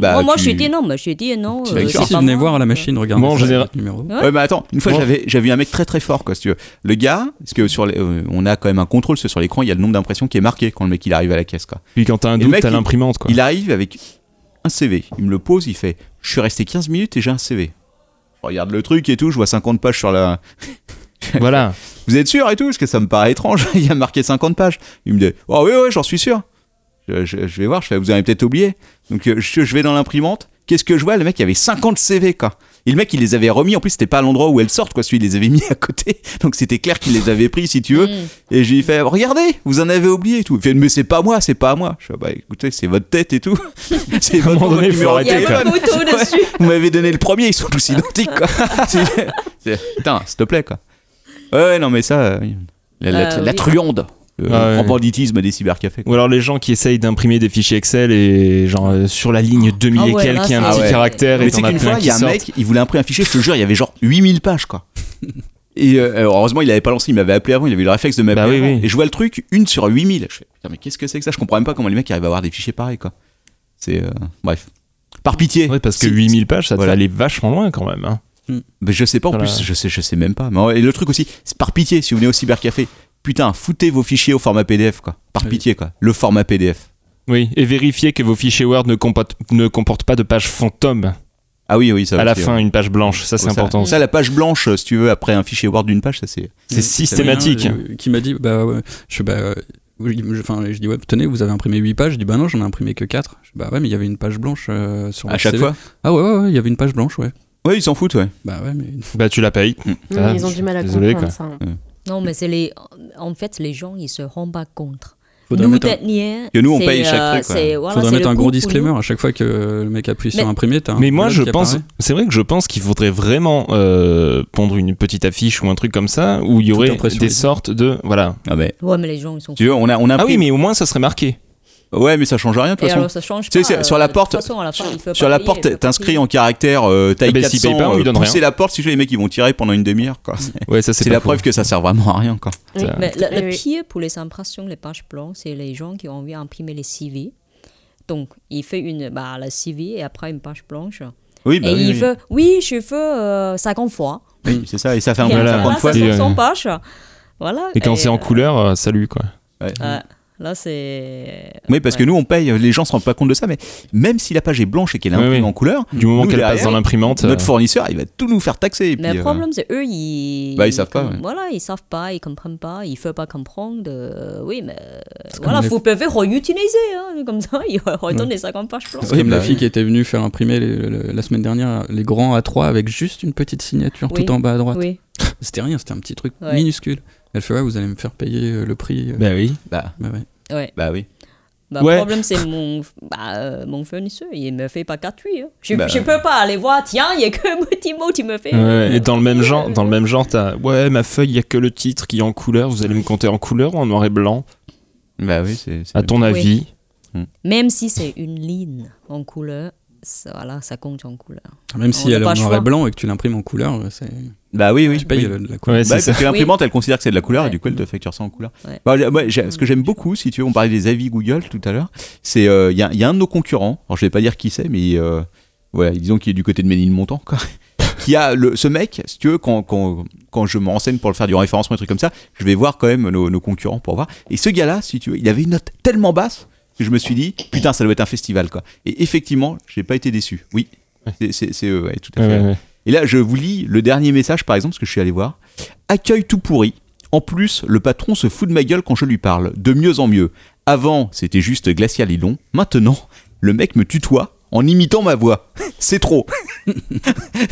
Speaker 1: Bah,
Speaker 8: Moi, moi
Speaker 1: tu-
Speaker 8: je dis non, mais je dis non.
Speaker 1: Tu
Speaker 8: euh,
Speaker 1: vas
Speaker 8: c'est
Speaker 1: écrire.
Speaker 8: pas
Speaker 9: S'il venait
Speaker 8: moi.
Speaker 9: voir à la machine, regarde.
Speaker 10: Moi, en
Speaker 9: ça,
Speaker 10: général-
Speaker 9: le numéro.
Speaker 8: Ouais.
Speaker 1: Ouais, mais attends, une fois
Speaker 10: Moi-
Speaker 1: j'avais j'avais eu un mec très très fort quoi, si tu veux. Le gars, parce que sur les, euh, on a quand même un contrôle parce que sur l'écran, il y a le nombre d'impressions qui est marqué quand le mec il arrive à la caisse quoi.
Speaker 10: Puis quand t'as un
Speaker 1: Et le
Speaker 10: doute,
Speaker 1: mec,
Speaker 10: t'as
Speaker 1: il-
Speaker 10: l'imprimante, quoi.
Speaker 1: Il arrive avec un CV, il me le pose, il fait "Je suis resté 15 minutes et j'ai un CV." Je Regarde le truc et tout, je vois 50 pages sur la
Speaker 10: [laughs] Voilà.
Speaker 1: Vous êtes sûr et tout Parce que ça me paraît étrange, [laughs] il y a marqué 50 pages. Il me dit Oh oui, oui, j'en suis sûr. Je, je- je vais voir, je fais, vous avez peut-être oublié. Donc euh, je, je vais dans l'imprimante, qu'est-ce que je vois Le mec, il y avait 50 CV, quoi. Et le mec, il les avait remis, en plus, c'était pas à l'endroit où elles sortent, quoi. Celui, il les avait mis à côté. [laughs] Donc c'était clair qu'il les avait pris, si tu veux.
Speaker 8: Mm.
Speaker 1: Et j'ai fait Regardez, vous en avez oublié et tout. Il fait Mais c'est pas moi, c'est pas moi. Je fais Bah écoutez, c'est votre tête et tout. [laughs] c'est
Speaker 10: À un
Speaker 1: votre
Speaker 10: moment donné,
Speaker 1: votre numéro
Speaker 10: faut
Speaker 1: de
Speaker 8: Il y a
Speaker 10: arrêter,
Speaker 1: téléphone.
Speaker 8: une photo dessus.
Speaker 1: Vous m'avez donné le premier, ils sont
Speaker 8: [laughs]
Speaker 1: tous identiques, quoi. C'est- c'est- [laughs] Putain, s'il te plaît, quoi. Ouais, ouais, non, mais ça. euh, La, la-
Speaker 8: Euh,
Speaker 1: la
Speaker 8: oui.
Speaker 1: truande. euh,
Speaker 10: Ah, ouais.
Speaker 1: en banditisme des cybercafés. quoi.
Speaker 10: Ou alors les gens qui essayent d'imprimer des fichiers Excel et genre euh, sur la ligne 2000
Speaker 8: Ah
Speaker 10: et
Speaker 8: ouais,
Speaker 10: quelques,
Speaker 8: là,
Speaker 10: il y a un
Speaker 1: c'est-
Speaker 10: petit
Speaker 1: Ah ouais.
Speaker 10: caractère et
Speaker 1: Mais
Speaker 10: t'en
Speaker 1: c'est
Speaker 10: as
Speaker 1: qu'une
Speaker 10: plein
Speaker 1: fois, il
Speaker 10: qui
Speaker 1: y a un
Speaker 10: sortent.
Speaker 1: mec, il voulait imprimer un fichier, je te jure, il y avait genre 8000 pages, quoi. Et euh, heureusement, il avait pas lancé, il m'avait appelé avant, il avait eu le réflexe de m'appeler.
Speaker 10: Bah oui,
Speaker 1: avant.
Speaker 10: oui.
Speaker 1: Et je vois le truc, une sur 8000. Je fais, putain, mais qu'est-ce que c'est que ça Je comprends même pas comment les mecs arrivent à avoir des fichiers pareils, quoi. C'est. euh, bref. Par pitié.
Speaker 10: Ouais, parce que
Speaker 1: Si-
Speaker 10: 8000 pages, ça
Speaker 1: Voilà.
Speaker 10: doit aller vachement loin quand même. hein.
Speaker 1: Mais je sais pas en
Speaker 10: Voilà.
Speaker 1: plus, je sais, je sais même pas. Mais en- et le truc aussi, c'est par pitié, si vous venez au cybercafé, putain, foutez vos fichiers au format PDF, quoi. Par
Speaker 9: Oui.
Speaker 1: pitié, quoi. Le format PDF.
Speaker 10: Oui, et vérifier que vos fichiers Word ne, comportent- ne comportent pas de page fantôme.
Speaker 1: Ah oui, oui, ça
Speaker 10: à la
Speaker 1: aussi,
Speaker 10: fin,
Speaker 1: ouais.
Speaker 10: une page blanche, ça c'est
Speaker 1: Ouais,
Speaker 10: important.
Speaker 1: Ça, la page blanche, euh, si tu veux, après un fichier Word d'une page, ça c'est.
Speaker 10: C'est systématique.
Speaker 9: Italien, euh, qui m'a dit bah ouais. je fais, bah euh, oui, je, enfin, je dis ouais tenez vous avez imprimé 8 pages je dis bah non j'en ai imprimé que 4 je dis, bah ouais mais il y avait une page blanche euh, sur
Speaker 1: À
Speaker 9: votre
Speaker 1: chaque
Speaker 9: CV.
Speaker 1: fois
Speaker 9: ah ouais ouais ouais, il y avait une page blanche ouais
Speaker 1: Ouais, ils s'en foutent, ouais.
Speaker 9: bah ouais mais
Speaker 10: Bah tu la payes.
Speaker 7: Non,
Speaker 10: Ah,
Speaker 7: mais ils ont du mal à
Speaker 10: désolé,
Speaker 7: comprendre ça. hein.
Speaker 8: Non, mais c'est les. En fait, les gens, ils se rendent pas contre.
Speaker 9: faudrait
Speaker 8: nous,
Speaker 9: mettre un,
Speaker 8: derniers.
Speaker 1: Que nous, on
Speaker 8: c'est, euh,
Speaker 1: paye chaque truc, quoi.
Speaker 8: c'est- voilà,
Speaker 9: faudrait
Speaker 8: c'est
Speaker 9: mettre un
Speaker 8: le coup
Speaker 9: gros
Speaker 8: pour nous.
Speaker 9: disclaimer à chaque fois que le mec appuie sur
Speaker 8: Mais-
Speaker 9: imprimer
Speaker 1: Hein,
Speaker 9: t'as un
Speaker 10: Mais moi
Speaker 9: blog
Speaker 10: je
Speaker 9: qui
Speaker 10: pense,
Speaker 9: apparaît.
Speaker 10: c'est vrai que je pense qu'il faudrait vraiment euh, pondre une petite affiche ou un truc comme ça où il y
Speaker 9: Tout
Speaker 10: aurait
Speaker 9: impression
Speaker 10: des
Speaker 9: libre.
Speaker 10: sortes de voilà.
Speaker 1: Ah, mais.
Speaker 8: Ouais, mais les gens, ils sont.
Speaker 1: Tu veux, on a. On a
Speaker 10: Ah oui,
Speaker 1: pris-
Speaker 10: mais au moins ça serait marqué.
Speaker 1: Ouais, mais ça change rien, de toute
Speaker 8: Et
Speaker 1: façon.
Speaker 8: alors, ça change
Speaker 1: Tu
Speaker 8: pas.
Speaker 1: sais,
Speaker 8: euh,
Speaker 1: sur la
Speaker 8: de toute
Speaker 1: porte-
Speaker 8: façon, à la fin, il faut
Speaker 1: Sur
Speaker 8: pas
Speaker 1: la
Speaker 8: payer, il faut
Speaker 1: porte,
Speaker 8: pas
Speaker 1: t'inscris
Speaker 8: payer.
Speaker 1: en caractère euh, taille
Speaker 10: Ah bah, s'ils
Speaker 1: 400.
Speaker 10: payent pas, on lui donne
Speaker 1: pousser
Speaker 10: rien.
Speaker 1: la porte, si tu veux, les mecs, ils vont tirer pendant une demi-heure, quoi.
Speaker 10: Ouais, ça c'est
Speaker 1: C'est
Speaker 10: pas
Speaker 1: la
Speaker 10: faux.
Speaker 1: preuve que ça sert vraiment à rien, quoi.
Speaker 7: Oui.
Speaker 10: Ça-
Speaker 8: Mais le, le
Speaker 7: Oui, oui.
Speaker 8: pire pour les impressions, les pages blanches, c'est les gens qui ont envie d'imprimer les CV. Donc, il fait une, bah, la CV et après une page blanche.
Speaker 1: Oui, bah
Speaker 8: et
Speaker 1: oui.
Speaker 8: il
Speaker 1: oui.
Speaker 8: veut, oui, je veux euh, 50 fois.
Speaker 1: Oui, c'est ça, et ça fait un
Speaker 8: et
Speaker 1: peu
Speaker 10: voilà.
Speaker 8: après,
Speaker 1: 50 Ah, fois.
Speaker 8: ça
Speaker 10: Et,
Speaker 8: sont 100
Speaker 10: euh,
Speaker 8: pages. Voilà.
Speaker 10: Et quand c'est en couleur, euh, salut quoi.
Speaker 1: Ouais.
Speaker 8: euh, ouais, là, c'est.
Speaker 1: Oui, parce que
Speaker 8: ouais.
Speaker 1: nous, on paye, les gens se rendent pas compte de ça, mais même si la page est blanche et qu'elle est
Speaker 10: Oui,
Speaker 1: imprimée
Speaker 10: oui.
Speaker 1: en couleur,
Speaker 10: Du moment
Speaker 1: Nous,
Speaker 10: qu'elle
Speaker 1: derrière,
Speaker 10: passe dans l'imprimante.
Speaker 1: notre
Speaker 10: euh,
Speaker 1: fournisseur, il va tout nous faire taxer. et
Speaker 8: Mais
Speaker 1: puis,
Speaker 8: le
Speaker 1: euh,
Speaker 8: problème, c'est eux, ils.
Speaker 1: Bah, ils savent pas, ouais.
Speaker 8: Voilà, ils savent pas, ils comprennent pas, ils ne veulent pas comprendre. euh, oui, mais. euh,
Speaker 9: comme
Speaker 8: Voilà,
Speaker 9: les-
Speaker 8: vous pouvez réutiliser. hein, comme ça, [laughs] ils redonnent les 50 pages blanches.
Speaker 9: C'est comme
Speaker 1: bah
Speaker 9: la
Speaker 1: oui.
Speaker 9: fille qui était venue faire imprimer les- le- la semaine dernière les grands A3 avec juste une petite signature
Speaker 8: Oui.
Speaker 9: tout en bas à droite
Speaker 8: Oui.
Speaker 9: c'était rien c'était un petit truc
Speaker 8: Ouais.
Speaker 9: minuscule elle fait ouais vous allez me faire payer euh, le prix euh,
Speaker 10: Bah oui.
Speaker 1: bah,
Speaker 9: bah ouais.
Speaker 8: Ouais.
Speaker 1: bah oui.
Speaker 8: Bah,
Speaker 10: Ouais.
Speaker 8: Le problème, c'est mon, bah, euh, mon fournisseur, il me fait pas gratuit. Hein. Je,
Speaker 1: Bah,
Speaker 8: je
Speaker 1: ouais.
Speaker 8: peux pas aller voir, tiens, il y a que [laughs] Timo, tu me fais.
Speaker 10: Ouais, et euh, dans le même genre, dans le même genre, t'as ouais ma feuille, il y a que le titre qui est en couleur. Vous allez me compter en couleur ou en noir et blanc
Speaker 1: Bah oui, c'est. c'est-
Speaker 10: À ton avis
Speaker 8: Même si c'est une ligne en couleur, ça, voilà, ça compte en couleur.
Speaker 9: même
Speaker 8: On
Speaker 9: si
Speaker 8: n'a
Speaker 9: elle est
Speaker 8: pas
Speaker 9: en
Speaker 8: le
Speaker 9: noir
Speaker 8: choix.
Speaker 9: et blanc et que tu l'imprimes en couleur euh, c'est-
Speaker 1: Bah oui, oui.
Speaker 9: tu payes
Speaker 1: oui.
Speaker 9: le- la couleur
Speaker 1: Bah,
Speaker 10: Ouais, c'est
Speaker 1: parce
Speaker 10: ça.
Speaker 1: que l'imprimante, elle considère que c'est de la couleur et du coup, elle te facture ça en couleur.
Speaker 8: Ouais.
Speaker 1: Bah, j'ai- moi, j'ai- ce que j'aime beaucoup, si tu veux, on parlait des avis Google tout à l'heure, c'est euh, il y, a- il y a un de nos concurrents, alors je vais pas dire qui c'est, mais euh, voilà, disons qu'il est du côté de Ménilmontant, quoi. [laughs] qui a le, ce mec, si tu veux, quand, quand, quand je me renseigne pour le faire du référencement et trucs comme ça, je vais voir quand même nos, nos concurrents pour voir. Et ce gars-là, si tu veux, il avait une note tellement basse que je me suis dit, putain, ça doit être un festival, quoi. Et effectivement, j'ai pas été déçu. Oui, c'est- c'est c'est eux, ouais, tout à
Speaker 10: Ouais,
Speaker 1: fait.
Speaker 10: ouais, ouais.
Speaker 1: Et là, je vous lis le dernier message, par exemple, parce que je suis allé voir. Accueil tout pourri. En plus, le patron se fout de ma gueule quand je lui parle. De mieux en mieux. Avant, c'était juste glacial et long. Maintenant, le mec me tutoie en imitant ma voix. [laughs] C'est trop.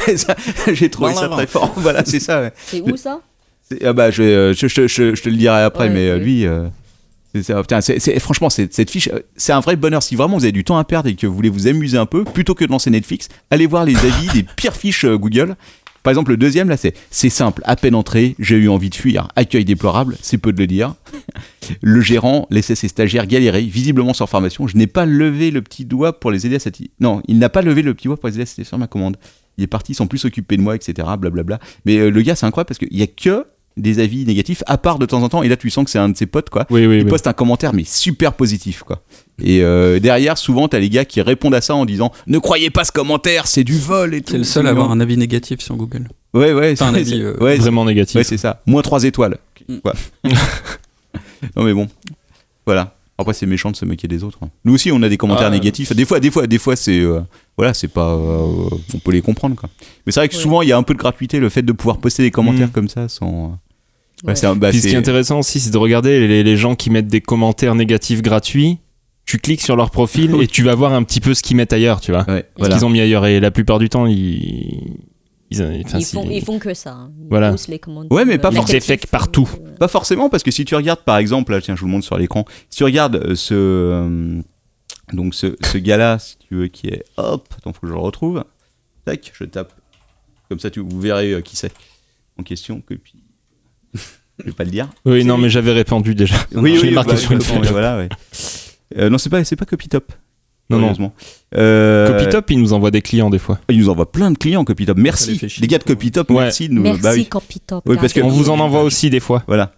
Speaker 1: Et ça, J'ai trouvé ça très fort. [laughs] Voilà, c'est ça. ouais.
Speaker 8: C'est où ça
Speaker 1: C'est- ah bah, je, euh, je- je- je- je te le dirai après,
Speaker 8: Ouais,
Speaker 1: mais euh,
Speaker 8: ouais.
Speaker 1: lui. euh, c'est ça. Putain, c'est- c'est- franchement, c'est- cette fiche, euh, c'est un vrai bonheur. Si vraiment vous avez du temps à perdre et que vous voulez vous amuser un peu, plutôt que de lancer Netflix, allez voir les avis des pires fiches euh, Google. Par exemple, le deuxième, là, c'est c'est simple. À peine entré, j'ai eu envie de fuir. Accueil déplorable, c'est peu de le dire. [laughs] Le gérant laissait ses stagiaires galérer, visiblement sans formation. Je n'ai pas levé le petit doigt pour les aider à cette. Non, il n'a pas levé le petit doigt pour les aider à satisfaire ma commande. Il est parti sans plus s'occuper de moi, etc. Blablabla. Mais euh, le gars, c'est incroyable parce qu'il n'y a que des avis négatifs, à part de temps en temps. Et là, tu sens que c'est un de ses potes, quoi.
Speaker 10: Oui, oui,
Speaker 1: Il
Speaker 10: oui.
Speaker 1: poste un commentaire, mais super positif, quoi. Et euh, derrière, souvent, t'as les gars qui répondent à ça en disant Ne croyez pas ce commentaire, c'est du vol et tout.
Speaker 9: C'est le seul à avoir un avis négatif sur Google.
Speaker 1: Ouais, ouais,
Speaker 9: Enfin, un
Speaker 1: c'est-
Speaker 9: avis,
Speaker 1: c'est-
Speaker 9: euh,
Speaker 1: ouais, c'est-
Speaker 10: Vraiment négatif.
Speaker 1: ouais, c'est ça. Moins 3 étoiles. Quoi.
Speaker 9: [laughs]
Speaker 1: non, mais bon. Voilà. Après, c'est méchant de se moquer des autres. hein. Nous aussi, on a des commentaires
Speaker 9: Ah,
Speaker 1: négatifs. Des fois, des fois, des fois, c'est. euh, voilà, c'est pas. euh, on peut les comprendre, quoi. Mais c'est vrai que
Speaker 8: Ouais.
Speaker 1: souvent, il y a un peu de gratuité, le fait de pouvoir poster des commentaires
Speaker 10: Mm.
Speaker 1: comme ça sans. euh,
Speaker 8: Ouais.
Speaker 1: voilà, c'est un- bah,
Speaker 10: Puis ce qui est
Speaker 1: c'est-
Speaker 10: intéressant aussi, c'est de regarder les, les gens qui mettent des commentaires négatifs gratuits. Tu cliques sur
Speaker 1: [laughs]
Speaker 10: leur profil et tu vas voir un petit peu ce qu'ils mettent ailleurs, tu vois.
Speaker 1: Ouais,
Speaker 10: Ce
Speaker 1: voilà.
Speaker 10: qu'ils ont mis ailleurs. Et la plupart du temps, ils. Ils, enfin,
Speaker 8: ils,
Speaker 10: c'est-
Speaker 8: font, ils font que ça. hein. Ils
Speaker 10: Voilà.
Speaker 8: poussent les commandes.
Speaker 1: Ouais, mais pas
Speaker 8: euh,
Speaker 1: forcément.
Speaker 8: négatifs,
Speaker 10: Des fakes partout.
Speaker 8: euh,
Speaker 1: Pas forcément, parce que si tu regardes, par exemple, là, tiens, je vous le montre sur l'écran, si tu regardes euh, ce. euh, donc, ce, ce gars-là, si tu veux, qui est. Hop, attends, faut que je le retrouve. Tac, je tape. Comme ça, tu, vous verrez euh, qui c'est en question. Que, puis... je vais pas le dire.
Speaker 10: Oui, non, mais j'avais répondu déjà. [laughs] je l'ai marqué
Speaker 1: bah,
Speaker 10: sur une
Speaker 1: complètement,
Speaker 10: feuille.
Speaker 1: Voilà, ouais. Euh, non, c'est pas, c'est pas Copytop.
Speaker 10: Non, non.
Speaker 1: Heureusement. Euh,
Speaker 10: Copytop, ils nous envoient des clients des fois.
Speaker 1: Ils nous envoient plein de clients, Copytop.
Speaker 9: les
Speaker 1: Merci.
Speaker 9: fait chier.
Speaker 1: Les gars de Copytop,
Speaker 10: Ouais.
Speaker 1: merci de nous.
Speaker 8: Merci,
Speaker 1: bah oui.
Speaker 8: Copytop.
Speaker 1: Oui, parce que-
Speaker 10: On vous en envoie aussi des fois.
Speaker 1: Voilà.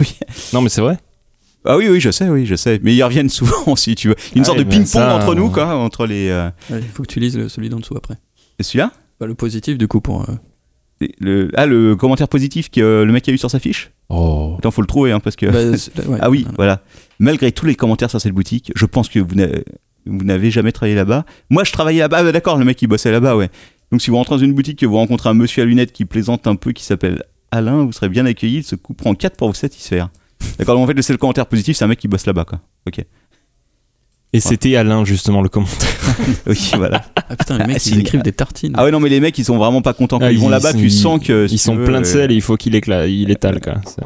Speaker 1: Oui.
Speaker 10: Non, mais c'est vrai.
Speaker 1: Ah oui, oui, je sais, oui, je sais. Mais ils reviennent souvent, [laughs] si tu veux. Une
Speaker 10: Ah
Speaker 1: sorte
Speaker 10: oui,
Speaker 1: de
Speaker 10: mais
Speaker 1: ping-pong
Speaker 10: ça,
Speaker 1: entre nous,
Speaker 10: euh,
Speaker 1: quoi, entre les. euh,
Speaker 9: Il faut que tu lises le- celui d'en dessous après.
Speaker 1: Celui-là
Speaker 9: Bah, le positif, du coup, pour. euh,
Speaker 1: le, Ah, le commentaire positif que euh, le mec a eu sur sa fiche
Speaker 10: Oh.
Speaker 1: Attends, faut le trouver, hein, parce que. [laughs]
Speaker 9: bah, c'est- ouais.
Speaker 1: [laughs] ah oui, voilà. Malgré tous les commentaires sur cette boutique, je pense que vous n'avez, vous n'avez jamais travaillé là-bas. Moi, je travaillais là-bas. Ah, bah, d'accord, le mec, il bossait là-bas, ouais. Donc, si vous rentrez dans une boutique et vous rencontrez un monsieur à lunettes qui plaisante un peu, qui s'appelle Alain, vous serez bien accueilli. Il se coupera en quatre pour vous satisfaire. D'accord, donc en fait, le seul commentaire positif, c'est un mec qui bosse là-bas, quoi. [laughs] Ok.
Speaker 10: Et c'était Alain, justement, le commentaire.
Speaker 1: Oui, voilà.
Speaker 9: Ah putain, les mecs,
Speaker 1: c'est-
Speaker 9: ils écrivent des tartines.
Speaker 1: Ah ouais, non, mais les mecs, ils sont vraiment pas contents. Quand
Speaker 10: Ah,
Speaker 1: ils vont
Speaker 10: ils-
Speaker 1: là-bas, tu
Speaker 10: ils-
Speaker 1: sens que. si
Speaker 10: Ils
Speaker 1: tu
Speaker 10: sont
Speaker 1: veux,
Speaker 10: plein de
Speaker 1: euh,
Speaker 10: sel et il faut qu'il écla... il étale, quoi. C'est-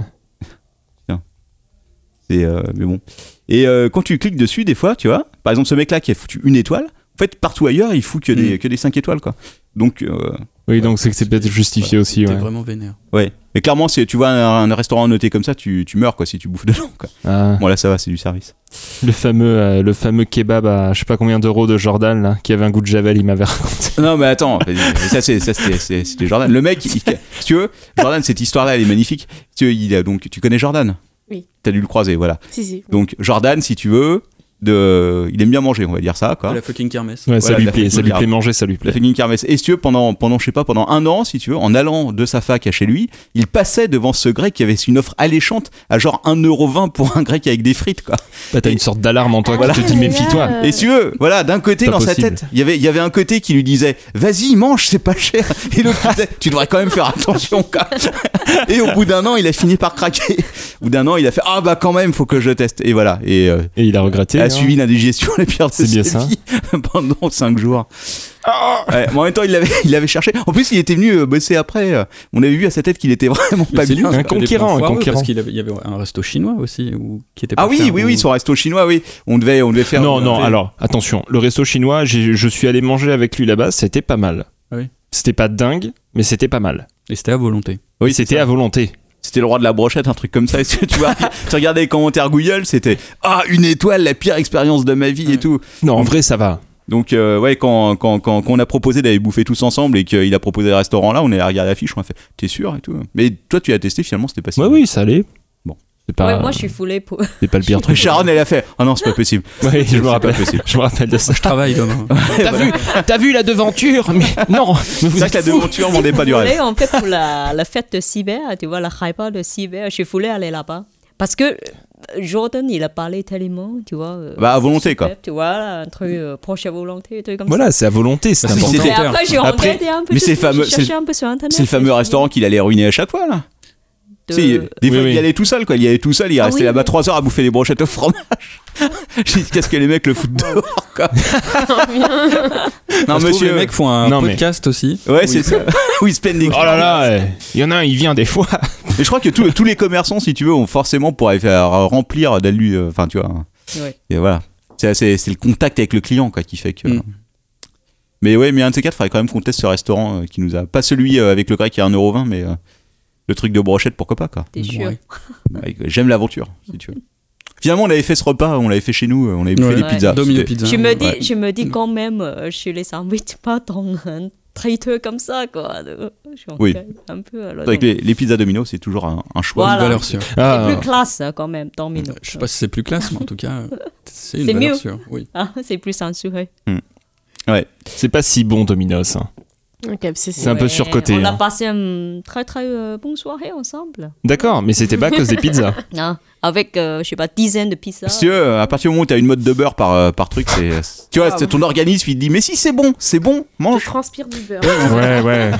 Speaker 1: c'est, euh, mais bon. Et euh, quand tu cliques dessus, des fois, tu vois, par exemple, ce mec-là qui a foutu une étoile, en fait, partout ailleurs, il fout que des, que des 5 étoiles, quoi. Donc, euh,
Speaker 10: Oui, donc c'est que c'est peut-être justifié aussi.
Speaker 9: T'es
Speaker 10: Ouais.
Speaker 9: vraiment vénère.
Speaker 1: ouais. Mais clairement, si tu vois un, un restaurant noté comme ça, tu, tu meurs, quoi, si tu bouffes dedans, quoi.
Speaker 10: Ah,
Speaker 1: Bon, là, ça va, c'est du service.
Speaker 10: le, fameux, euh, le fameux kebab à je sais pas combien d'euros de Jordan, là, qui avait un goût de javel, il m'avait [laughs] raconté.
Speaker 1: [laughs] Non, mais attends, mais ça, c'est- ça, c'était- c'est- c'était Jordan. Le mec, il- si tu veux, Jordan, cette histoire-là, elle est magnifique. Tu, veux, il a, donc, tu connais Jordan
Speaker 7: Oui.
Speaker 1: T'as dû le croiser, voilà.
Speaker 7: Si, si.
Speaker 1: Donc, Jordan, si tu veux, de, il aime bien manger, on va dire ça, quoi.
Speaker 9: De La fucking kermesse.
Speaker 10: Ouais, ça
Speaker 1: Voilà,
Speaker 10: lui
Speaker 1: la
Speaker 10: plaît, ça
Speaker 1: fucking
Speaker 10: lui
Speaker 1: kebab.
Speaker 10: plaît manger, ça lui
Speaker 1: La
Speaker 10: plaît.
Speaker 1: fucking kermesse. Et si tu veux, pendant, pendant, je sais pas, pendant un an, si tu veux, en allant de sa fac à chez lui, il passait devant ce grec qui avait une offre alléchante à genre 1,20€ pour un grec avec des frites, quoi.
Speaker 10: Bah, t'as une sorte d'alarme en toi
Speaker 8: Ah,
Speaker 10: qui
Speaker 7: Ah,
Speaker 10: te dit méfie-toi.
Speaker 7: Euh.
Speaker 1: Et si tu veux, voilà, d'un côté
Speaker 10: Pas
Speaker 1: dans sa
Speaker 10: possible.
Speaker 1: tête, il y avait- il y avait un côté qui lui disait Vas-y, mange, c'est pas cher. Et l'autre disait Tu devrais quand même faire attention, quoi. Et au bout d'un an, il a fini par craquer. Au bout d'un an, il a fait Ah bah quand même, faut que je teste. Et voilà. Et. euh,
Speaker 10: Et il a regretté.
Speaker 1: a
Speaker 10: hein.
Speaker 1: suivi l'indigestion [laughs] la pire de
Speaker 10: C'est bien
Speaker 1: sa
Speaker 10: ça.
Speaker 1: vie [laughs] pendant 5 jours. Ouais, mais en même temps, il l'avait [laughs] il avait cherché. En plus, il était venu euh, bosser après. euh, On avait vu à sa tête qu'il était [laughs] vraiment
Speaker 9: Mais
Speaker 1: pas
Speaker 9: c'est
Speaker 1: bien.
Speaker 9: lui,
Speaker 10: un
Speaker 9: qui a des
Speaker 10: conquérant,
Speaker 9: plans
Speaker 10: un
Speaker 9: foireux,
Speaker 10: conquérant.
Speaker 9: Parce qu'il avait- il y avait un resto chinois aussi ou qui était pas
Speaker 1: Ah oui,
Speaker 9: cher,
Speaker 1: oui,
Speaker 9: ou-
Speaker 1: oui, son resto chinois, oui. On devait, on devait faire.
Speaker 10: Non, non,
Speaker 1: euh,
Speaker 10: alors, attention, le resto chinois, j'ai- je suis allé manger avec lui là-bas, c'était pas mal.
Speaker 9: Ah oui.
Speaker 10: C'était pas dingue, mais c'était pas mal.
Speaker 9: Et c'était à volonté.
Speaker 10: Oui, c'était à volonté.
Speaker 1: C'était le roi de la brochette, un truc comme ça. [laughs] tu vois, tu regardais les commentaires Google, c'était Ah, une étoile, la pire expérience de ma vie et tout.
Speaker 10: Non, en vrai, ça va.
Speaker 1: Donc, euh, ouais, quand, quand, quand, quand on a proposé d'aller bouffer tous ensemble et qu'il a proposé le restaurant là, on est allé regarder l'affiche, on a fait T'es sûr et tout. Mais toi, tu as testé finalement, c'était pas si
Speaker 10: Ouais,
Speaker 1: mal.
Speaker 10: oui, ça allait.
Speaker 1: Bon.
Speaker 10: C'est pas,
Speaker 8: Ouais, moi, je suis foulée pour.
Speaker 10: c'est pas le pire [laughs] truc.
Speaker 1: Sharon, elle a fait Ah non, c'est pas
Speaker 10: [laughs]
Speaker 1: possible.
Speaker 10: Ouais, je
Speaker 1: C'est
Speaker 10: me
Speaker 1: pas
Speaker 10: rappelle.
Speaker 1: possible.
Speaker 10: Je me rappelle de [laughs] ça.
Speaker 9: Je travaille demain.
Speaker 6: T'as vu, t'as vu la devanture Mais
Speaker 10: [laughs]
Speaker 6: non, mais
Speaker 1: C'est
Speaker 6: vous
Speaker 1: vrai que la
Speaker 6: êtes fous.
Speaker 1: devanture
Speaker 8: [laughs]
Speaker 1: vendait pas du rêve.
Speaker 8: voulez, en fait, pour la, la fête de cyber, tu vois, la hype de cyber, je voulais aller là-bas. Parce que euh, Jordan, il a parlé tellement, tu vois. euh,
Speaker 1: Bah, à volonté, quoi.
Speaker 8: Tu vois, un truc euh, proche à volonté, un truc comme
Speaker 10: Voilà, c'est à volonté, c'est
Speaker 9: Bah, si,
Speaker 10: important.
Speaker 8: ça.
Speaker 1: c'était-
Speaker 8: Et après, j'ai
Speaker 1: Après-
Speaker 8: regardé un peu.
Speaker 1: mais
Speaker 8: tout,
Speaker 1: c'est
Speaker 8: j'ai
Speaker 1: fameux-
Speaker 8: cherché
Speaker 1: c'est-
Speaker 8: un peu sur Internet.
Speaker 1: C'est le fameux
Speaker 8: et
Speaker 1: restaurant qu'il allait ruiner à chaque fois, là.
Speaker 8: de-
Speaker 1: Si, des fois,
Speaker 10: Oui, oui.
Speaker 1: il y allait tout seul, quoi. Il y allait tout seul, il
Speaker 8: Ah
Speaker 1: restait
Speaker 8: oui,
Speaker 1: là-bas
Speaker 8: oui.
Speaker 1: 3 heures à bouffer des brochettes au fromage. [laughs] J'ai dit, qu'est-ce que les mecs le foutent dehors, quoi. non,
Speaker 9: Je trouve
Speaker 1: monsieur.
Speaker 9: les mecs font un
Speaker 10: Non, mais-
Speaker 9: podcast aussi.
Speaker 1: Ouais, c'est ça. [laughs] Où ils se plaignent des
Speaker 10: Oh là là, eh. il y en a un, il vient des fois.
Speaker 1: Et je crois que tous, tous les commerçants, si tu veux, ont forcément pour aller faire remplir d'alu. euh, Enfin, tu vois.
Speaker 8: Ouais.
Speaker 1: Et voilà. C'est, c'est- c'est le contact avec le client, quoi, qui fait que.
Speaker 9: Mm.
Speaker 1: Mais ouais, mais un de ces quatre, faudrait quand même qu'on teste ce restaurant euh, qui nous a. Pas celui euh, avec le grec qui est à 1,20€, mais euh, le truc de brochette, pourquoi pas, quoi.
Speaker 8: T'es sûr
Speaker 9: Ouais.
Speaker 1: Ouais, J'aime l'aventure, si tu veux. Finalement, on avait fait ce repas, on l'avait fait chez nous, euh, on avait
Speaker 9: Ouais.
Speaker 1: fait des
Speaker 8: Ouais.
Speaker 1: pizzas.
Speaker 9: Domino
Speaker 1: C'était-
Speaker 9: Pizza.
Speaker 8: Je me dis,
Speaker 1: Ouais.
Speaker 8: je me dis quand même, euh, je les sandwichs pas dans un traiteur comme ça, quoi. Donc, je suis
Speaker 1: Oui.
Speaker 8: Un peu, alors,
Speaker 1: Avec
Speaker 8: donc,
Speaker 1: les, les pizzas Domino, c'est toujours un, un choix.
Speaker 8: Voilà.
Speaker 9: Une valeur sûre.
Speaker 10: Ah,
Speaker 8: C'est plus classe hein, quand même, dans Mino.
Speaker 9: Euh, Je sais pas si c'est plus classe, mais en tout cas, euh, c'est une
Speaker 8: C'est
Speaker 9: valeur
Speaker 8: mieux.
Speaker 9: sûre. Oui.
Speaker 8: Ah, c'est plus censuré.
Speaker 10: [laughs] c'est pas si bon, Dominos. hein.
Speaker 7: Ok, c'est
Speaker 10: C'est un peu
Speaker 8: Ouais,
Speaker 10: surcoté,
Speaker 8: On a
Speaker 10: hein.
Speaker 8: passé une très très euh, bonne soirée
Speaker 7: [laughs]
Speaker 8: ensemble.
Speaker 10: D'accord, mais c'était pas à cause des pizzas.
Speaker 8: Ah, avec, euh, je sais pas, dizaines de pizzas.
Speaker 1: Si tu veux, à partir du moment où t'as une mode de beurre par, euh, par truc, c'est. Tu vois, c'est ton organisme, il te dit Mais si, c'est bon, c'est bon,
Speaker 7: Je
Speaker 1: mange.
Speaker 7: transpire du beurre.
Speaker 10: [laughs] ouais, ouais.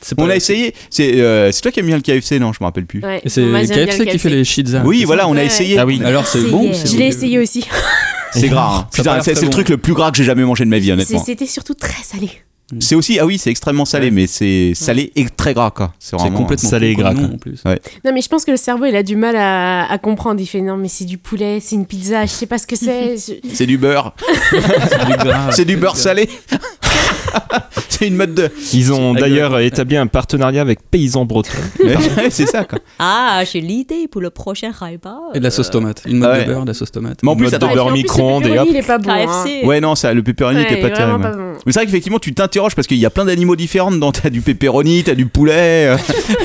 Speaker 9: C'est
Speaker 1: On
Speaker 9: pas-
Speaker 1: a essayé. C'est euh, c'est toi qui aimes bien le KFC, non Je me rappelle plus.
Speaker 7: Ouais,
Speaker 9: Et C'est
Speaker 7: moi, j'aime bien
Speaker 9: KFC
Speaker 7: le
Speaker 9: qui fait les pizzas.
Speaker 1: oui, voilà, on a
Speaker 7: Ouais,
Speaker 1: essayé.
Speaker 10: Ah oui.
Speaker 9: Alors c'est
Speaker 8: C'est
Speaker 9: bon.
Speaker 8: hier.
Speaker 9: c'est-
Speaker 7: Je l'ai essayé aussi.
Speaker 1: C'est gras. hein.
Speaker 9: Ça a
Speaker 1: Putain,
Speaker 9: l'air
Speaker 1: c'est
Speaker 9: très
Speaker 1: c'est le
Speaker 9: bon.
Speaker 1: truc le plus gras que j'ai jamais mangé de ma vie,
Speaker 7: C'est-
Speaker 1: honnêtement.
Speaker 7: C'était surtout très salé.
Speaker 1: C'est aussi. Ah oui, c'est extrêmement salé, mais c'est salé et très gras, quoi. C'est
Speaker 9: C'est
Speaker 1: vraiment.
Speaker 9: complètement
Speaker 10: salé et
Speaker 9: con comme
Speaker 10: gras,
Speaker 9: nom,
Speaker 10: quoi.
Speaker 9: en plus.
Speaker 7: Non, mais je pense que le cerveau, il a du mal à, à comprendre. Il fait non, mais c'est du poulet, c'est une pizza, je sais pas ce que c'est. Je-
Speaker 1: C'est du beurre. c'est du beurre salé. [laughs] c'est une mode de.
Speaker 10: Ils ont d'ailleurs établi un partenariat avec Paysan Breton.
Speaker 9: [laughs]
Speaker 1: Ouais, c'est ça, quoi.
Speaker 8: Ah, j'ai l'idée pour le prochain euh, Raiba.
Speaker 9: Et de la sauce tomate. Une mode
Speaker 1: Ah ouais.
Speaker 9: de beurre, de la sauce tomate.
Speaker 1: Mais en plus,
Speaker 10: Mode
Speaker 1: attends.
Speaker 10: de beurre
Speaker 7: Et puis, en plus,
Speaker 10: micro-ondes
Speaker 7: le
Speaker 10: et hop.
Speaker 7: pepperoni, il est pas bon. hein.
Speaker 8: KFC.
Speaker 1: Ouais, non, ça, le pepperoni
Speaker 7: Ouais,
Speaker 1: était
Speaker 7: il est
Speaker 1: pas
Speaker 7: vraiment
Speaker 1: terrible.
Speaker 7: pas bon.
Speaker 1: Mais c'est vrai qu'effectivement, tu t'interroges parce qu'il y a plein d'animaux différents dedans. T'as du pepperoni, t'as du poulet, euh,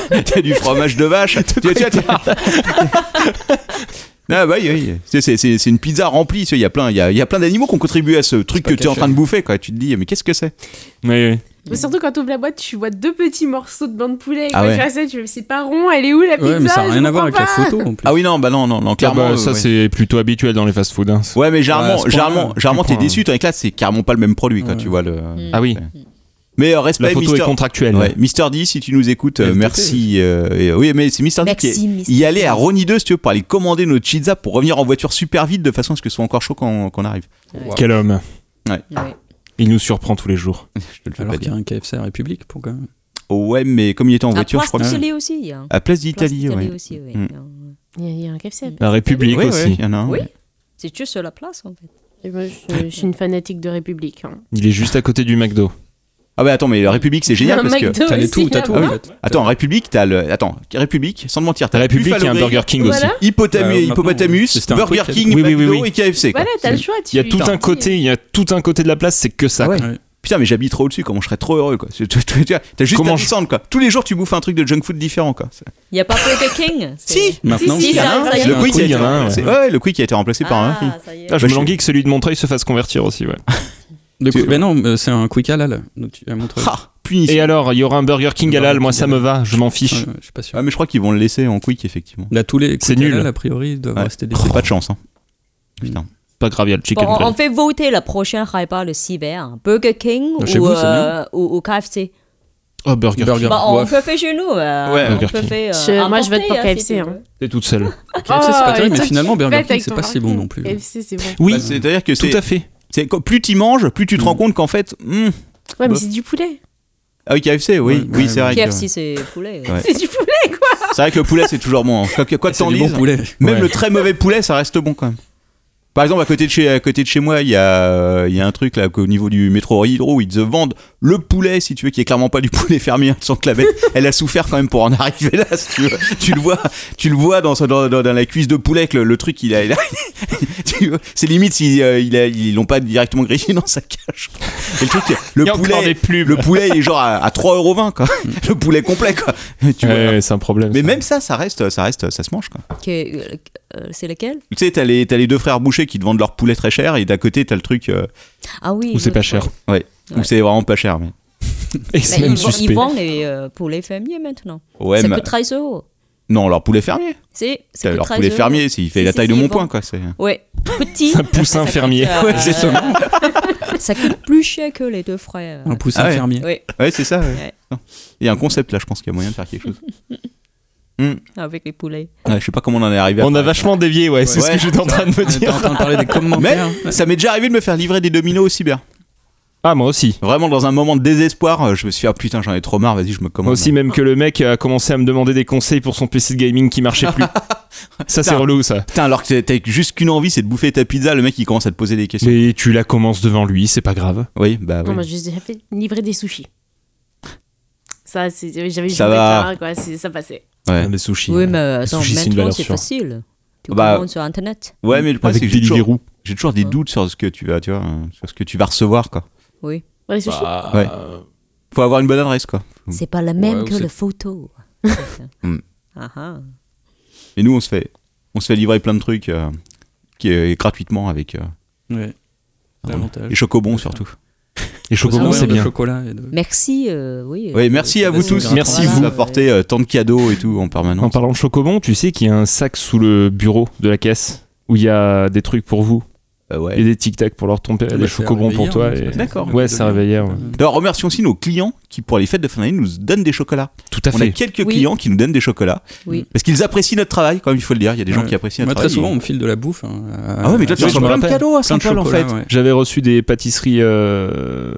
Speaker 1: [laughs] t'as du fromage
Speaker 9: [laughs]
Speaker 1: de vache. tu vois, tu vois, t'as- [laughs] Ah bah oui, oui. C'est- c'est- C'est c'est une pizza remplie. tu vois, Il y a plein, il y a, il y a plein d'animaux qui ont contribué à ce truc que
Speaker 9: pas
Speaker 1: tu es en
Speaker 9: caché.
Speaker 1: train de bouffer. Quoi. Tu te dis, mais qu'est-ce que c'est
Speaker 10: Oui, oui.
Speaker 7: Mais surtout quand tu ouvres la boîte, tu vois deux petits morceaux de bande de poulet. Et
Speaker 1: Ah
Speaker 7: quand
Speaker 1: ouais.
Speaker 7: tu vois ça, tu fais, c'est pas rond, elle est où la pizza
Speaker 9: Ouais, mais ça n'a
Speaker 7: Je
Speaker 9: rien à voir avec
Speaker 7: comprends
Speaker 9: la
Speaker 7: pas.
Speaker 9: photo en plus.
Speaker 1: Ah oui, non, bah non, non, non clairement.
Speaker 10: Ah bah,
Speaker 1: euh,
Speaker 10: ça,
Speaker 1: ouais.
Speaker 10: c'est plutôt habituel dans les fast-food. hein.
Speaker 1: Ouais, mais généralement,
Speaker 9: Ouais, à ce
Speaker 1: généralement,
Speaker 9: point-là,
Speaker 1: généralement, t'es
Speaker 10: comprends,
Speaker 1: déçu. T'es là, c'est carrément pas le même produit, quoi,
Speaker 9: Ouais.
Speaker 1: tu vois. Le...
Speaker 10: Ah oui,
Speaker 1: Mais euh, respect,
Speaker 10: la photo
Speaker 1: Mister...
Speaker 10: est contractuelle.
Speaker 1: Ouais, Mister D, si tu nous écoutes, euh,
Speaker 9: LTT.
Speaker 1: merci. euh, et, euh, oui, mais c'est Mister D qui est,
Speaker 8: Merci, Mr.
Speaker 1: y aller à Ronnie 2 si tu veux pour aller commander notre pizza pour revenir en voiture super vite de façon à ce que ce soit encore chaud quand, quand on arrive.
Speaker 10: Quel homme.
Speaker 8: Ouais.
Speaker 10: Il nous surprend tous les jours.
Speaker 1: Je te le fais
Speaker 9: Alors
Speaker 1: pas
Speaker 9: qu'il y a
Speaker 1: dire.
Speaker 9: un KFC à République, pourquoi
Speaker 1: Oh, ouais, mais comme il était en
Speaker 8: Ah,
Speaker 1: voiture, je crois que
Speaker 8: Place
Speaker 1: c'est-
Speaker 8: d'Italie aussi, il y a.
Speaker 1: à Place
Speaker 8: Place
Speaker 1: d'Italie,
Speaker 8: d'Italie
Speaker 1: ouais.
Speaker 8: aussi, oui.
Speaker 7: Il y a- il y a un KFC. à
Speaker 10: La République
Speaker 1: Ouais,
Speaker 10: aussi.
Speaker 1: Ah, ouais, il y en a un.
Speaker 8: Oui. C'est juste sur la place, en fait.
Speaker 7: Et moi, je, je suis une fanatique de République. hein.
Speaker 10: Il est juste à côté du McDo.
Speaker 1: Ah, bah attends, mais la République, c'est génial
Speaker 7: Un
Speaker 1: parce que. Ah
Speaker 7: McDo
Speaker 9: T'as les
Speaker 7: aussi,
Speaker 9: tout, t'as
Speaker 7: là-bas.
Speaker 9: tout Ah en fait.
Speaker 1: Attends, République, t'as le. Attends, République, sans te mentir, t'as
Speaker 10: La République
Speaker 1: Buffalo
Speaker 10: et un
Speaker 1: Grill,
Speaker 10: Burger King
Speaker 7: Voilà.
Speaker 10: aussi.
Speaker 1: Hippotamus,
Speaker 9: Bah, maintenant,
Speaker 1: Hippopotamus,
Speaker 9: c'était un truc
Speaker 1: Burger
Speaker 9: qui a-
Speaker 1: King,
Speaker 10: Oui, oui, oui,
Speaker 1: McDo
Speaker 10: oui.
Speaker 1: et KFC. quoi.
Speaker 7: Voilà, t'as le choix.
Speaker 10: Il y a tout un côté, il y a tout un côté de la place, c'est que ça.
Speaker 1: Ah ouais.
Speaker 10: quoi.
Speaker 1: Putain, mais j'habite trop au-dessus, comment je serais trop heureux, quoi. [laughs] C'est- tu- tu- tu- T'as juste
Speaker 10: Comment
Speaker 1: à
Speaker 10: je-
Speaker 1: descendre, quoi. Tous les jours, tu bouffes un truc de junk food différent, quoi. C'est-
Speaker 8: Il n'y a pas Burger King c'est-
Speaker 7: Si.
Speaker 9: Maintenant,
Speaker 7: Si, si,
Speaker 1: Il y en a
Speaker 7: ça-
Speaker 1: un,
Speaker 7: ça y est.
Speaker 1: le
Speaker 10: un
Speaker 1: quick
Speaker 10: quiz,
Speaker 1: a
Speaker 10: il y en a un,
Speaker 1: été- c'est- ouais, le quick a été remplacé par un quiz.
Speaker 8: Ah, ça y est.
Speaker 10: Ah, je
Speaker 1: Bah,
Speaker 10: me
Speaker 1: je-
Speaker 10: languis que celui de Montreuil se fasse convertir aussi. Ouais.
Speaker 9: De
Speaker 1: Tu-
Speaker 9: coup- Mais non, euh, c'est un quick halal. Donc, tu- à Montreuil.
Speaker 1: Ah, punition.
Speaker 10: Et alors, il y aura un Burger King
Speaker 9: Un
Speaker 10: halal,
Speaker 9: Burger
Speaker 10: moi
Speaker 9: King
Speaker 10: ça me va, je m'en
Speaker 9: Ouais,
Speaker 10: fiche.
Speaker 9: ouais, Je suis pas sûr.
Speaker 1: Ah, mais je crois qu'ils vont le laisser en quick, effectivement.
Speaker 9: Là, tous les
Speaker 10: C'est
Speaker 9: quick halal,
Speaker 10: nul.
Speaker 9: a priori, doivent
Speaker 1: Ouais.
Speaker 9: rester des
Speaker 1: C'est pas de chance. Hein.
Speaker 10: Pas grave, il y a le
Speaker 8: Bon,
Speaker 10: chicken
Speaker 8: on,
Speaker 10: bread.
Speaker 8: on fait voter la prochaine Raiba le 6 vert. Burger King
Speaker 9: Chez
Speaker 8: ou,
Speaker 9: vous, c'est
Speaker 8: euh, ou, ou KFC.
Speaker 10: Oh, Burger King.
Speaker 9: Burger.
Speaker 8: Bah, on
Speaker 9: Ouais.
Speaker 8: peut faire chez nous. euh,
Speaker 1: Ouais,
Speaker 8: on
Speaker 10: Burger
Speaker 8: peut
Speaker 10: King.
Speaker 8: faire, euh,
Speaker 7: Je- moi, je vote
Speaker 8: emporter,
Speaker 7: pour
Speaker 8: hein,
Speaker 7: KFC,
Speaker 8: si tu
Speaker 7: hein.
Speaker 8: veux.
Speaker 10: T'es toute seule.
Speaker 9: KFC, c'est pas
Speaker 7: Oh,
Speaker 9: terrible,
Speaker 7: et
Speaker 9: mais
Speaker 7: toi,
Speaker 9: finalement,
Speaker 7: tu
Speaker 9: Burger
Speaker 7: fêtes
Speaker 9: King,
Speaker 7: avec
Speaker 9: c'est
Speaker 7: ton
Speaker 9: pas si bon non plus.
Speaker 7: KFC, c'est bon.
Speaker 10: Oui,
Speaker 1: Bah, C'est-à-dire que
Speaker 10: tout
Speaker 1: c'est,
Speaker 10: à fait.
Speaker 1: c'est quand- plus tu manges, plus tu te rends
Speaker 9: Mm.
Speaker 1: compte qu'en fait. hmm,
Speaker 7: Ouais, mais
Speaker 1: Bah.
Speaker 7: c'est du poulet.
Speaker 1: Ah oui, KFC, oui,
Speaker 9: Ouais,
Speaker 1: oui
Speaker 9: ouais,
Speaker 1: c'est vrai. Que,
Speaker 8: KFC, c'est poulet.
Speaker 1: Ouais.
Speaker 7: C'est du poulet, quoi.
Speaker 1: c'est vrai que le poulet, c'est toujours bon. hein. Quoi, que- quoi que
Speaker 9: C'est
Speaker 1: t'en
Speaker 9: du
Speaker 1: dises,
Speaker 9: bon poulet.
Speaker 1: même
Speaker 10: Ouais.
Speaker 1: le très mauvais poulet, ça reste bon quand même. Par exemple, à côté de chez, à côté de chez moi, il y, a, euh, il y a un truc là qu'au niveau du métro Hydro où ils te vendent le poulet, si tu veux, qui est clairement pas du poulet fermier, [laughs] sans que la bête, elle a souffert quand même pour en arriver là. Si tu, veux. tu le vois, tu le vois dans, sa- dans, dans- dans la cuisse de poulet que le, le truc il a, [laughs] il a- tu vois, c'est limite si euh, il a- ils l'ont pas directement grillé dans sa cage. Et le truc, le
Speaker 10: Il y a encore
Speaker 1: poulet,
Speaker 10: des pubs.
Speaker 1: le poulet, il est genre à, à 3,20€
Speaker 10: [laughs]
Speaker 1: quoi. Le poulet complet quoi. Tu vois.
Speaker 10: Ouais, c'est un problème.
Speaker 1: Mais
Speaker 10: ça.
Speaker 1: même ça, ça reste, ça reste, ça se mange quoi.
Speaker 8: Que- euh, euh, c'est lequel
Speaker 1: Tu sais, t'as les, t'as les deux frères Boucher qui te vendent leur poulet très cher et d'à côté, t'as le truc euh,
Speaker 8: Ah oui.
Speaker 10: Ou c'est
Speaker 8: je
Speaker 10: pas
Speaker 8: vois.
Speaker 10: cher.
Speaker 1: où
Speaker 8: Ouais.
Speaker 1: c'est vraiment pas cher. Mais...
Speaker 8: Bah,
Speaker 10: Et c'est même
Speaker 8: ils, vont-
Speaker 10: suspect.
Speaker 8: ils vendent les euh, poulets fermiers maintenant.
Speaker 1: Ouais,
Speaker 8: ça
Speaker 1: mais-
Speaker 8: coûte 13 euros.
Speaker 1: Non, leur poulet fermier.
Speaker 8: C'est ça
Speaker 1: T'as
Speaker 8: coûte
Speaker 1: leur
Speaker 8: 13
Speaker 1: poulet
Speaker 8: euros.
Speaker 1: fermier, c'est- il fait
Speaker 8: Si,
Speaker 1: la
Speaker 8: si,
Speaker 1: taille
Speaker 8: si,
Speaker 1: de mon
Speaker 8: ils
Speaker 1: poing
Speaker 8: vont-
Speaker 1: quoi. c'est-
Speaker 8: Ouais, petit.
Speaker 10: Un
Speaker 8: Ça
Speaker 10: poussin
Speaker 8: coûte,
Speaker 10: fermier.
Speaker 8: euh,
Speaker 1: Ouais, c'est
Speaker 8: ça coûte plus cher que les deux frères.
Speaker 9: Un poussin
Speaker 1: Ah ouais.
Speaker 9: fermier.
Speaker 8: Oui,
Speaker 1: Ouais, c'est ça. ouais.
Speaker 8: Ouais.
Speaker 1: Non. Il y a un concept là, je pense qu'il y a moyen de faire quelque
Speaker 8: [laughs]
Speaker 1: chose.
Speaker 8: avec les poulets.
Speaker 1: Ouais, je sais pas comment on en est arrivé. à
Speaker 10: On a
Speaker 1: parler.
Speaker 10: vachement dévié, ouais, c'est
Speaker 1: Ouais.
Speaker 10: ce que j'étais en train de me
Speaker 9: On était en
Speaker 10: dire.
Speaker 9: train de parler des
Speaker 1: Mais
Speaker 9: commentaires.
Speaker 1: ça m'est déjà arrivé de me faire livrer des dominos au cyber.
Speaker 10: Ah, moi aussi.
Speaker 1: Vraiment, dans un moment de désespoir, euh, je me suis dit, ah putain, j'en ai trop marre, vas-y, je me commande.
Speaker 10: Moi aussi, même que le mec a commencé à me demander des conseils pour son PC de gaming qui marchait plus. ça, c'est
Speaker 1: Putain.
Speaker 10: relou, ça.
Speaker 1: Putain, alors que t'as t'as juste qu'une envie, c'est de bouffer ta pizza, le mec il commence à te poser des questions.
Speaker 10: Mais tu la commences devant lui, c'est pas grave.
Speaker 1: Oui, bah
Speaker 7: Non,
Speaker 1: oui.
Speaker 7: moi, je les ai fait livrer des sushis. Ça, c'est- j'avais juste
Speaker 1: Ça va.
Speaker 7: un, quoi, c'est- ça passait.
Speaker 1: Ouais.
Speaker 10: Les sushis.
Speaker 8: Oui, mais attends,
Speaker 10: sushi, c'est une
Speaker 8: maintenant
Speaker 10: valeur
Speaker 8: c'est
Speaker 10: sûre.
Speaker 8: facile. Tu
Speaker 1: Bah,
Speaker 8: commandes sur internet.
Speaker 1: Ouais, mais le problème,
Speaker 10: Avec
Speaker 1: c'est que j'ai
Speaker 10: Deliveroo.
Speaker 1: toujours, j'ai toujours des doutes sur ce que tu vas, tu vois, euh, sur ce que tu vas recevoir, quoi.
Speaker 8: Oui.
Speaker 7: Ouais,
Speaker 9: Bah,
Speaker 7: les sushis
Speaker 1: Ouais. Faut avoir une bonne adresse, quoi.
Speaker 8: C'est pas la même
Speaker 9: ou
Speaker 8: que
Speaker 9: c'est-
Speaker 8: la photo.
Speaker 1: Hmm.
Speaker 8: [laughs] Ah ah.
Speaker 1: Et nous, on se fait, on se fait livrer plein de trucs euh, qui est gratuitement avec euh,
Speaker 9: Ouais. Davantage.
Speaker 1: les chocobons surtout.
Speaker 10: Et chocobons,
Speaker 9: Ah ouais,
Speaker 10: c'est
Speaker 9: de
Speaker 10: bien.
Speaker 9: chocolat et de-
Speaker 8: Merci, euh, oui.
Speaker 1: Oui, merci à vous
Speaker 9: c'est
Speaker 1: tous.
Speaker 9: gratuit.
Speaker 1: Merci
Speaker 8: Voilà.
Speaker 1: vous apportez euh, tant de cadeaux et tout en
Speaker 10: En
Speaker 1: permanence.
Speaker 10: parlant de chocobons, tu sais qu'il y a un sac sous le bureau de la caisse où il y a des trucs pour vous
Speaker 1: Euh, ouais.
Speaker 10: et des tic-tac pour leur ton père,
Speaker 9: Ah
Speaker 10: et
Speaker 9: bah,
Speaker 10: des
Speaker 9: c'est
Speaker 10: chocobons pour
Speaker 9: réveillère,
Speaker 10: toi.
Speaker 9: non,
Speaker 10: et-
Speaker 9: c'est pas ça
Speaker 10: Ouais, c'est un réveillère. ouais.
Speaker 1: D'ailleurs, remercions aussi nos clients qui, pour les fêtes de fin d'année, nous donnent des chocolats.
Speaker 10: Tout à
Speaker 1: On a
Speaker 10: fait.
Speaker 1: quelques
Speaker 8: Oui.
Speaker 1: clients qui nous donnent des chocolats.
Speaker 8: Oui.
Speaker 1: Parce qu'ils apprécient notre travail, quand même, il faut le dire. Il y a des gens
Speaker 9: Ouais.
Speaker 1: qui apprécient
Speaker 9: Moi,
Speaker 1: notre
Speaker 9: très
Speaker 1: travail.
Speaker 9: souvent, on me file de la bouffe. hein, à-
Speaker 1: Ah ouais, mais toi, tu
Speaker 9: à-
Speaker 10: je
Speaker 1: reçois
Speaker 10: me
Speaker 1: plein de
Speaker 10: rappelle.
Speaker 1: cadeaux à
Speaker 9: plein de
Speaker 1: Saint-Paul, en fait.
Speaker 9: chocolat, ouais.
Speaker 10: J'avais reçu des pâtisseries. euh,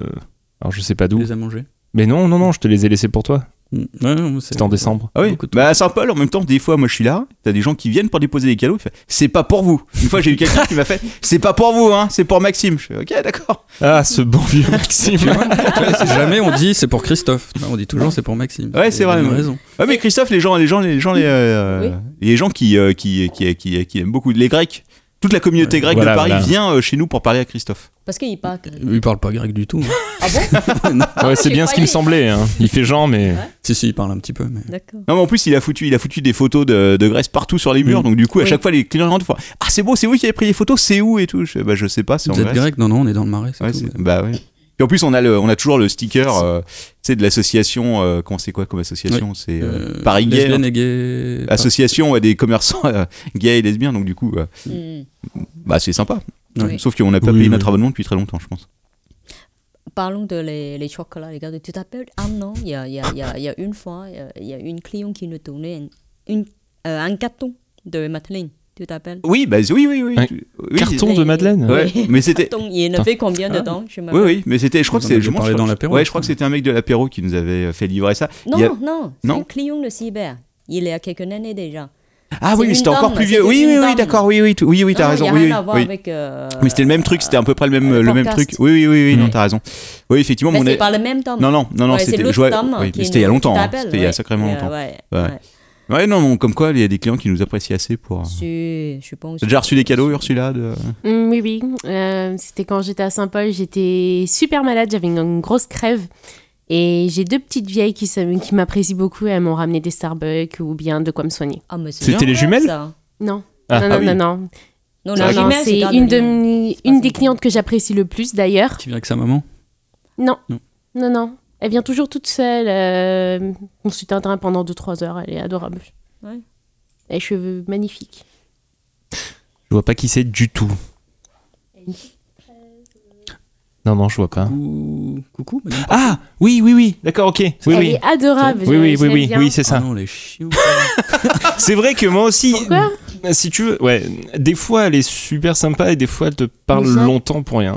Speaker 10: Alors, je sais pas
Speaker 9: Tu
Speaker 10: d'où.
Speaker 9: les as mangés
Speaker 10: Mais non, non, non, je te les ai laissés pour toi.
Speaker 9: Mm. Ouais, non, c'est-
Speaker 10: C'était en décembre.
Speaker 1: Ah oui.
Speaker 9: Beaucoup de
Speaker 1: Bah à Saint-Paul, en même temps, des fois, moi je suis là, t'as des gens qui viennent pour déposer des cadeaux. ils font, C'est pas pour vous. Une fois, j'ai eu quelqu'un qui m'a fait C'est pas pour vous, hein, c'est pour Maxime. Je fais Ok, d'accord.
Speaker 10: Ah, ce bon vieux Maxime.
Speaker 9: Ouais, c'est jamais on dit c'est pour Christophe. Non, on dit toujours c'est pour Maxime.
Speaker 1: Ouais, c'est
Speaker 9: Il a
Speaker 1: vrai,
Speaker 9: une
Speaker 1: ouais.
Speaker 9: raison.
Speaker 1: Ah mais Christophe, les gens, les gens, les gens, les, euh,
Speaker 8: Oui.
Speaker 1: les gens qui, euh, qui, qui, qui, qui aiment beaucoup les Grecs. Toute la communauté grecque
Speaker 10: Voilà,
Speaker 1: de Paris
Speaker 10: voilà.
Speaker 1: vient euh, chez nous pour parler à Christophe.
Speaker 8: Parce qu'il parle.
Speaker 9: Il parle pas grec du tout.
Speaker 8: Ah bon
Speaker 10: [laughs] Ouais, c'est
Speaker 8: j'ai
Speaker 10: bien ce qui
Speaker 8: croyé.
Speaker 10: me semblait. hein. Il fait genre, mais.
Speaker 9: si, si, il parle un petit peu. Mais...
Speaker 8: D'accord.
Speaker 1: Non mais en plus, il a foutu, il a foutu des photos de, de Grèce partout sur les murs. Donc du coup, à
Speaker 8: Oui.
Speaker 1: chaque fois, les clients rentrent font, Ah c'est beau, c'est vous qui avez pris les photos, c'est où et tout. Je, fais, bah je sais pas, c'est en
Speaker 9: Vous êtes
Speaker 1: Grèce.
Speaker 9: grec Non, non, on est dans le marais. c'est
Speaker 1: Ouais,
Speaker 9: tout.
Speaker 1: c'est- Bah ouais. Puis en plus, on a, le, on a toujours le sticker euh, tu sais, de l'association. Euh, comment c'est quoi comme association C'est euh,
Speaker 9: Euh,
Speaker 1: Paris Gay. euh,
Speaker 9: lesbienne et gay.
Speaker 1: Association ouais, des commerçants euh, gays et lesbiens. Donc du coup, euh,
Speaker 8: Hmm.
Speaker 1: bah, c'est sympa.
Speaker 8: Oui.
Speaker 1: Sauf qu'on n'a pas
Speaker 10: Oui,
Speaker 1: payé
Speaker 10: oui.
Speaker 1: notre abonnement depuis très longtemps, je pense.
Speaker 8: Parlons de les, les chocolats, les gars. Tu t'appelles Ah non, il y a, il y, a, il y, a, il y a une fois, il y a- il y a une cliente qui nous donnait un, une, euh, un carton de Madeleine. Tu t'appelles
Speaker 1: Oui, bah, oui, oui, oui.
Speaker 10: Un
Speaker 1: Tu- oui,
Speaker 10: Carton de
Speaker 8: Mais-
Speaker 10: Madeleine.
Speaker 1: Ouais, mais c'était. Hein?
Speaker 8: Carton, il y en avait combien dedans Je
Speaker 1: Oui,
Speaker 8: m'appelle.
Speaker 1: oui, mais c'était. Je crois
Speaker 9: On
Speaker 1: que
Speaker 9: en
Speaker 1: c'est.
Speaker 9: avait
Speaker 1: je pense-
Speaker 9: parlé
Speaker 1: je crois
Speaker 9: dans
Speaker 1: que-
Speaker 9: l'apéro,
Speaker 1: Ouais,
Speaker 9: je
Speaker 1: je crois que c'était un mec de l'apéro qui nous avait euh, fait livrer ça.
Speaker 8: Non,
Speaker 1: Il y a-
Speaker 8: non, c'est
Speaker 1: Non
Speaker 8: un client de cyber. Il est à quelques années déjà.
Speaker 1: Ah oui,
Speaker 8: c'est
Speaker 1: mais
Speaker 8: une
Speaker 1: c'était encore
Speaker 8: dame,
Speaker 1: plus
Speaker 8: c'est
Speaker 1: vieux. Oui,
Speaker 8: une
Speaker 1: oui, oui,
Speaker 8: dame.
Speaker 1: d'accord. Oui, oui, tu- oui, oui, t'as
Speaker 8: Non, Il
Speaker 1: raison.
Speaker 8: n'y a
Speaker 1: oui,
Speaker 8: rien
Speaker 1: oui,
Speaker 8: à voir
Speaker 1: oui.
Speaker 8: avec. euh,
Speaker 1: Mais c'était le même truc, c'était à peu près le même,
Speaker 8: le
Speaker 1: le même
Speaker 8: podcast.
Speaker 1: truc. Oui, oui, oui, oui, non, t'as raison. Oui, effectivement,
Speaker 8: Mais
Speaker 1: mon
Speaker 8: c'est pas le même tome.
Speaker 1: Non, non, non, non,
Speaker 8: Ah Ouais,
Speaker 1: c'était
Speaker 8: l'autre
Speaker 1: je vois-
Speaker 8: tome
Speaker 1: oui,
Speaker 8: qui
Speaker 1: mais c'était il y a
Speaker 8: nous- qui
Speaker 1: longtemps, hein,
Speaker 8: t'appelle,
Speaker 1: c'était il y a
Speaker 8: ouais.
Speaker 1: sacrément
Speaker 8: Euh,
Speaker 1: longtemps.
Speaker 8: ouais,
Speaker 1: Ouais.
Speaker 8: ouais.
Speaker 1: Ouais, non, non, comme quoi, il y a des clients qui nous apprécient assez pour. euh,
Speaker 8: Si, je pense.
Speaker 1: T'as déjà reçu des cadeaux, Ursula de...
Speaker 7: Mm, oui, oui. Euh, C'était quand j'étais à Saint-Paul. J'étais super malade. J'avais une, une grosse crève. Et j'ai deux petites vieilles qui, s'am- qui m'apprécient beaucoup. Elles m'ont ramené des Starbucks ou bien de quoi me soigner.
Speaker 8: Ah, mais c'est
Speaker 10: C'était
Speaker 8: bien,
Speaker 10: les jumelles
Speaker 8: ça.
Speaker 7: Non.
Speaker 10: Ah,
Speaker 7: non,
Speaker 10: ah
Speaker 7: non,
Speaker 10: oui.
Speaker 7: non, non.
Speaker 8: Non,
Speaker 7: Non,
Speaker 8: les
Speaker 7: non,
Speaker 8: jumelles,
Speaker 7: c'est
Speaker 8: garde
Speaker 7: une,
Speaker 8: les
Speaker 7: de
Speaker 8: miennes.
Speaker 7: mes-
Speaker 8: pas
Speaker 7: une
Speaker 8: ça.
Speaker 7: des clientes que j'apprécie le plus d'ailleurs.
Speaker 9: Qui vient avec sa maman
Speaker 7: Non.
Speaker 9: Non.
Speaker 7: non. Non, Elle vient toujours toute seule. euh, On se tintera pendant 2-3 heures. Elle est adorable.
Speaker 8: Ouais.
Speaker 7: Elle a les cheveux magnifiques.
Speaker 10: Je vois pas qui c'est du tout. Non, non, je vois pas.
Speaker 9: Coucou. Coucou madame.
Speaker 10: Ah Oui, oui, oui. D'accord, ok. Oui,
Speaker 7: elle
Speaker 10: oui.
Speaker 7: est adorable.
Speaker 10: Oui, oui,
Speaker 7: je
Speaker 10: oui,
Speaker 7: l'aime
Speaker 10: oui,
Speaker 7: bien.
Speaker 10: oui, c'est
Speaker 9: Ah
Speaker 10: ça.
Speaker 9: non, les chiens.
Speaker 1: [laughs]
Speaker 10: C'est vrai que moi aussi,
Speaker 7: Pourquoi
Speaker 10: si tu veux, ouais, des fois elle est super sympa et des fois elle te parle
Speaker 7: Mais ça-
Speaker 10: longtemps pour rien.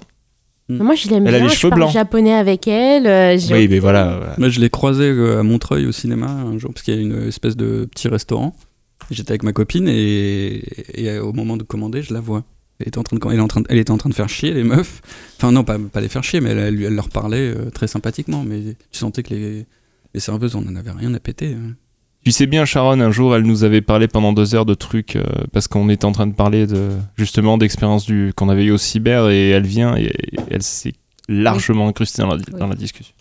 Speaker 7: Non, Moi, je l'aime
Speaker 10: Elle a
Speaker 7: bien.
Speaker 10: les
Speaker 7: je
Speaker 10: cheveux
Speaker 7: parle
Speaker 10: blancs.
Speaker 7: japonais avec elle. euh, j'ai-
Speaker 10: Oui, mais voilà. voilà.
Speaker 9: Moi, je l'ai croisé euh, à Montreuil au cinéma un jour, parce qu'il y a une espèce de petit restaurant. J'étais avec ma copine et, et, euh, au moment de commander, je la vois. Elle était en train de, com- elle est en train de- elle était en train de faire chier les meufs. Enfin, non, pas, pas les faire chier, mais elle, elle- elle leur parlait euh, très sympathiquement. Mais tu sentais que les, les serveuses, on n'en avait rien à péter. hein.
Speaker 10: Tu sais bien, Sharon, un jour elle nous avait parlé pendant deux heures de trucs euh, parce qu'on était en train de parler de justement d'expérience du qu'on avait eu au cyber et elle vient et, et elle s'est largement incrustée dans la, dans la discussion.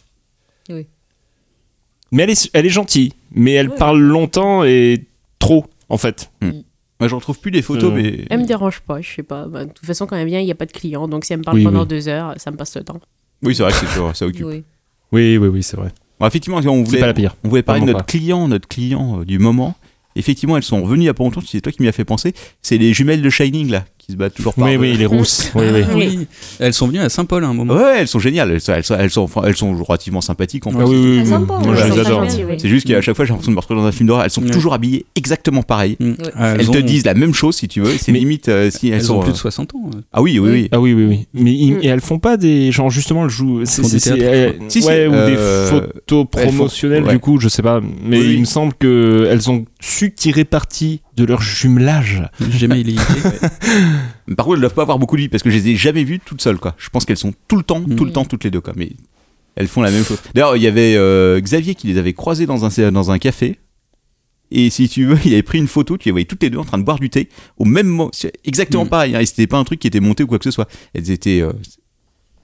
Speaker 8: Oui.
Speaker 10: Mais elle est, elle est gentille, mais elle
Speaker 8: Ouais.
Speaker 10: parle longtemps et trop en fait.
Speaker 1: Moi, je retrouve plus les photos,
Speaker 10: Euh,
Speaker 1: mais...
Speaker 7: Elle me dérange pas, je sais pas. Bah, de toute façon, quand elle vient, il n'y a pas de client. Donc, si elle me parle
Speaker 10: Oui,
Speaker 7: pendant
Speaker 10: oui.
Speaker 7: deux heures, ça me passe le temps.
Speaker 1: Oui, c'est vrai que c'est toujours- ça occupe.
Speaker 8: Oui.
Speaker 10: Oui, oui, oui, c'est vrai.
Speaker 1: Bon, effectivement, on
Speaker 10: C'est
Speaker 1: voulait,
Speaker 10: pas la pire.
Speaker 1: on voulait parler de
Speaker 10: Vraiment
Speaker 1: notre client, notre client euh, du moment. Effectivement, elles sont revenues il y a pas longtemps, c'est toi qui m'y as fait penser. C'est les jumelles de Shining, là, qui qui se battent toujours par
Speaker 10: Oui,
Speaker 1: deux.
Speaker 10: oui,
Speaker 8: [laughs]
Speaker 10: les rousses. Oui, oui.
Speaker 9: Ah oui. Elles sont venues à Saint-Paul à un moment.
Speaker 1: Ouais, elles sont géniales, elles sont, elles sont, elles sont, elles sont relativement sympathiques en
Speaker 10: Ah
Speaker 1: plus.
Speaker 10: oui, oui, oui.
Speaker 8: sympa,
Speaker 10: Moi, je
Speaker 8: ouais.
Speaker 10: les adore.
Speaker 8: Sympa.
Speaker 1: C'est juste qu'à chaque fois j'ai l'impression de me retrouver dans un film d'horreur, elles sont
Speaker 9: Ouais.
Speaker 1: toujours habillées exactement pareil.
Speaker 9: Mm. Ah,
Speaker 1: Elles te
Speaker 9: ont-
Speaker 1: disent la même chose si tu veux, c'est
Speaker 10: Mais-
Speaker 1: limite euh, si elles,
Speaker 9: Elles
Speaker 1: sont
Speaker 9: ont plus de
Speaker 1: euh,
Speaker 9: 60 ans.
Speaker 1: Ah oui, oui, oui.
Speaker 10: Ah oui, oui, oui. Mais ils-
Speaker 7: Mm.
Speaker 10: et elles font pas des. Genre, justement, elles jouent. c'est-
Speaker 9: font
Speaker 10: c'est-
Speaker 9: du
Speaker 10: c'est-
Speaker 9: théâtre.
Speaker 10: euh,
Speaker 1: Si, si,
Speaker 10: ouais, ou
Speaker 1: euh,
Speaker 10: des photos
Speaker 1: elles font-
Speaker 10: promotionnelles,
Speaker 1: ouais.
Speaker 10: du coup, je sais pas. Mais
Speaker 1: Oui, oui.
Speaker 10: il me semble que Elles ont su tirer parti de leur jumelage.
Speaker 9: J'ai mailé.
Speaker 1: Mais Par contre, elles doivent pas avoir beaucoup de vie parce que je les ai jamais vues toutes seules quoi. Je pense qu'elles sont tout le temps, tout le
Speaker 8: Mm.
Speaker 1: temps toutes les deux quoi, mais elles font la même chose. D'ailleurs, il y avait euh, Xavier qui les avait croisées dans un dans un café. Et si tu veux, [laughs] il avait pris une photo, tu les voyais toutes les deux en train de boire du thé au même moment, c'est exactement
Speaker 9: Mm.
Speaker 1: pareil. hein, et c'était pas un truc qui était monté ou quoi que ce soit. Elles étaient, euh,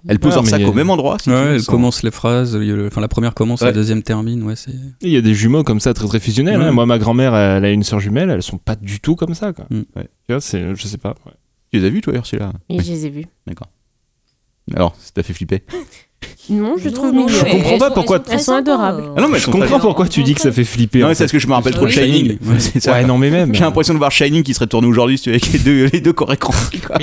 Speaker 1: elles posent
Speaker 10: Ah,
Speaker 1: leur
Speaker 10: mais
Speaker 1: sac
Speaker 10: il y a-
Speaker 1: au même endroit. si tu veux,
Speaker 9: Ouais, elles
Speaker 1: sans-
Speaker 9: commencent les phrases. il y a le- Enfin, la première commence,
Speaker 1: Ouais.
Speaker 9: la deuxième termine. Ouais, c'est.
Speaker 10: Et Il y a des jumeaux comme ça, très très fusionnels.
Speaker 9: Ouais.
Speaker 1: Mm.
Speaker 10: hein. Moi, ma grand-mère, elle a une sœur jumelle, elles sont pas du tout comme ça, quoi.
Speaker 9: Mm.
Speaker 1: Ouais.
Speaker 10: Tu vois, c'est. Je sais pas. ouais.
Speaker 1: Tu les as vues toi, Ursula
Speaker 7: Et je les ai vus.
Speaker 1: Alors, ça t'a fait flipper.
Speaker 7: Non, je trouve
Speaker 8: non,
Speaker 7: mignon.
Speaker 8: mais
Speaker 10: comprends
Speaker 8: elles
Speaker 10: pas
Speaker 8: sont-
Speaker 10: pourquoi-
Speaker 8: sont
Speaker 7: Elles
Speaker 8: très
Speaker 7: sont
Speaker 8: sympas,
Speaker 7: adorables.
Speaker 8: euh.
Speaker 1: Ah non, mais
Speaker 10: Je comprends pourquoi tu dis que ça fait flipper.
Speaker 1: Non,
Speaker 10: en
Speaker 1: mais c'est parce que je me rappelle trop de
Speaker 8: Oui.
Speaker 1: Shining.
Speaker 9: Shining, Ah ouais.
Speaker 1: [laughs] C'est
Speaker 10: fait.
Speaker 1: ça.
Speaker 10: Ouais, non, mais même.
Speaker 1: J'ai l'impression de voir Shining qui serait tourné aujourd'hui, si tu veux, avec les deux, les deux corps écrans, quoi.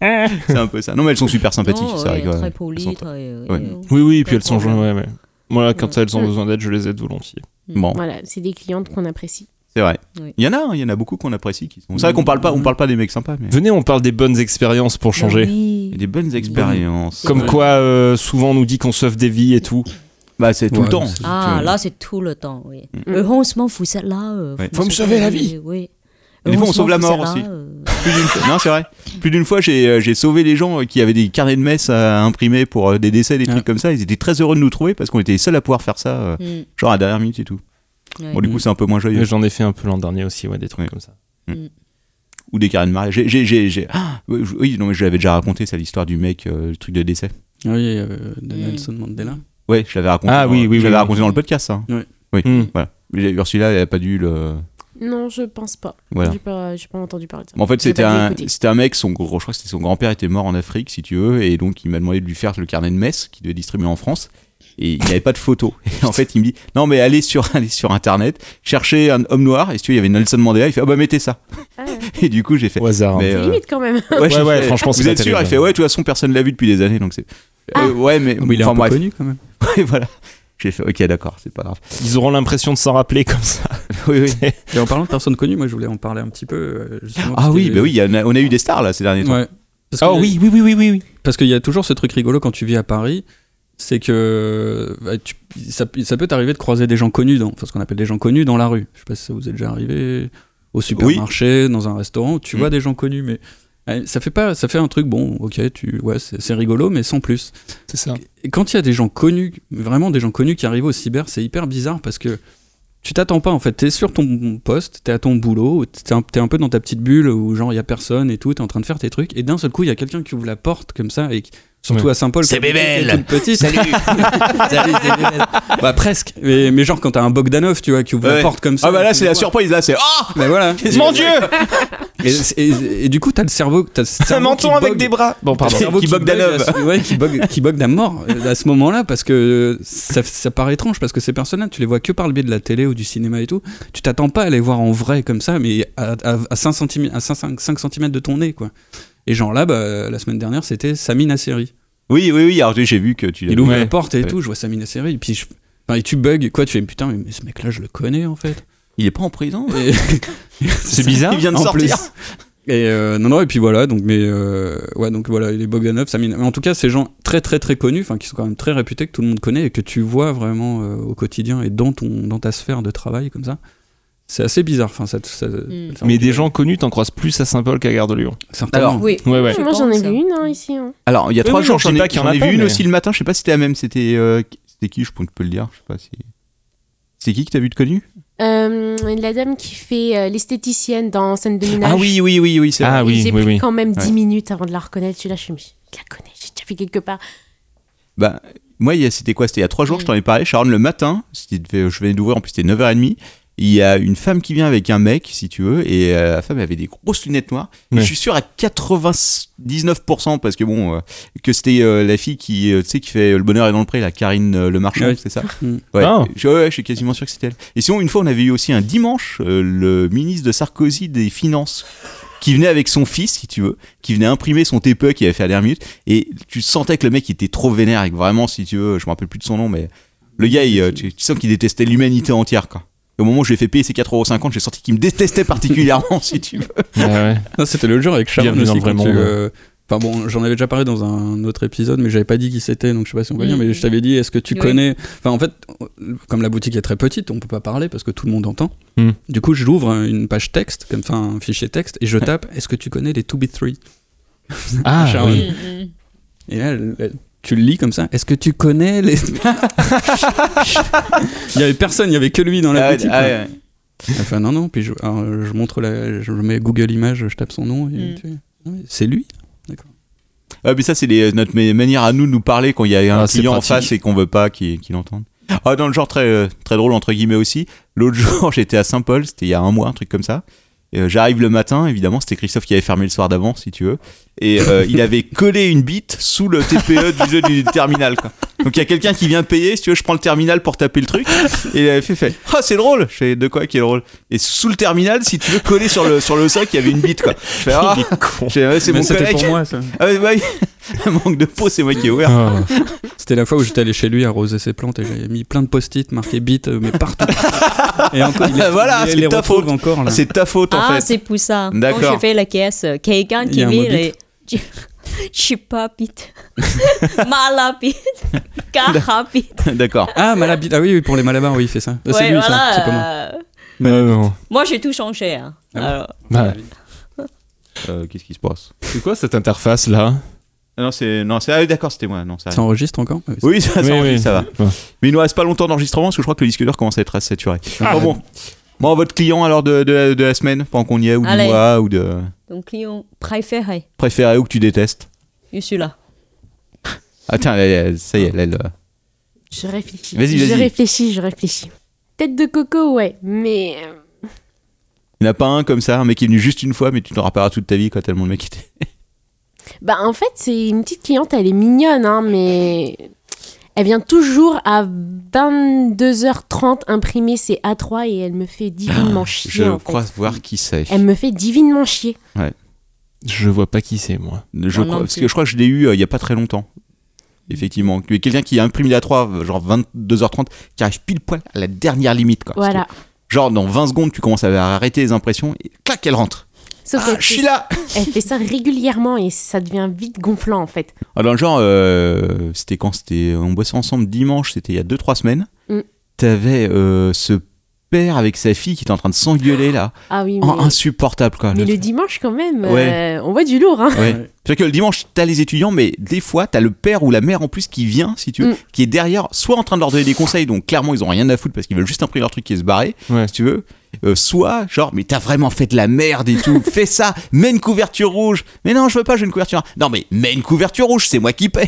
Speaker 1: c'est un peu ça. Non, mais elles sont super sympathiques.
Speaker 8: Non,
Speaker 1: c'est
Speaker 8: ouais,
Speaker 1: vrai que,
Speaker 8: très
Speaker 1: ouais. Elles sont
Speaker 8: polies, très. euh,
Speaker 1: Ouais.
Speaker 8: euh,
Speaker 10: Oui, oui, et
Speaker 8: pas
Speaker 10: puis
Speaker 8: de
Speaker 10: elles sont.
Speaker 8: problème.
Speaker 10: Ouais, ouais. Moi, quand
Speaker 8: Ouais.
Speaker 10: elles ont
Speaker 7: Mm.
Speaker 10: besoin d'aide, je les aide volontiers.
Speaker 1: Bon,
Speaker 7: Voilà, c'est des clientes qu'on apprécie.
Speaker 1: c'est vrai.
Speaker 8: Oui.
Speaker 1: Il y en a, hein, il y en a beaucoup qu'on apprécie. qui sont- C'est vrai qu'on parle pas, on parle pas des mecs sympas, mais
Speaker 10: Venez, on parle des bonnes expériences pour changer.
Speaker 8: Oui.
Speaker 1: Il y a des bonnes expériences.
Speaker 10: Comme quoi, euh, souvent, on nous dit qu'on sauve des vies et tout.
Speaker 1: Bah, c'est tout
Speaker 9: Ouais,
Speaker 1: le temps.
Speaker 9: c'est-
Speaker 8: Ah, là, c'est tout le temps, oui. Euh,
Speaker 1: Mm.
Speaker 8: Heureusement, vous êtes là. euh,
Speaker 1: Ouais.
Speaker 8: vous
Speaker 2: Faut me
Speaker 8: êtes
Speaker 2: sauver
Speaker 8: là,
Speaker 2: la vie.
Speaker 8: Oui.
Speaker 1: Et des fois, on
Speaker 8: Heureusement,
Speaker 1: sauve la
Speaker 8: vous
Speaker 1: mort
Speaker 8: êtes là,
Speaker 1: aussi.
Speaker 8: euh,
Speaker 1: Plus d'une fois. Non, c'est vrai. Plus d'une fois, j'ai euh, j'ai sauvé les gens euh, qui avaient des carnets de messe à imprimer pour euh, des décès, des
Speaker 9: Ouais.
Speaker 1: trucs comme ça. Ils étaient très heureux de nous trouver parce qu'on était les seuls à pouvoir faire ça, euh,
Speaker 8: mm,
Speaker 1: genre à la dernière minute et tout.
Speaker 8: ouais.
Speaker 1: Bon, du coup, c'est un peu moins joyeux.
Speaker 10: Mm. Ouais, J'en ai fait un peu l'an dernier aussi, ouais, des trucs
Speaker 1: Ouais.
Speaker 10: comme ça.
Speaker 1: ou des carrés de mariage. J'ai, j'ai, j'ai, j'ai- Ah, oui, je- oui, non, mais je l'avais déjà raconté, ça, l'histoire du mec, euh, le truc de décès.
Speaker 9: Oui, euh, de
Speaker 8: Mm.
Speaker 9: Nelson Mandela.
Speaker 1: Ouais, je l'avais raconté.
Speaker 10: Ah
Speaker 1: dans-
Speaker 10: oui,
Speaker 1: je
Speaker 10: oui, oui,
Speaker 1: l'avais
Speaker 10: oui.
Speaker 1: raconté dans le podcast, ça.
Speaker 9: Ouais.
Speaker 1: Oui,
Speaker 10: Hmm.
Speaker 1: voilà. J'ai- Ursula, elle a pas dû le.
Speaker 7: Non, je pense pas.
Speaker 1: Voilà.
Speaker 7: J'ai pas, j'ai pas entendu parler de ça.
Speaker 1: Bon, en fait,
Speaker 7: J'ai
Speaker 1: c'était
Speaker 7: pas dû
Speaker 1: un,
Speaker 7: écouter.
Speaker 1: c'était un mec, son, gros- je crois que c'était son grand-père était mort en Afrique, si tu veux, et donc il m'a demandé de lui faire le carnet de messe qu'il devait distribuer en France. Et il n'y avait pas de photo. [laughs] Et en fait, il me dit Non, mais allez sur, [laughs] allez sur internet, cherchez un homme noir. Et si tu veux, il y avait Nelson Mandela. Il fait Ah bah mettez ça.
Speaker 7: Ah, ouais.
Speaker 1: [laughs] Et du coup, j'ai fait.
Speaker 10: Au hasard. hein.
Speaker 1: Mais,
Speaker 7: C'est
Speaker 1: euh,
Speaker 7: limite quand même.
Speaker 1: Ouais,
Speaker 10: Ouais,
Speaker 1: j'ai
Speaker 10: ouais,
Speaker 1: fait,
Speaker 10: franchement, c'est
Speaker 1: Vous
Speaker 10: pas
Speaker 1: êtes sûr
Speaker 10: terrible.
Speaker 1: Il fait, ouais, de toute façon, personne l'a vu depuis des années, donc c'est.
Speaker 7: Ah.
Speaker 1: Euh, ouais, mais.
Speaker 9: Ah, Mais il est
Speaker 1: enfin,
Speaker 9: un peu
Speaker 1: bref.
Speaker 9: connu quand même.
Speaker 1: [laughs] Ouais, voilà. J'ai fait, ok, d'accord, c'est pas grave. [laughs]
Speaker 10: Ils auront l'impression de s'en rappeler comme ça.
Speaker 1: Oui, oui.
Speaker 9: Et en parlant de personnes connues, moi je voulais en parler un petit peu. euh, justement,
Speaker 1: Ah
Speaker 9: parce
Speaker 1: oui,
Speaker 9: que-
Speaker 1: bah oui, il y en a- on a eu des Ah stars là ces derniers temps.
Speaker 9: Ouais. Parce que-
Speaker 10: Oh, oui, oui, oui, oui. oui.
Speaker 9: Parce qu'il y a toujours ce truc rigolo quand tu vis à Paris, c'est que bah, tu- ça, ça peut t'arriver de croiser des gens connus, dans, enfin, ce qu'on appelle des gens connus dans la rue. Je sais pas si ça vous est déjà arrivé au supermarché, dans un restaurant, tu
Speaker 1: Mm.
Speaker 9: vois des gens connus, mais euh, ça fait pas, ça fait un truc bon, ok, tu, ouais, c'est c'est rigolo, mais sans plus.
Speaker 10: C'est ça.
Speaker 9: Ah. Et quand il y a des gens connus, vraiment des gens connus qui arrivent au cyber, c'est hyper bizarre parce que tu t'attends pas en fait. T'es sur ton poste, t'es à ton boulot, t'es un, t'es un peu dans ta petite bulle où genre il y a personne et tout, t'es en train de faire tes trucs et d'un seul coup il y a quelqu'un qui ouvre la porte comme ça et qui- surtout
Speaker 10: Ouais.
Speaker 9: à Saint-Paul.
Speaker 1: C'est
Speaker 9: comme-
Speaker 1: Bébel
Speaker 9: toute petite. Salut [laughs] Salut, c'est Bébel Bah presque. Mais, mais genre quand t'as un Bogdanov, tu vois, qui ouvre
Speaker 1: Ouais.
Speaker 9: la porte comme ça.
Speaker 1: Ah bah là,
Speaker 9: tu
Speaker 1: c'est la
Speaker 9: vois.
Speaker 1: surprise, là, c'est Ah
Speaker 9: Mais
Speaker 1: [laughs]
Speaker 9: voilà.
Speaker 10: Mon Dieu
Speaker 9: Et, et- et- et du coup t'as le cerveau,
Speaker 1: [laughs]
Speaker 9: t'as le
Speaker 10: Un
Speaker 9: cerveau qui
Speaker 10: menton avec
Speaker 9: bug.
Speaker 10: des bras. [laughs] Bon, pardon.
Speaker 9: Le cerveau
Speaker 1: Qui bug d'Anov.
Speaker 9: à ce- ouais, qui bug, qui bug d'à mort euh, à ce moment-là parce que ça, ça paraît étrange parce que ces personnes-là, tu les vois que par le biais de la télé ou du cinéma et tout. Tu t'attends pas à les voir en vrai comme ça, mais à, à, à 5 cm, à 5, 5, cm de ton nez, quoi. Et genre là, bah, la semaine dernière, c'était Sami Nasseri.
Speaker 1: Oui, oui, oui, alors j'ai vu que tu
Speaker 9: Il ouvre
Speaker 10: Ouais.
Speaker 9: la porte et
Speaker 1: Ouais.
Speaker 9: tout, je vois Sami Nasseri, et puis je- enfin, et tu bugs, quoi, tu fais putain, mais, mais ce mec-là, je le connais en fait.
Speaker 1: Il est pas en prison euh,
Speaker 9: Et-
Speaker 10: [laughs]
Speaker 9: [laughs]
Speaker 10: C'est bizarre.
Speaker 1: Il vient de
Speaker 9: en
Speaker 1: sortir.
Speaker 9: plus. Et euh, non, non, et puis voilà, donc, mais euh, ouais, donc voilà, les Bogdanov, Samina. Mais en tout cas, ces gens très, très, très connus, enfin, qui sont quand même très réputés, que tout le monde connaît et que tu vois vraiment euh, au quotidien et dans, ton, dans ta sphère de travail, comme ça. C'est assez bizarre, enfin, ça. ça- ça-
Speaker 10: Mais des gens connus, t'en croises plus à Saint-Paul qu'à Gare de Lyon.
Speaker 9: Certainement.
Speaker 1: Alors,
Speaker 8: Oui.
Speaker 10: Ouais, [laughs] ouais.
Speaker 8: Je
Speaker 7: [laughs] Moi j'en ai
Speaker 8: pense,
Speaker 7: vu
Speaker 8: hein.
Speaker 7: une hein, ici. hein.
Speaker 1: Alors, il y a
Speaker 10: Oui,
Speaker 1: trois
Speaker 10: oui,
Speaker 1: jours,
Speaker 10: non, je sais
Speaker 1: j'en ai,
Speaker 10: pas qu'il y en
Speaker 1: j'en ai
Speaker 10: a pas,
Speaker 1: vu une
Speaker 10: mais-
Speaker 1: aussi le matin, je sais pas si c'était la même, c'était euh, c'était qui, je pense que tu peux le dire, je sais pas si. C'est qui que t'as vu de connu
Speaker 7: Euh, la dame qui fait euh, l'esthéticienne dans scène de ménage.
Speaker 1: Ah oui, oui, oui, oui, c'est vrai.
Speaker 10: Ah
Speaker 7: Et
Speaker 10: oui,
Speaker 7: j'ai
Speaker 10: oui,
Speaker 7: pris
Speaker 10: oui.
Speaker 7: quand même 10
Speaker 1: Ouais.
Speaker 7: minutes avant de la reconnaître. Je suis là, je suis mis. Je la connais, j'ai déjà vu quelque part.
Speaker 1: Bah, moi, il y a- c'était quoi C'était il y a trois jours, je t'en ai parlé. Sharon, le matin, c'était- je venais d'ouvrir, en plus, c'était 9h30. Il y a une femme qui vient avec un mec, si tu veux, et euh, la femme avait des grosses lunettes noires. Et
Speaker 10: Ouais.
Speaker 1: Je suis sûr à 99%, parce que bon, euh, que c'était euh, la fille qui, euh, tu sais, qui fait Le bonheur est dans le pré, la Karine euh, Le Marchand,
Speaker 9: Ouais.
Speaker 1: c'est ça
Speaker 9: Mm.
Speaker 1: ouais.
Speaker 10: Ah.
Speaker 1: Je, ouais, ouais, je suis quasiment sûr que c'était elle. Et sinon, une fois, on avait eu aussi un dimanche, euh, le ministre de Sarkozy des Finances, qui venait avec son fils, si tu veux, qui venait imprimer son TPE qu'il avait fait à la dernière minute. Et tu sentais que le mec il était trop vénère et que vraiment, si tu veux, je me rappelle plus de son nom, mais le gars, il, euh, tu, tu sens qu'il détestait l'humanité entière, quoi. Et au moment où je lui ai fait payer ses 4,50€, j'ai senti qu'il me détestait particulièrement, [laughs] si tu veux.
Speaker 9: Non, c'était le jour avec Sharon
Speaker 10: Bienvenue
Speaker 9: aussi.
Speaker 10: dans
Speaker 9: quand
Speaker 10: le vrai
Speaker 9: tu,
Speaker 10: monde.
Speaker 9: euh, Enfin bon, j'en avais déjà parlé dans un autre épisode, mais j'avais pas dit qui c'était, donc je sais pas si on va dire,
Speaker 8: Mm.
Speaker 9: mais je t'avais dit, est-ce que tu
Speaker 8: Oui.
Speaker 9: connais... Enfin en fait, comme la boutique est très petite, on peut pas parler parce que tout le monde entend.
Speaker 10: Mm.
Speaker 9: Du coup, je l'ouvre une page texte, comme enfin un fichier texte, et je tape, est-ce que tu connais les 2B3
Speaker 10: Ah,
Speaker 9: Sharon.
Speaker 10: oui.
Speaker 9: Et là, elle- elle- tu le lis comme ça, est-ce que tu connais les... [laughs] il y avait personne, il y avait que lui dans la
Speaker 1: Ah ouais,
Speaker 9: boutique.
Speaker 1: ah
Speaker 9: quoi.
Speaker 1: ouais, ouais.
Speaker 9: Elle fait, non, non, puis je, alors, je montre la... Je mets Google Images, je tape son nom, et
Speaker 8: Mm.
Speaker 9: tu fais, Ah ouais, c'est lui
Speaker 1: Ah, mais ça, c'est les- notre ma- manière à nous de nous parler quand il y a un
Speaker 10: Ah, c'est
Speaker 1: client en
Speaker 10: pratique.
Speaker 1: face et qu'on veut pas qu'il qu'il entende. Ah, dans le genre très, euh, très drôle, entre guillemets aussi. L'autre [laughs] jour, j'étais à Saint-Paul, c'était il y a un mois, un truc comme ça. Et, euh, J'arrive le matin, évidemment, c'était Christophe qui avait fermé le soir d'avant, si tu veux. Et euh, il avait collé une bite sous le TPE du jeu du terminal, quoi. Donc il y a quelqu'un qui vient de payer, si tu veux, je prends le terminal pour taper le truc. Et il avait fait, fait Ah, c'est drôle Je fais De quoi qui est drôle Et sous le terminal, si tu veux, collé sur le, sur le socle, il y avait une bite, quoi. Je fais Ah Je fais, Ouais, C'est
Speaker 9: Mais
Speaker 1: mon
Speaker 9: c'était
Speaker 1: collègue.
Speaker 9: pour moi, ça.
Speaker 1: Ah ouais, [laughs] ouais. manque de peau, c'est moi qui ai ouvert.
Speaker 10: Ah.
Speaker 9: C'était la fois où j'étais allé chez lui arroser ses plantes et j'avais mis plein de post-it marqué bite euh, mais
Speaker 1: [laughs]
Speaker 9: partout. et encore, il les-
Speaker 1: Ah, Voilà,
Speaker 9: il
Speaker 1: c'est
Speaker 9: les
Speaker 1: ta
Speaker 9: retrouve
Speaker 1: faute.
Speaker 9: encore là.
Speaker 1: C'est ta faute en
Speaker 8: Ah,
Speaker 1: fait.
Speaker 8: c'est pour ça.
Speaker 1: D'accord.
Speaker 8: Quand je fais la caisse, euh, quelqu'un
Speaker 9: Il y
Speaker 8: qui
Speaker 9: a un
Speaker 8: met
Speaker 9: mot
Speaker 8: les. Je [laughs] je suis pas bite. Malabite. Carabite.
Speaker 1: [laughs] D'accord.
Speaker 9: Ah, malabite. Ah oui, oui, pour les malabars, oui, il fait ça. Ah, c'est
Speaker 8: Ouais,
Speaker 9: lui,
Speaker 8: voilà.
Speaker 9: ça. C'est pas moi.
Speaker 8: euh,
Speaker 10: Ah, non.
Speaker 8: Moi, j'ai tout changé. hein.
Speaker 9: Ah bon
Speaker 8: Alors,
Speaker 10: Bah,
Speaker 1: Euh, Qu'est-ce qui se passe
Speaker 10: c'est quoi cette interface là
Speaker 1: Non, c'est. Non, c'est. Ah, oui, d'accord, c'était moi. Non, ça
Speaker 9: Ça enregistre encore Ah,
Speaker 1: Oui, ça, ça,
Speaker 10: Oui,
Speaker 1: enregistre,
Speaker 10: oui.
Speaker 1: ça va.
Speaker 10: Ouais.
Speaker 1: Mais il nous reste pas longtemps d'enregistrement parce que je crois que le disque dur commence à être assez saturé. Bon, bon. Bon, votre client alors de, de, de la semaine, pendant qu'on y est, ou du
Speaker 8: Allez.
Speaker 1: mois, ou de.
Speaker 8: donc, client préféré,
Speaker 1: Préféré ou que tu détestes
Speaker 8: je suis là.
Speaker 1: Ah, tiens, là, là, ça y est, là, elle, euh,
Speaker 7: Je réfléchis.
Speaker 1: Vas-y,
Speaker 7: Je
Speaker 1: vas-y.
Speaker 7: réfléchis, je réfléchis. Tête de coco, ouais, mais. euh,
Speaker 1: Il n'y en a pas un comme ça, un mec qui est venu juste une fois, mais tu t'en rappelleras toute ta vie quoi, tellement le mec était.
Speaker 7: Bah, en fait, c'est une petite cliente, elle est mignonne, hein, mais elle vient toujours à 22h30 imprimer ses A3 et elle me fait divinement chier.
Speaker 1: Ah, Je
Speaker 7: en fait.
Speaker 1: crois Ah, voir qui c'est.
Speaker 7: Elle me fait divinement chier.
Speaker 10: Je vois pas qui c'est moi.
Speaker 1: Je
Speaker 8: Non,
Speaker 1: crois,
Speaker 8: non
Speaker 1: parce
Speaker 8: plus.
Speaker 1: que je crois que je l'ai eu euh, il y a pas très longtemps.
Speaker 7: Mmh.
Speaker 1: Effectivement. Mais Quelqu'un qui a imprimé la 3, genre 22h30, qui arrive pile poil à la dernière limite. Quoi. Parce
Speaker 7: Voilà.
Speaker 1: que, genre dans 20 secondes, tu commences à arrêter les impressions et clac, elle rentre.
Speaker 7: Sauf
Speaker 1: Ah,
Speaker 7: qu'elle
Speaker 1: je suis
Speaker 7: fait-
Speaker 1: là
Speaker 7: Elle fait ça régulièrement et ça devient vite gonflant en fait.
Speaker 1: Ah, Dans le genre, euh, c'était quand c'était, on bossait ensemble dimanche, c'était il y a 2-3 semaines.
Speaker 7: Mm.
Speaker 1: T'avais euh, ce père avec sa fille qui était en train de s'engueuler là.
Speaker 7: Ah oui, mais,
Speaker 1: En- insupportable quoi.
Speaker 7: mais
Speaker 1: Le
Speaker 7: le dimanche quand même,
Speaker 1: Ouais.
Speaker 7: euh, on voit du lourd.
Speaker 1: [laughs]
Speaker 7: Hein.
Speaker 1: Ouais. C'est-à-dire que le dimanche, t'as les étudiants, mais des fois, t'as le père ou la mère en plus qui vient, si tu veux,
Speaker 7: Mm.
Speaker 1: qui est derrière, soit en train de leur donner des conseils, donc clairement, ils ont rien à foutre parce qu'ils veulent juste imprimer leur truc et se barrer,
Speaker 10: Ouais.
Speaker 1: si tu veux. Euh, soit, genre, mais t'as vraiment fait de la merde
Speaker 7: [laughs]
Speaker 1: et tout, fais ça, mets une couverture rouge. Mais non, je veux pas, j'ai une couverture. Non, mais mets une couverture rouge, c'est moi qui paye.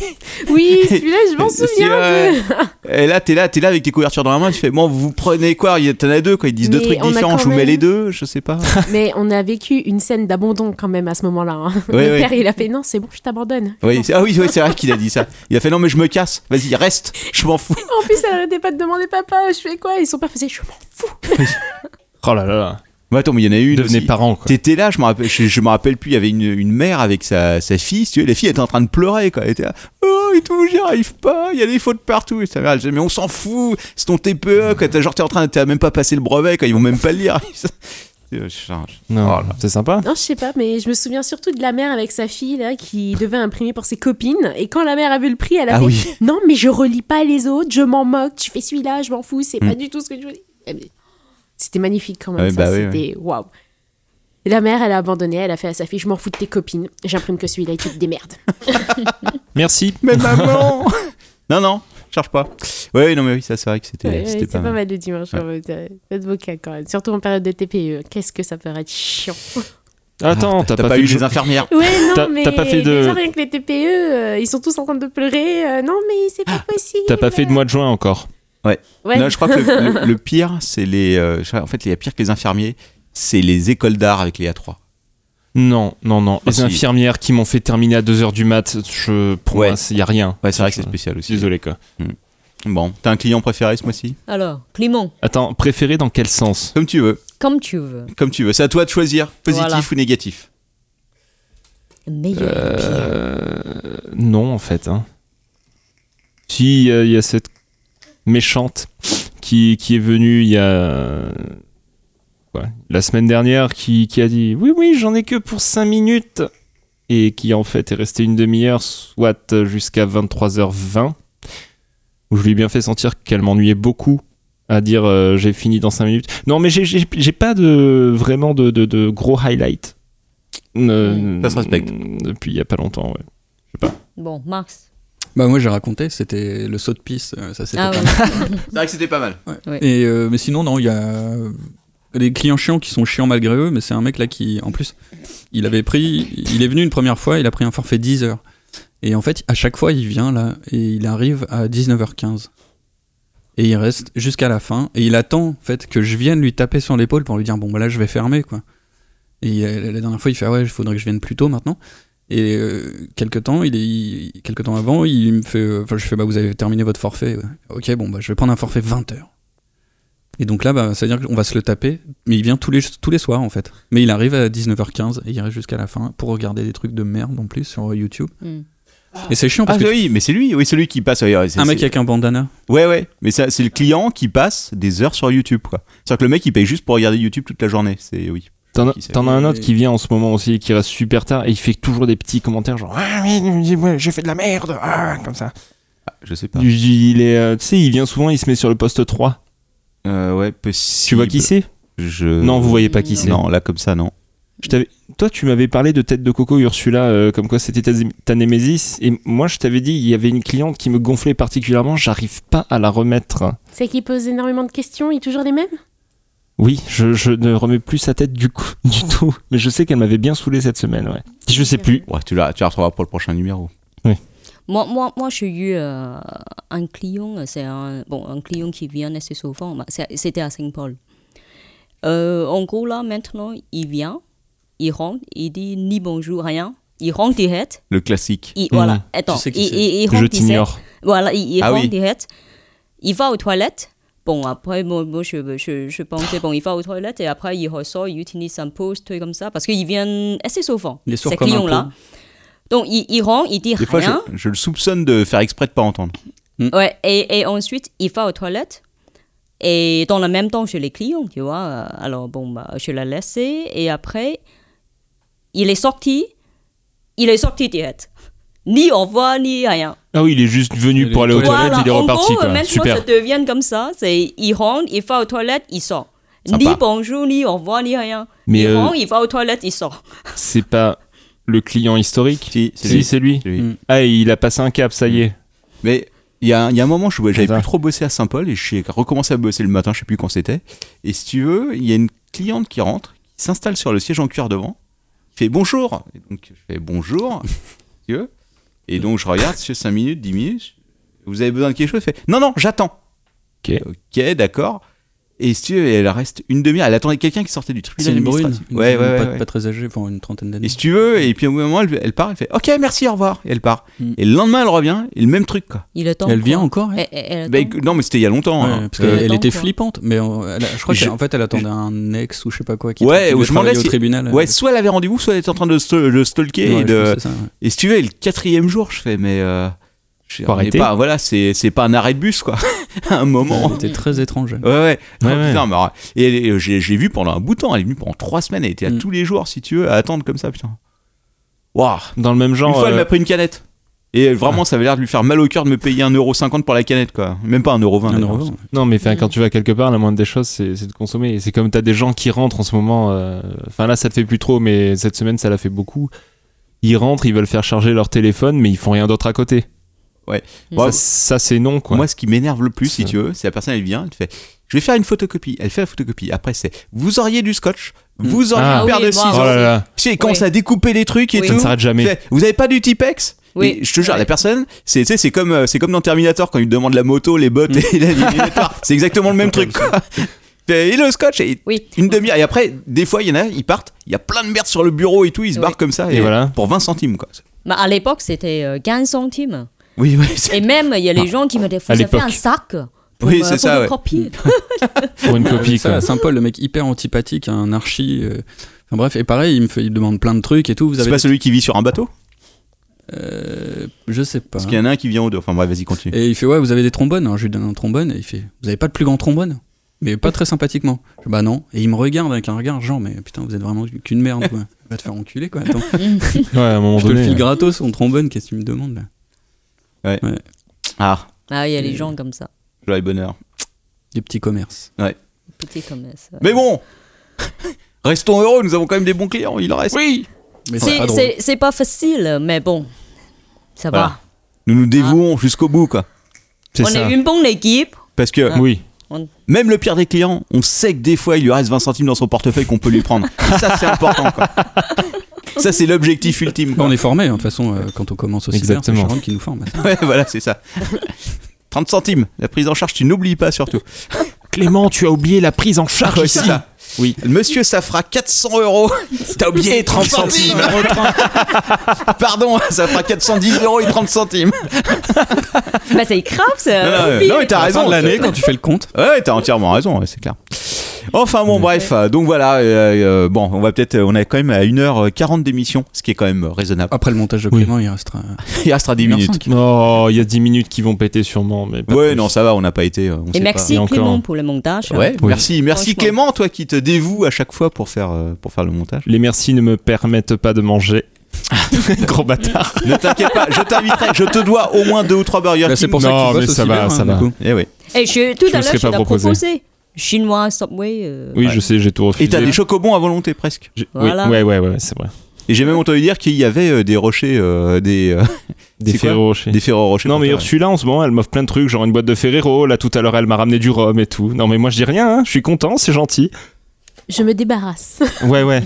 Speaker 7: Oui, celui-là, je
Speaker 1: [laughs]
Speaker 7: m'en
Speaker 1: Et- et
Speaker 7: souviens.
Speaker 1: c'est,
Speaker 7: un peu.
Speaker 1: Et là, t'es là, t'es là avec tes couvertures dans la main, tu fais, bon, vous prenez quoi Il y a- T'en as deux, quoi. Ils disent deux
Speaker 7: Mais
Speaker 1: trucs
Speaker 7: on a
Speaker 1: différents,
Speaker 7: quand
Speaker 1: je vous mets
Speaker 7: même-
Speaker 1: les deux, je
Speaker 7: [laughs]
Speaker 1: sais pas.
Speaker 7: Mais on a vécu une scène d'abandon quand même à ce moment-là. hein.
Speaker 1: Ouais,
Speaker 7: le
Speaker 1: ouais.
Speaker 7: père, il a fait non, c'est bon, je t'abandonne.
Speaker 1: Oui, c'est- ah oui, oui, c'est vrai qu'il a dit ça. Il a fait, non, mais je me casse, vas-y, reste, je m'en fous.
Speaker 7: En plus, elle arrêtait pas de demander papa, je fais quoi Ils sont pas faisait, je m'en fous.
Speaker 10: Oh là là.
Speaker 1: Mais attends, mais il y en a une.
Speaker 10: Devenez
Speaker 1: aussi.
Speaker 10: parent quoi.
Speaker 1: T'étais là, je me rappelle, je, je me rappelle plus. Il y avait une, une mère avec sa, sa fille. si Tu vois, la fille était en train de pleurer. Quoi. Elle était là, oh et tout, j'y arrive pas. Il y a des fautes partout. Et sa mère, elle disait, mais on s'en fout. C'est ton TPE. Quoi. T'as genre t'es en train, de- t'as même pas passé le brevet. Quoi. Ils vont même pas le lire. [laughs] Euh, Je change.
Speaker 10: Non,
Speaker 1: Oh là.
Speaker 10: c'est sympa.
Speaker 7: Non, je sais pas, mais je me souviens surtout de la mère avec sa fille là, qui devait imprimer pour ses copines. Et quand la mère a vu le prix, elle a
Speaker 1: Ah
Speaker 7: fait
Speaker 1: oui.
Speaker 7: Non, mais je relis pas les autres, je m'en moque, tu fais celui-là, je m'en fous, c'est pas du tout ce que je voulais. Eh ben, C'était magnifique quand même,
Speaker 1: Ouais,
Speaker 7: ça,
Speaker 1: bah Mm. oui,
Speaker 7: c'était waouh. Et la mère, elle a abandonné, elle a fait à sa fille Je m'en fous de tes copines, j'imprime que celui-là, et tu te démerdes.
Speaker 10: Merci.
Speaker 1: Mais maman. [laughs] non non, cherche pas. Ouais non mais oui, ça [laughs] c'est vrai que c'était
Speaker 7: Ouais, ouais,
Speaker 1: c'était
Speaker 7: C'est
Speaker 1: pas mal.
Speaker 7: le dimanche, quand même, t'as- faites vos cas quand même. Surtout en période de TPE, qu'est-ce que ça peut être chiant.
Speaker 1: Ah,
Speaker 10: Attends, t'as pas,
Speaker 1: eu
Speaker 10: fait
Speaker 1: les
Speaker 10: de-
Speaker 1: infirmières.
Speaker 7: Ouais, non,
Speaker 10: T'as-
Speaker 7: mais
Speaker 10: t'as pas fait de-
Speaker 7: déjà, rien que les TPE, euh, ils sont tous en train de pleurer. euh, non, mais c'est
Speaker 1: Ah,
Speaker 7: pas possible.
Speaker 10: T'as pas fait de mois de juin encore.
Speaker 7: Ouais.
Speaker 1: Non, je crois que le, le- le pire, c'est les. euh, je- en fait, il y a pire que les infirmiers, c'est les écoles d'art avec les A3.
Speaker 10: Non, non, non.
Speaker 1: Ah,
Speaker 10: Les
Speaker 1: si.
Speaker 10: infirmières qui m'ont fait terminer à 2h du mat, je. Pour
Speaker 1: Ouais.
Speaker 10: moi, c'est- y a rien.
Speaker 1: Ouais, c'est vrai que c'est spécial aussi.
Speaker 10: Désolé quoi.
Speaker 1: Bon, t'as un client préféré ce mois-ci
Speaker 8: Alors, Clément,
Speaker 10: Attends, préféré dans quel sens
Speaker 1: Comme tu veux.
Speaker 8: comme tu veux.
Speaker 1: Comme tu veux. C'est à toi de choisir, positif
Speaker 8: Voilà.
Speaker 1: ou négatif.
Speaker 8: Meilleur.
Speaker 10: Euh, non, en fait. hein. Si, euh, il y a- il y, a cette méchante qui, qui est venue il y a. ouais, la semaine dernière, qui, qui a dit Oui, oui, j'en ai que pour 5 minutes. Et qui, en fait, est restée une demi-heure, soit jusqu'à 23h20, où je lui ai bien fait sentir qu'elle m'ennuyait beaucoup à dire euh, j'ai fini dans 5 minutes. Non, mais j'ai- j'ai j'ai pas de, vraiment de, de- de gros highlights. Euh,
Speaker 1: Ça se respecte.
Speaker 10: Depuis il y a pas longtemps, ouais.
Speaker 8: Bon, Max.
Speaker 9: Bah moi j'ai raconté, c'était le saut de piste, euh, ça c'était
Speaker 8: Ah
Speaker 9: pas
Speaker 8: ouais.
Speaker 9: mal.
Speaker 1: C'est vrai que c'était pas mal.
Speaker 8: Ouais.
Speaker 9: Et, euh, mais sinon, non, il y a euh, des clients chiants qui sont chiants malgré eux, mais c'est un mec là qui, en plus, il avait pris, il est venu une première fois, il a pris un forfait 10 heures. Et en fait, à chaque fois, il vient là et il arrive à 19h15. Et il reste jusqu'à la fin et il attend en fait que je vienne lui taper sur l'épaule pour lui dire bon bah là je vais fermer quoi. Et euh, la dernière fois il fait ah ouais il faudrait que je vienne plus tôt maintenant. Et euh, quelque temps il est il- quelque temps avant il me fait euh, enfin je fais bah vous avez terminé votre forfait Ouais. ok bon bah je vais prendre un forfait 20 heures. Et donc là, bah, ça veut dire qu'on va se le taper, mais il vient tous les, tous les soirs en fait. Mais il arrive à 19h15 et il reste jusqu'à la fin pour regarder des trucs de merde en plus sur euh, YouTube.
Speaker 8: [laughs] Hmm.
Speaker 9: Et c'est chiant
Speaker 1: Ah
Speaker 9: parce que
Speaker 1: oui, mais c'est lui, oui, celui qui passe. ouais, ouais, c'est-
Speaker 9: un mec
Speaker 1: c'est-
Speaker 9: avec un bandana.
Speaker 1: Ouais, ouais, mais ça, c'est le client qui passe des heures sur YouTube, quoi. C'est-à-dire que le mec, il paye juste pour regarder YouTube toute la journée. C'est oui.
Speaker 10: T'en as-
Speaker 1: Qui sait.
Speaker 10: t'en as un autre qui vient en ce moment aussi et qui reste super tard et il fait toujours des petits commentaires genre ah oui dis-moi, j'ai fait de la merde ah, comme ça.
Speaker 1: Ah, je sais pas.
Speaker 10: Je dis, Il est euh, tu sais il vient souvent il se met sur le poste 3.
Speaker 1: Euh, ouais, possible.
Speaker 10: Tu vois qui c'est
Speaker 1: Je.
Speaker 10: Non vous voyez pas qui
Speaker 8: Euh, Non.
Speaker 10: c'est.
Speaker 1: Non, là comme ça, non.
Speaker 10: Je t'avais- Toi tu m'avais parlé de tête de coco Ursula euh, comme quoi c'était ta, ta némésis et moi je t'avais dit il y avait une cliente qui me gonflait particulièrement j'arrive pas à la remettre.
Speaker 7: C'est qui pose énormément de questions et toujours les mêmes
Speaker 10: Oui, je, je ne remets plus sa tête du coup [laughs] du tout mais je sais qu'elle m'avait bien saoulé cette semaine ouais. Je sais plus.
Speaker 1: Ouais, tu la, tu la retrouveras pour le prochain numéro.
Speaker 8: Moi, moi, moi j'ai eu euh, un client, c'est un, bon, un client qui vient assez souvent, bah, c'est- c'était à Saint-Paul. Euh, en gros, là, maintenant, il vient, il rentre, il dit ni bonjour, rien. Il rentre direct,
Speaker 1: Le classique.
Speaker 8: il, voilà,
Speaker 10: Mhm.
Speaker 8: attends,
Speaker 9: Hmm. Tu sais qui
Speaker 8: il,
Speaker 9: c'est.
Speaker 8: il- il rentre
Speaker 10: Je
Speaker 8: direct.
Speaker 10: t'ignore.
Speaker 8: Voilà, il, il
Speaker 1: Ah
Speaker 8: rentre
Speaker 1: oui.
Speaker 8: direct, il va aux toilettes. Bon, après, moi, moi, je, je, je pensais, bon, il va aux toilettes et après, il ressort, il utilise un poste, truc comme ça, parce qu'il vient assez souvent,
Speaker 9: Il est sourd
Speaker 8: ces
Speaker 9: comme un
Speaker 8: clients-là. Donc, il, il rentre, il dit
Speaker 1: Des
Speaker 8: rien.
Speaker 1: fois, je, je le soupçonne de faire exprès de pas entendre.
Speaker 8: Ouais, et, et ensuite, il va aux toilettes. Et dans le même temps, chez les clients, tu vois. Euh, Alors, bon, bah, je l'ai laissé. Et après, il est sorti. Il est sorti direct. Ni au revoir, ni rien.
Speaker 10: Ah oui, il est juste venu
Speaker 9: Il
Speaker 10: pour
Speaker 9: est
Speaker 10: aller aux
Speaker 9: aux
Speaker 10: toilettes, il est
Speaker 8: en
Speaker 10: reparti.
Speaker 8: gros,
Speaker 10: quoi.
Speaker 8: maintenant,
Speaker 10: Super.
Speaker 8: ça devient comme ça. C'est, il rentre, il va aux toilettes, il sort. Ni
Speaker 1: Sympa.
Speaker 8: bonjour, ni au revoir, ni rien.
Speaker 10: Mais
Speaker 8: il
Speaker 10: euh,
Speaker 8: rentre, il va aux toilettes, il sort.
Speaker 10: c'est pas le client historique.
Speaker 1: Si, c'est
Speaker 10: Si,
Speaker 1: lui.
Speaker 10: c'est lui.
Speaker 1: C'est lui.
Speaker 9: Mm.
Speaker 10: Ah, il a passé un cap, ça y est.
Speaker 1: Mais il y a, un- il y a un moment, je- j'avais
Speaker 10: C'est ça.
Speaker 1: plus trop bossé à Saint-Paul et j'ai recommencé à bosser le matin, je sais plus quand c'était. Et si tu veux, il y a une cliente qui rentre, qui s'installe sur le siège en cuir devant, qui fait bonjour. Et donc je fais
Speaker 9: [laughs]
Speaker 1: bonjour, si tu veux. Et donc je regarde, sur 5 minutes, 10 minutes, vous avez besoin de quelque chose Elle fait non, non, j'attends.
Speaker 10: Ok.
Speaker 1: Ok, d'accord. Et si tu veux, elle reste une demi-heure, elle attendait quelqu'un qui sortait du tribunal
Speaker 9: C'est une brune,
Speaker 1: administratif.
Speaker 9: une
Speaker 1: Ouais,
Speaker 9: brune,
Speaker 1: ouais,
Speaker 9: pas,
Speaker 1: ouais, ouais.
Speaker 9: pas très âgée, enfin une trentaine d'années.
Speaker 1: Et si tu veux, et puis au bout d'un moment, elle, elle part, elle fait ok, merci, au revoir, et elle part.
Speaker 9: Mm.
Speaker 1: Et le lendemain, elle revient, et le même truc, quoi.
Speaker 8: Il attend.
Speaker 9: Elle vient
Speaker 8: quoi.
Speaker 9: encore elle
Speaker 8: Elle- elle- elle
Speaker 1: Bah,
Speaker 8: attend.
Speaker 1: écoute, non, mais c'était il y a longtemps.
Speaker 9: Ouais,
Speaker 1: hein.
Speaker 9: parce
Speaker 1: Euh,
Speaker 8: elle
Speaker 9: qu'elle
Speaker 8: attend,
Speaker 9: était
Speaker 8: quoi.
Speaker 9: flippante, mais euh, elle a- je crois
Speaker 1: Je-
Speaker 9: qu'en fait elle attendait un ex ou je sais pas quoi qui,
Speaker 1: Ouais,
Speaker 9: qui
Speaker 1: ou
Speaker 9: devait
Speaker 1: je m'en
Speaker 9: travailler
Speaker 1: laisse-
Speaker 9: au tribunal.
Speaker 1: Ouais, soit elle avait rendez-vous, soit elle était en train de, sto- de stalker.
Speaker 9: Ouais,
Speaker 1: et,
Speaker 9: je pense
Speaker 1: de...
Speaker 9: que c'est ça, ouais.
Speaker 1: et si tu veux, et le quatrième jour, je fais, mais. Euh... je-
Speaker 10: Faut
Speaker 1: on est
Speaker 10: arrêter.
Speaker 1: pas, voilà, c'est c'est pas un arrêt de bus, quoi. [laughs] à un moment.
Speaker 9: Elle était très étrange.
Speaker 1: Ouais, ouais. Oh,
Speaker 10: Ouais, ouais.
Speaker 1: putain, mais alors, et elle est- j'ai j'ai vu pendant un bout de temps, elle est venue pendant trois semaines, elle était à
Speaker 9: Mm.
Speaker 1: tous les jours, si tu veux, à attendre comme ça, putain. Waouh.
Speaker 10: Dans le même
Speaker 1: Une
Speaker 10: genre.
Speaker 1: fois, elle
Speaker 10: euh,
Speaker 1: m'a pris une canette. Et vraiment, ça avait l'air de lui faire mal au cœur de me payer 1,50€ pour la canette, quoi. Même pas 1,20€.
Speaker 9: Un
Speaker 1: d'ailleurs.
Speaker 9: euro.
Speaker 10: Non, mais enfin, quand tu vas quelque part, la moindre des choses, c'est c'est de consommer. Et C'est comme t'as des gens qui rentrent en ce moment. euh, Enfin, là, ça te fait plus trop, mais cette semaine, ça l'a fait beaucoup. Ils rentrent, ils veulent faire charger leur téléphone, mais ils font rien d'autre à côté.
Speaker 1: Bon,
Speaker 10: Ça, ça, c'est non, quoi.
Speaker 1: Oh. Moi, ce qui m'énerve le plus, si
Speaker 10: Ça.
Speaker 1: tu veux, c'est la personne, elle vient, elle fait Je vais faire une photocopie. Elle fait la photocopie. Après, c'est Vous auriez du scotch, vous auriez
Speaker 10: Ah.
Speaker 1: une paire
Speaker 8: Ah oui,
Speaker 1: de
Speaker 8: moi,
Speaker 10: oh
Speaker 1: ciseaux.
Speaker 10: là là,
Speaker 1: Si, elle commence
Speaker 8: Oui.
Speaker 1: à découper les trucs et
Speaker 8: Oui.
Speaker 10: ça
Speaker 1: tout.
Speaker 10: ne s'arrête jamais.
Speaker 1: Fait, vous avez pas du Tipex
Speaker 8: Oui.
Speaker 1: Et je te jure,
Speaker 8: Ouais.
Speaker 1: la personne, c'est tu sais, c'est comme, euh, c'est comme dans Terminator quand il demande la moto, les bottes
Speaker 10: Mm.
Speaker 1: et [laughs] la l'illuminatoire. C'est exactement
Speaker 10: [laughs]
Speaker 1: le même truc. quoi. Fait, Et le scotch, et
Speaker 8: Oui.
Speaker 1: une demi-heure. Et après, des fois, il y en a, ils partent, il y a plein de merde sur le bureau et tout, ils se
Speaker 8: Oui.
Speaker 1: barrent comme ça.
Speaker 10: Et voilà.
Speaker 1: Pour 20 centimes, quoi.
Speaker 8: Mais à l'époque, c'était euh, 15 centimes.
Speaker 1: Oui, oui, [laughs] c'est-
Speaker 8: Et même, il y a les gens qui me disent, vous avez
Speaker 10: l'époque.
Speaker 8: un sac pour
Speaker 1: Oui,
Speaker 8: euh,
Speaker 1: c'est ça, ouais.
Speaker 8: photocopier.
Speaker 10: pour une
Speaker 9: Puis
Speaker 10: copie,
Speaker 9: ça,
Speaker 10: quoi.
Speaker 9: à Saint-Paul, le mec hyper antipathique, un archi. euh, Enfin bref, et pareil, il me, fait, il demande plein de trucs et tout. Vous
Speaker 1: C'est
Speaker 9: avez
Speaker 1: pas celui qui vit sur un bateau
Speaker 9: Euh, je sais pas.
Speaker 1: Parce qu'il y en a un qui vient au dos. Enfin bref, vas-y, continue.
Speaker 9: Et il fait ouais, vous avez des trombones. Alors je lui donne un trombone et il fait vous avez pas de plus grand trombone Mais pas très sympathiquement. Je fais, bah non. Et il me regarde avec un regard genre mais putain vous êtes vraiment qu'une merde quoi. Va te faire enculer quoi. Attends.
Speaker 10: Ouais, à un moment
Speaker 9: je te le
Speaker 10: donné.
Speaker 9: file gratos son trombone qu'est-ce que tu me demandes là.
Speaker 1: Ah,
Speaker 8: Ah, il y a les
Speaker 9: Et-
Speaker 8: gens comme ça.
Speaker 1: joie et bonheur.
Speaker 9: Des petits commerces.
Speaker 8: Petit comme ça.
Speaker 1: Mais bon [laughs] Restons heureux, nous avons quand même des bons clients, il en reste.
Speaker 2: Oui
Speaker 9: Mais c'est
Speaker 8: C'est-
Speaker 9: pas drôle.
Speaker 8: C'est c'est pas facile, mais bon, ça Ah.
Speaker 1: Voilà. Nous nous dévouons jusqu'au bout, quoi.
Speaker 10: C'est
Speaker 8: va. On
Speaker 10: ça.
Speaker 8: est une bonne équipe.
Speaker 1: Parce que
Speaker 8: Ah.
Speaker 10: Oui.
Speaker 1: même le pire des clients, on sait que des fois, il lui reste 20 centimes dans son portefeuille qu'on peut lui prendre. Et ça, c'est
Speaker 8: [laughs]
Speaker 1: important, quoi. Ça, c'est l'objectif ultime,
Speaker 9: Bah,
Speaker 1: quoi.
Speaker 9: on est formé hein, de toute façon euh, quand on commence au cyber, c'est
Speaker 10: Exactement.
Speaker 9: Sharon qui nous forme.
Speaker 1: Ouais, voilà,
Speaker 8: [laughs]
Speaker 1: c'est ça. 30 centimes, la prise en charge, tu n'oublies pas surtout.
Speaker 2: Clément, tu as oublié la prise en charge
Speaker 1: Ouais,
Speaker 2: ici.
Speaker 1: c'est ça.
Speaker 10: Oui.
Speaker 1: Monsieur, ça fera 400 euros. [laughs] T'as oublié 30 centimes. [laughs] Pardon, ça fera 410 euros et 30 centimes.
Speaker 8: Bah, c'est grave,
Speaker 1: Non,
Speaker 8: ça.
Speaker 1: non,
Speaker 8: Pire.
Speaker 1: non, mais t'as
Speaker 9: À la fin
Speaker 1: raison.
Speaker 9: de l'année quand tu fais le compte.
Speaker 1: Ouais, t'as entièrement raison, ouais, c'est clair. Enfin bon, bref, euh, donc voilà, euh, euh, bon, on va peut-être, euh, on est quand même à 1h40 d'émission, ce qui est quand même euh, raisonnable.
Speaker 9: Après le montage de
Speaker 10: Oui.
Speaker 9: Clément il restera.
Speaker 1: Ah, Il restera 10
Speaker 9: une heure
Speaker 1: minutes.
Speaker 9: cinq.
Speaker 10: Non, Oh, il y a 10 minutes qui vont péter sûrement. Mais pas
Speaker 1: Ouais,
Speaker 10: plus.
Speaker 1: non, ça va, on n'a pas été. euh, on
Speaker 8: Et
Speaker 1: sait
Speaker 8: merci
Speaker 10: Et encore.
Speaker 8: Clément pour le montage.
Speaker 1: pas. Ouais,
Speaker 10: Oui.
Speaker 1: merci, merci
Speaker 8: Franchement.
Speaker 1: Clément, toi qui te dévoues à chaque fois pour faire, euh, pour faire le montage.
Speaker 10: Les merci ne me permettent pas de manger. [laughs] Gros bâtard.
Speaker 1: Ne t'inquiète pas, je t'inviterai, je te dois au moins deux ou trois burgers.
Speaker 9: Bah, c'est
Speaker 1: King.
Speaker 9: pour ça
Speaker 10: Non,
Speaker 9: qu'il
Speaker 10: mais
Speaker 9: bosse au
Speaker 10: ça
Speaker 9: cyber,
Speaker 10: va,
Speaker 9: hein,
Speaker 10: ça
Speaker 9: du
Speaker 10: va.
Speaker 9: coup.
Speaker 1: Eh oui.
Speaker 8: Et je, tout
Speaker 10: Je
Speaker 8: à l'heure,
Speaker 10: me serais
Speaker 8: je
Speaker 10: pas
Speaker 8: t'ai
Speaker 10: proposé.
Speaker 8: proposé. Chinois, Subway. euh,
Speaker 10: Oui, je sais, j'ai tout refusé.
Speaker 1: Et t'as des chocobons à volonté presque.
Speaker 10: J'ai-
Speaker 8: Voilà.
Speaker 10: oui, ouais, ouais, ouais, c'est vrai.
Speaker 1: Et j'ai même entendu dire qu'il y avait euh, des rochers, euh, des, euh, [laughs]
Speaker 10: Des
Speaker 1: C'est quoi
Speaker 10: ferrero rochers.
Speaker 1: des ferro rochers.
Speaker 10: Non, mais
Speaker 1: pour toi.
Speaker 10: Ursula, en ce moment, elle m'offre plein de trucs, genre une boîte de Ferrero. Là, tout à l'heure, elle m'a ramené du rhum et tout. Non, mais moi, je dis rien, hein. je suis content,
Speaker 1: [laughs]
Speaker 10: c'est gentil.
Speaker 7: Je me débarrasse.
Speaker 10: Ouais, [laughs] ouais.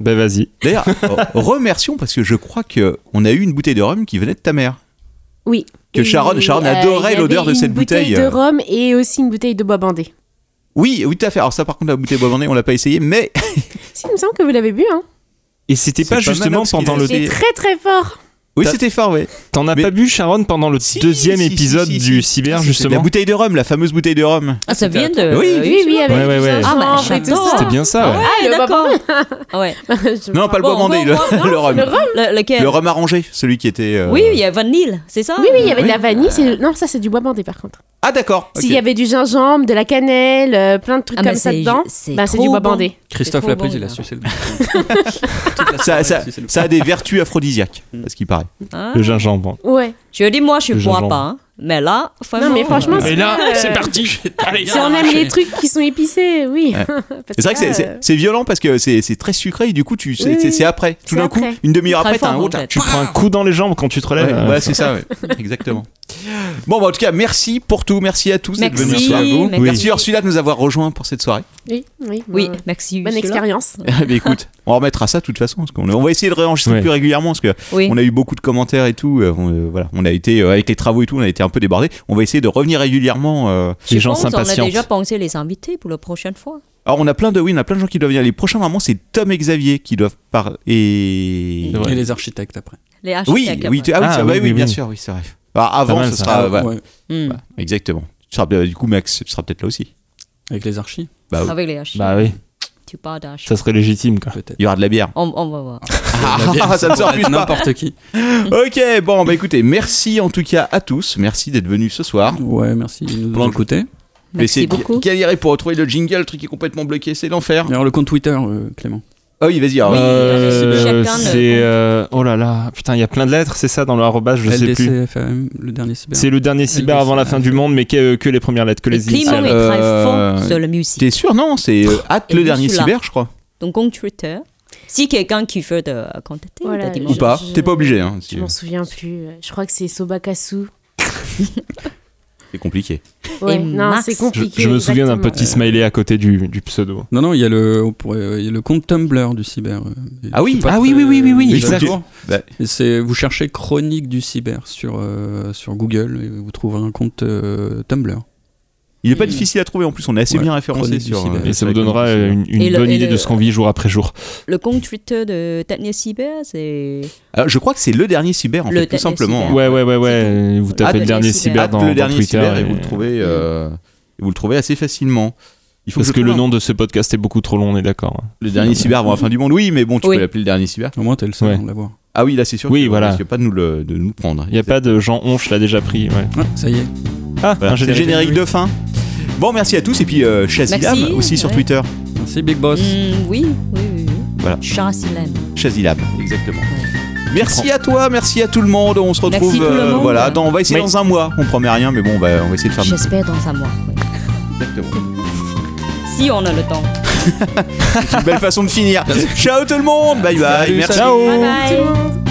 Speaker 10: ben, vas-y.
Speaker 1: D'ailleurs, [laughs] re- remercions parce que je crois que on a eu une bouteille de rhum qui venait de ta mère.
Speaker 7: [laughs] Oui.
Speaker 1: Que Sharon-
Speaker 7: Et,
Speaker 1: Sharon
Speaker 7: euh,
Speaker 1: adorait
Speaker 7: il y
Speaker 1: l'odeur
Speaker 7: avait
Speaker 1: de cette
Speaker 7: une bouteille.
Speaker 1: bouteille, euh.
Speaker 7: de rhum et aussi une bouteille de bois bandé.
Speaker 1: Oui, oui, tout à fait. Alors ça, par contre, la bouteille bois bandé, on l'a pas essayé, mais
Speaker 7: Si, il me semble que vous l'avez bu, hein.
Speaker 10: Et c'était
Speaker 1: C'est
Speaker 10: pas,
Speaker 1: pas hein,
Speaker 10: justement
Speaker 1: Manox qui
Speaker 10: pendant
Speaker 1: l'a
Speaker 10: le.
Speaker 1: fait.
Speaker 7: C'est très très fort.
Speaker 1: oui,
Speaker 10: T'as-
Speaker 1: c'était fort, oui.
Speaker 10: T'en as
Speaker 1: Mais-
Speaker 10: pas bu, Sharon, pendant le
Speaker 1: Si,
Speaker 10: deuxième
Speaker 1: si, si,
Speaker 10: épisode
Speaker 1: si, si.
Speaker 10: du cyber,
Speaker 1: C'était La
Speaker 10: justement
Speaker 1: bouteille de rhum, la fameuse bouteille de rhum.
Speaker 8: Ah, ça vient de.
Speaker 1: Oui,
Speaker 7: Oui, oui, avec
Speaker 10: Ouais, ouais, ouais.
Speaker 8: Ah, bah,
Speaker 7: et tout
Speaker 8: j'adore.
Speaker 7: ça.
Speaker 10: C'était bien ça, ouais.
Speaker 8: Ah,
Speaker 7: le
Speaker 8: d'accord.
Speaker 7: [laughs]
Speaker 8: Ah ouais.
Speaker 7: Je-
Speaker 1: [laughs] Non, pas le bois
Speaker 8: Bon,
Speaker 1: bandé,
Speaker 8: bon,
Speaker 1: le,
Speaker 8: bon, bon,
Speaker 1: le rhum.
Speaker 7: le rhum.
Speaker 8: Le- lequel
Speaker 1: Le rhum arrangé, celui qui était. euh,
Speaker 8: Oui, il y a vanille, c'est ça
Speaker 7: Oui, oui, il y avait de la vanille. c'est- Non, ça, c'est du bois bandé, par contre.
Speaker 1: Ah d'accord. ok.
Speaker 7: S'il y avait du gingembre, de la cannelle, euh, plein de trucs
Speaker 8: Ah,
Speaker 7: comme
Speaker 8: mais
Speaker 7: ça
Speaker 8: c'est-
Speaker 7: dedans,
Speaker 8: c'est
Speaker 7: bah, c'est
Speaker 8: trop
Speaker 7: du bois
Speaker 8: bon.
Speaker 7: bandé.
Speaker 9: Christophe
Speaker 8: trop
Speaker 9: Laprise,
Speaker 8: bon,
Speaker 9: il a
Speaker 8: ça.
Speaker 9: sucé le. Toute la
Speaker 1: Ça,
Speaker 9: soirée, il
Speaker 1: ça,
Speaker 9: a sucé le-
Speaker 1: ça a des vertus aphrodisiaques, à ce qui paraît.
Speaker 8: Ah.
Speaker 10: Le gingembre.
Speaker 7: Ouais.
Speaker 8: Je dis, moi, je
Speaker 10: Le
Speaker 8: bois
Speaker 10: gingembre.
Speaker 8: pas. hein. Mais là, vraiment.
Speaker 7: Non, mais franchement,
Speaker 2: Mais
Speaker 7: si-
Speaker 2: là,
Speaker 7: euh,
Speaker 2: c'est parti. Allez,
Speaker 7: Si on aime les trucs qui sont épicés, oui.
Speaker 1: Ouais.
Speaker 7: [laughs] Parce
Speaker 1: C'est vrai que c'est-
Speaker 7: là,
Speaker 1: c'est
Speaker 7: euh,
Speaker 1: c'est violent parce que c'est c'est très sucré et du coup tu c'est
Speaker 7: Oui,
Speaker 1: c'est-
Speaker 7: oui.
Speaker 1: c'est après. Tout
Speaker 7: C'est
Speaker 1: d'un coup,
Speaker 7: après.
Speaker 1: une demi-heure
Speaker 8: Très
Speaker 1: après, t'as un
Speaker 8: fort,
Speaker 1: gros.
Speaker 8: en fait.
Speaker 10: Tu prends un coup dans les jambes quand tu te
Speaker 1: Ouais,
Speaker 10: relèves.
Speaker 1: ouais,
Speaker 8: bah,
Speaker 1: c'est ça,
Speaker 10: [laughs]
Speaker 1: ouais. exactement. Bon, bah, en tout cas, merci pour tout, merci à tous d'être
Speaker 8: Merci,
Speaker 1: venus ce soir.
Speaker 8: merci.
Speaker 1: Merci Ursula de nous avoir rejoints pour
Speaker 8: [laughs]
Speaker 1: cette soirée.
Speaker 7: Oui, oui.
Speaker 8: Oui,
Speaker 7: bon,
Speaker 8: merci.
Speaker 7: Bonne
Speaker 8: Ursula.
Speaker 7: expérience.
Speaker 1: Eh ben, écoute, on remettra ça de toute façon, parce qu'on on va essayer de réenregistrer
Speaker 10: Ouais.
Speaker 1: plus régulièrement, parce que
Speaker 8: Oui.
Speaker 1: On a eu beaucoup de commentaires et tout. euh, on, euh, voilà, on a été euh, avec les travaux et tout, on a été un peu débordé. On va essayer de revenir régulièrement. euh.
Speaker 8: Je
Speaker 10: Les gens
Speaker 8: pense On a
Speaker 10: s'impatientent.
Speaker 8: déjà pensé les invités pour la prochaine fois.
Speaker 1: Alors on a plein de, oui, on a plein de gens qui doivent venir. Les prochains vraiment, c'est Tom et Xavier qui doivent parler. Et
Speaker 10: Ouais.
Speaker 9: Et les architectes après.
Speaker 8: Les
Speaker 1: oui,
Speaker 8: architectes.
Speaker 1: oui, tu- ah, oui,
Speaker 10: Ah,
Speaker 1: ça- bah
Speaker 10: oui,
Speaker 1: oui,
Speaker 10: oui,
Speaker 1: bien
Speaker 10: oui.
Speaker 1: sûr, oui, c'est vrai. Ah, avant,
Speaker 10: Pas mal,
Speaker 1: ce
Speaker 10: ça.
Speaker 1: sera
Speaker 10: Ah,
Speaker 1: voilà,
Speaker 9: Ouais,
Speaker 8: Hmm.
Speaker 1: voilà, exactement. Tu seras, euh, du coup, Max, tu seras peut-être là aussi.
Speaker 9: Avec les archis,
Speaker 1: Bah, oui.
Speaker 8: Avec les architectes.
Speaker 10: Bah oui,
Speaker 8: Tu parles d'architectes.
Speaker 10: ça serait légitime, quoi.
Speaker 9: peut-être.
Speaker 1: il y aura de la bière.
Speaker 8: On, on va voir.
Speaker 9: [laughs]
Speaker 1: Ah,
Speaker 9: La bière,
Speaker 1: ça ne se
Speaker 9: pourrait
Speaker 1: refuse
Speaker 9: être
Speaker 1: pas.
Speaker 9: N'importe qui.
Speaker 1: Ok, bon, bah écoutez, merci en tout cas à tous. Merci d'être venus ce soir.
Speaker 9: Ouais, merci. Ils nous
Speaker 1: Blanc.
Speaker 9: ont écoutés.
Speaker 8: Merci
Speaker 1: c'est
Speaker 8: beaucoup.
Speaker 1: galérer pour retrouver le jingle, le truc est complètement bloqué, c'est l'enfer.
Speaker 9: Alors le compte Twitter, euh, Clément.
Speaker 1: Ah oui, vas-y. alors,
Speaker 8: Oui.
Speaker 10: Euh,
Speaker 8: Chacun le
Speaker 10: c'est euh, oh là là, putain, il y a plein de lettres, c'est ça dans le arrobas, je sais plus.
Speaker 9: LDCFM, le dernier cyber.
Speaker 10: C'est le dernier cyber
Speaker 9: LDC,
Speaker 10: avant la fin du monde, mais que, que les premières lettres, que
Speaker 8: Le
Speaker 10: les
Speaker 8: Clément
Speaker 10: initiales.
Speaker 8: est
Speaker 1: Euh,
Speaker 8: très fort sur la musique.
Speaker 1: T'es sûr Non, c'est euh, hâte
Speaker 8: Et
Speaker 1: le
Speaker 8: je
Speaker 1: dernier
Speaker 8: suis là.
Speaker 1: cyber, je crois.
Speaker 8: Donc, on Twitter. Si quelqu'un qui veut de contacter,
Speaker 7: Voilà,
Speaker 8: t'as dit
Speaker 7: je-
Speaker 1: Ou
Speaker 8: bonjour.
Speaker 1: pas T'es pas obligé. Hein,
Speaker 7: Je m'en souviens plus. Je crois que c'est Sobakasu.
Speaker 1: c'est compliqué.
Speaker 7: Ouais,
Speaker 8: Et
Speaker 7: non,
Speaker 8: Max.
Speaker 7: c'est
Speaker 10: Je,
Speaker 7: compliqué.
Speaker 10: je me souviens d'un
Speaker 7: exactement.
Speaker 10: petit smiley à côté du, du pseudo.
Speaker 9: Non, non, il y, a le, on pourrait- euh, il y a le compte Tumblr du cyber. euh,
Speaker 1: Ah oui,
Speaker 9: c'est pas
Speaker 10: ah oui,
Speaker 9: très-
Speaker 10: oui, oui, oui, oui,
Speaker 9: mis à
Speaker 10: exact.
Speaker 9: jour.
Speaker 1: Bah.
Speaker 9: Et c'est- Vous cherchez Chronique du cyber sur, euh, sur Google et vous trouverez un compte euh, Tumblr.
Speaker 1: Il est pas difficile à trouver en plus, on est assez
Speaker 9: Ouais,
Speaker 1: bien référencé
Speaker 9: chronique du
Speaker 1: sur.
Speaker 9: cyber.
Speaker 1: euh,
Speaker 10: Et ça
Speaker 1: sur la
Speaker 10: vous donnera
Speaker 1: chronique du cyber.
Speaker 10: une, une
Speaker 8: Et le-
Speaker 10: bonne
Speaker 8: et
Speaker 10: idée
Speaker 8: le-
Speaker 10: de ce qu'on vit jour après jour.
Speaker 8: Le compte Twitter de Technier Cyber, c'est.
Speaker 1: Alors, je crois que c'est le dernier cyber en
Speaker 8: Le
Speaker 1: fait, tout
Speaker 8: dernier
Speaker 1: simplement.
Speaker 8: cyber.
Speaker 10: Ouais, ouais, ouais, ouais.
Speaker 8: C'est
Speaker 10: Vous
Speaker 8: tout.
Speaker 10: tapez
Speaker 8: Hâte
Speaker 10: le
Speaker 8: Ah, le
Speaker 10: dernier
Speaker 8: dernier
Speaker 10: cyber
Speaker 1: Hâte
Speaker 10: dans,
Speaker 1: le
Speaker 10: dans
Speaker 1: dernier
Speaker 10: Twitter.
Speaker 1: cyber et
Speaker 10: et-
Speaker 1: vous le trouvez. euh, vous le trouvez assez facilement. Il faut
Speaker 10: Parce
Speaker 1: je
Speaker 10: que, le
Speaker 1: trouve un-
Speaker 10: nom de ce podcast est beaucoup trop long, on est d'accord. hein.
Speaker 1: Le dernier cyber avant la fin du monde, oui, mais bon, tu
Speaker 8: Oui.
Speaker 1: peux l'appeler le dernier cyber.
Speaker 9: Au moins, t'es le seul
Speaker 10: Ouais.
Speaker 9: à en l'avoir.
Speaker 1: Ah oui, là, c'est sûr
Speaker 10: Oui,
Speaker 1: que-
Speaker 10: voilà.
Speaker 1: parce qu'il y a pas de nous le, de nous le prendre.
Speaker 10: Il n'y a pas de Jean Honche l'a déjà pris. ouais.
Speaker 9: Ah, ça y est.
Speaker 10: Ah,
Speaker 1: Voilà,
Speaker 10: un
Speaker 1: c'est le
Speaker 10: générique.
Speaker 1: générique de fin. Bon, merci à tous et puis euh, Shazilab
Speaker 8: Merci,
Speaker 1: aussi sur
Speaker 8: ouais.
Speaker 1: Twitter.
Speaker 9: Merci, Big Boss.
Speaker 8: Hmm, oui, oui, oui. oui.
Speaker 1: Voilà.
Speaker 8: Chasilem.
Speaker 1: Shazilab, exactement. Merci à toi, merci à tout le monde. On se
Speaker 8: Merci
Speaker 1: retrouve euh,
Speaker 8: tout le monde.
Speaker 1: voilà, dans- on va essayer
Speaker 10: Oui.
Speaker 1: dans un mois. On promet rien, mais bon, on va, on va essayer de faire de-
Speaker 8: J'espère dans un mois. oui.
Speaker 1: exactement.
Speaker 8: Si on a le temps.
Speaker 1: C'est une belle façon de finir. Ciao tout le monde, bye bye, merci.
Speaker 8: Bye bye.
Speaker 7: Tout le monde.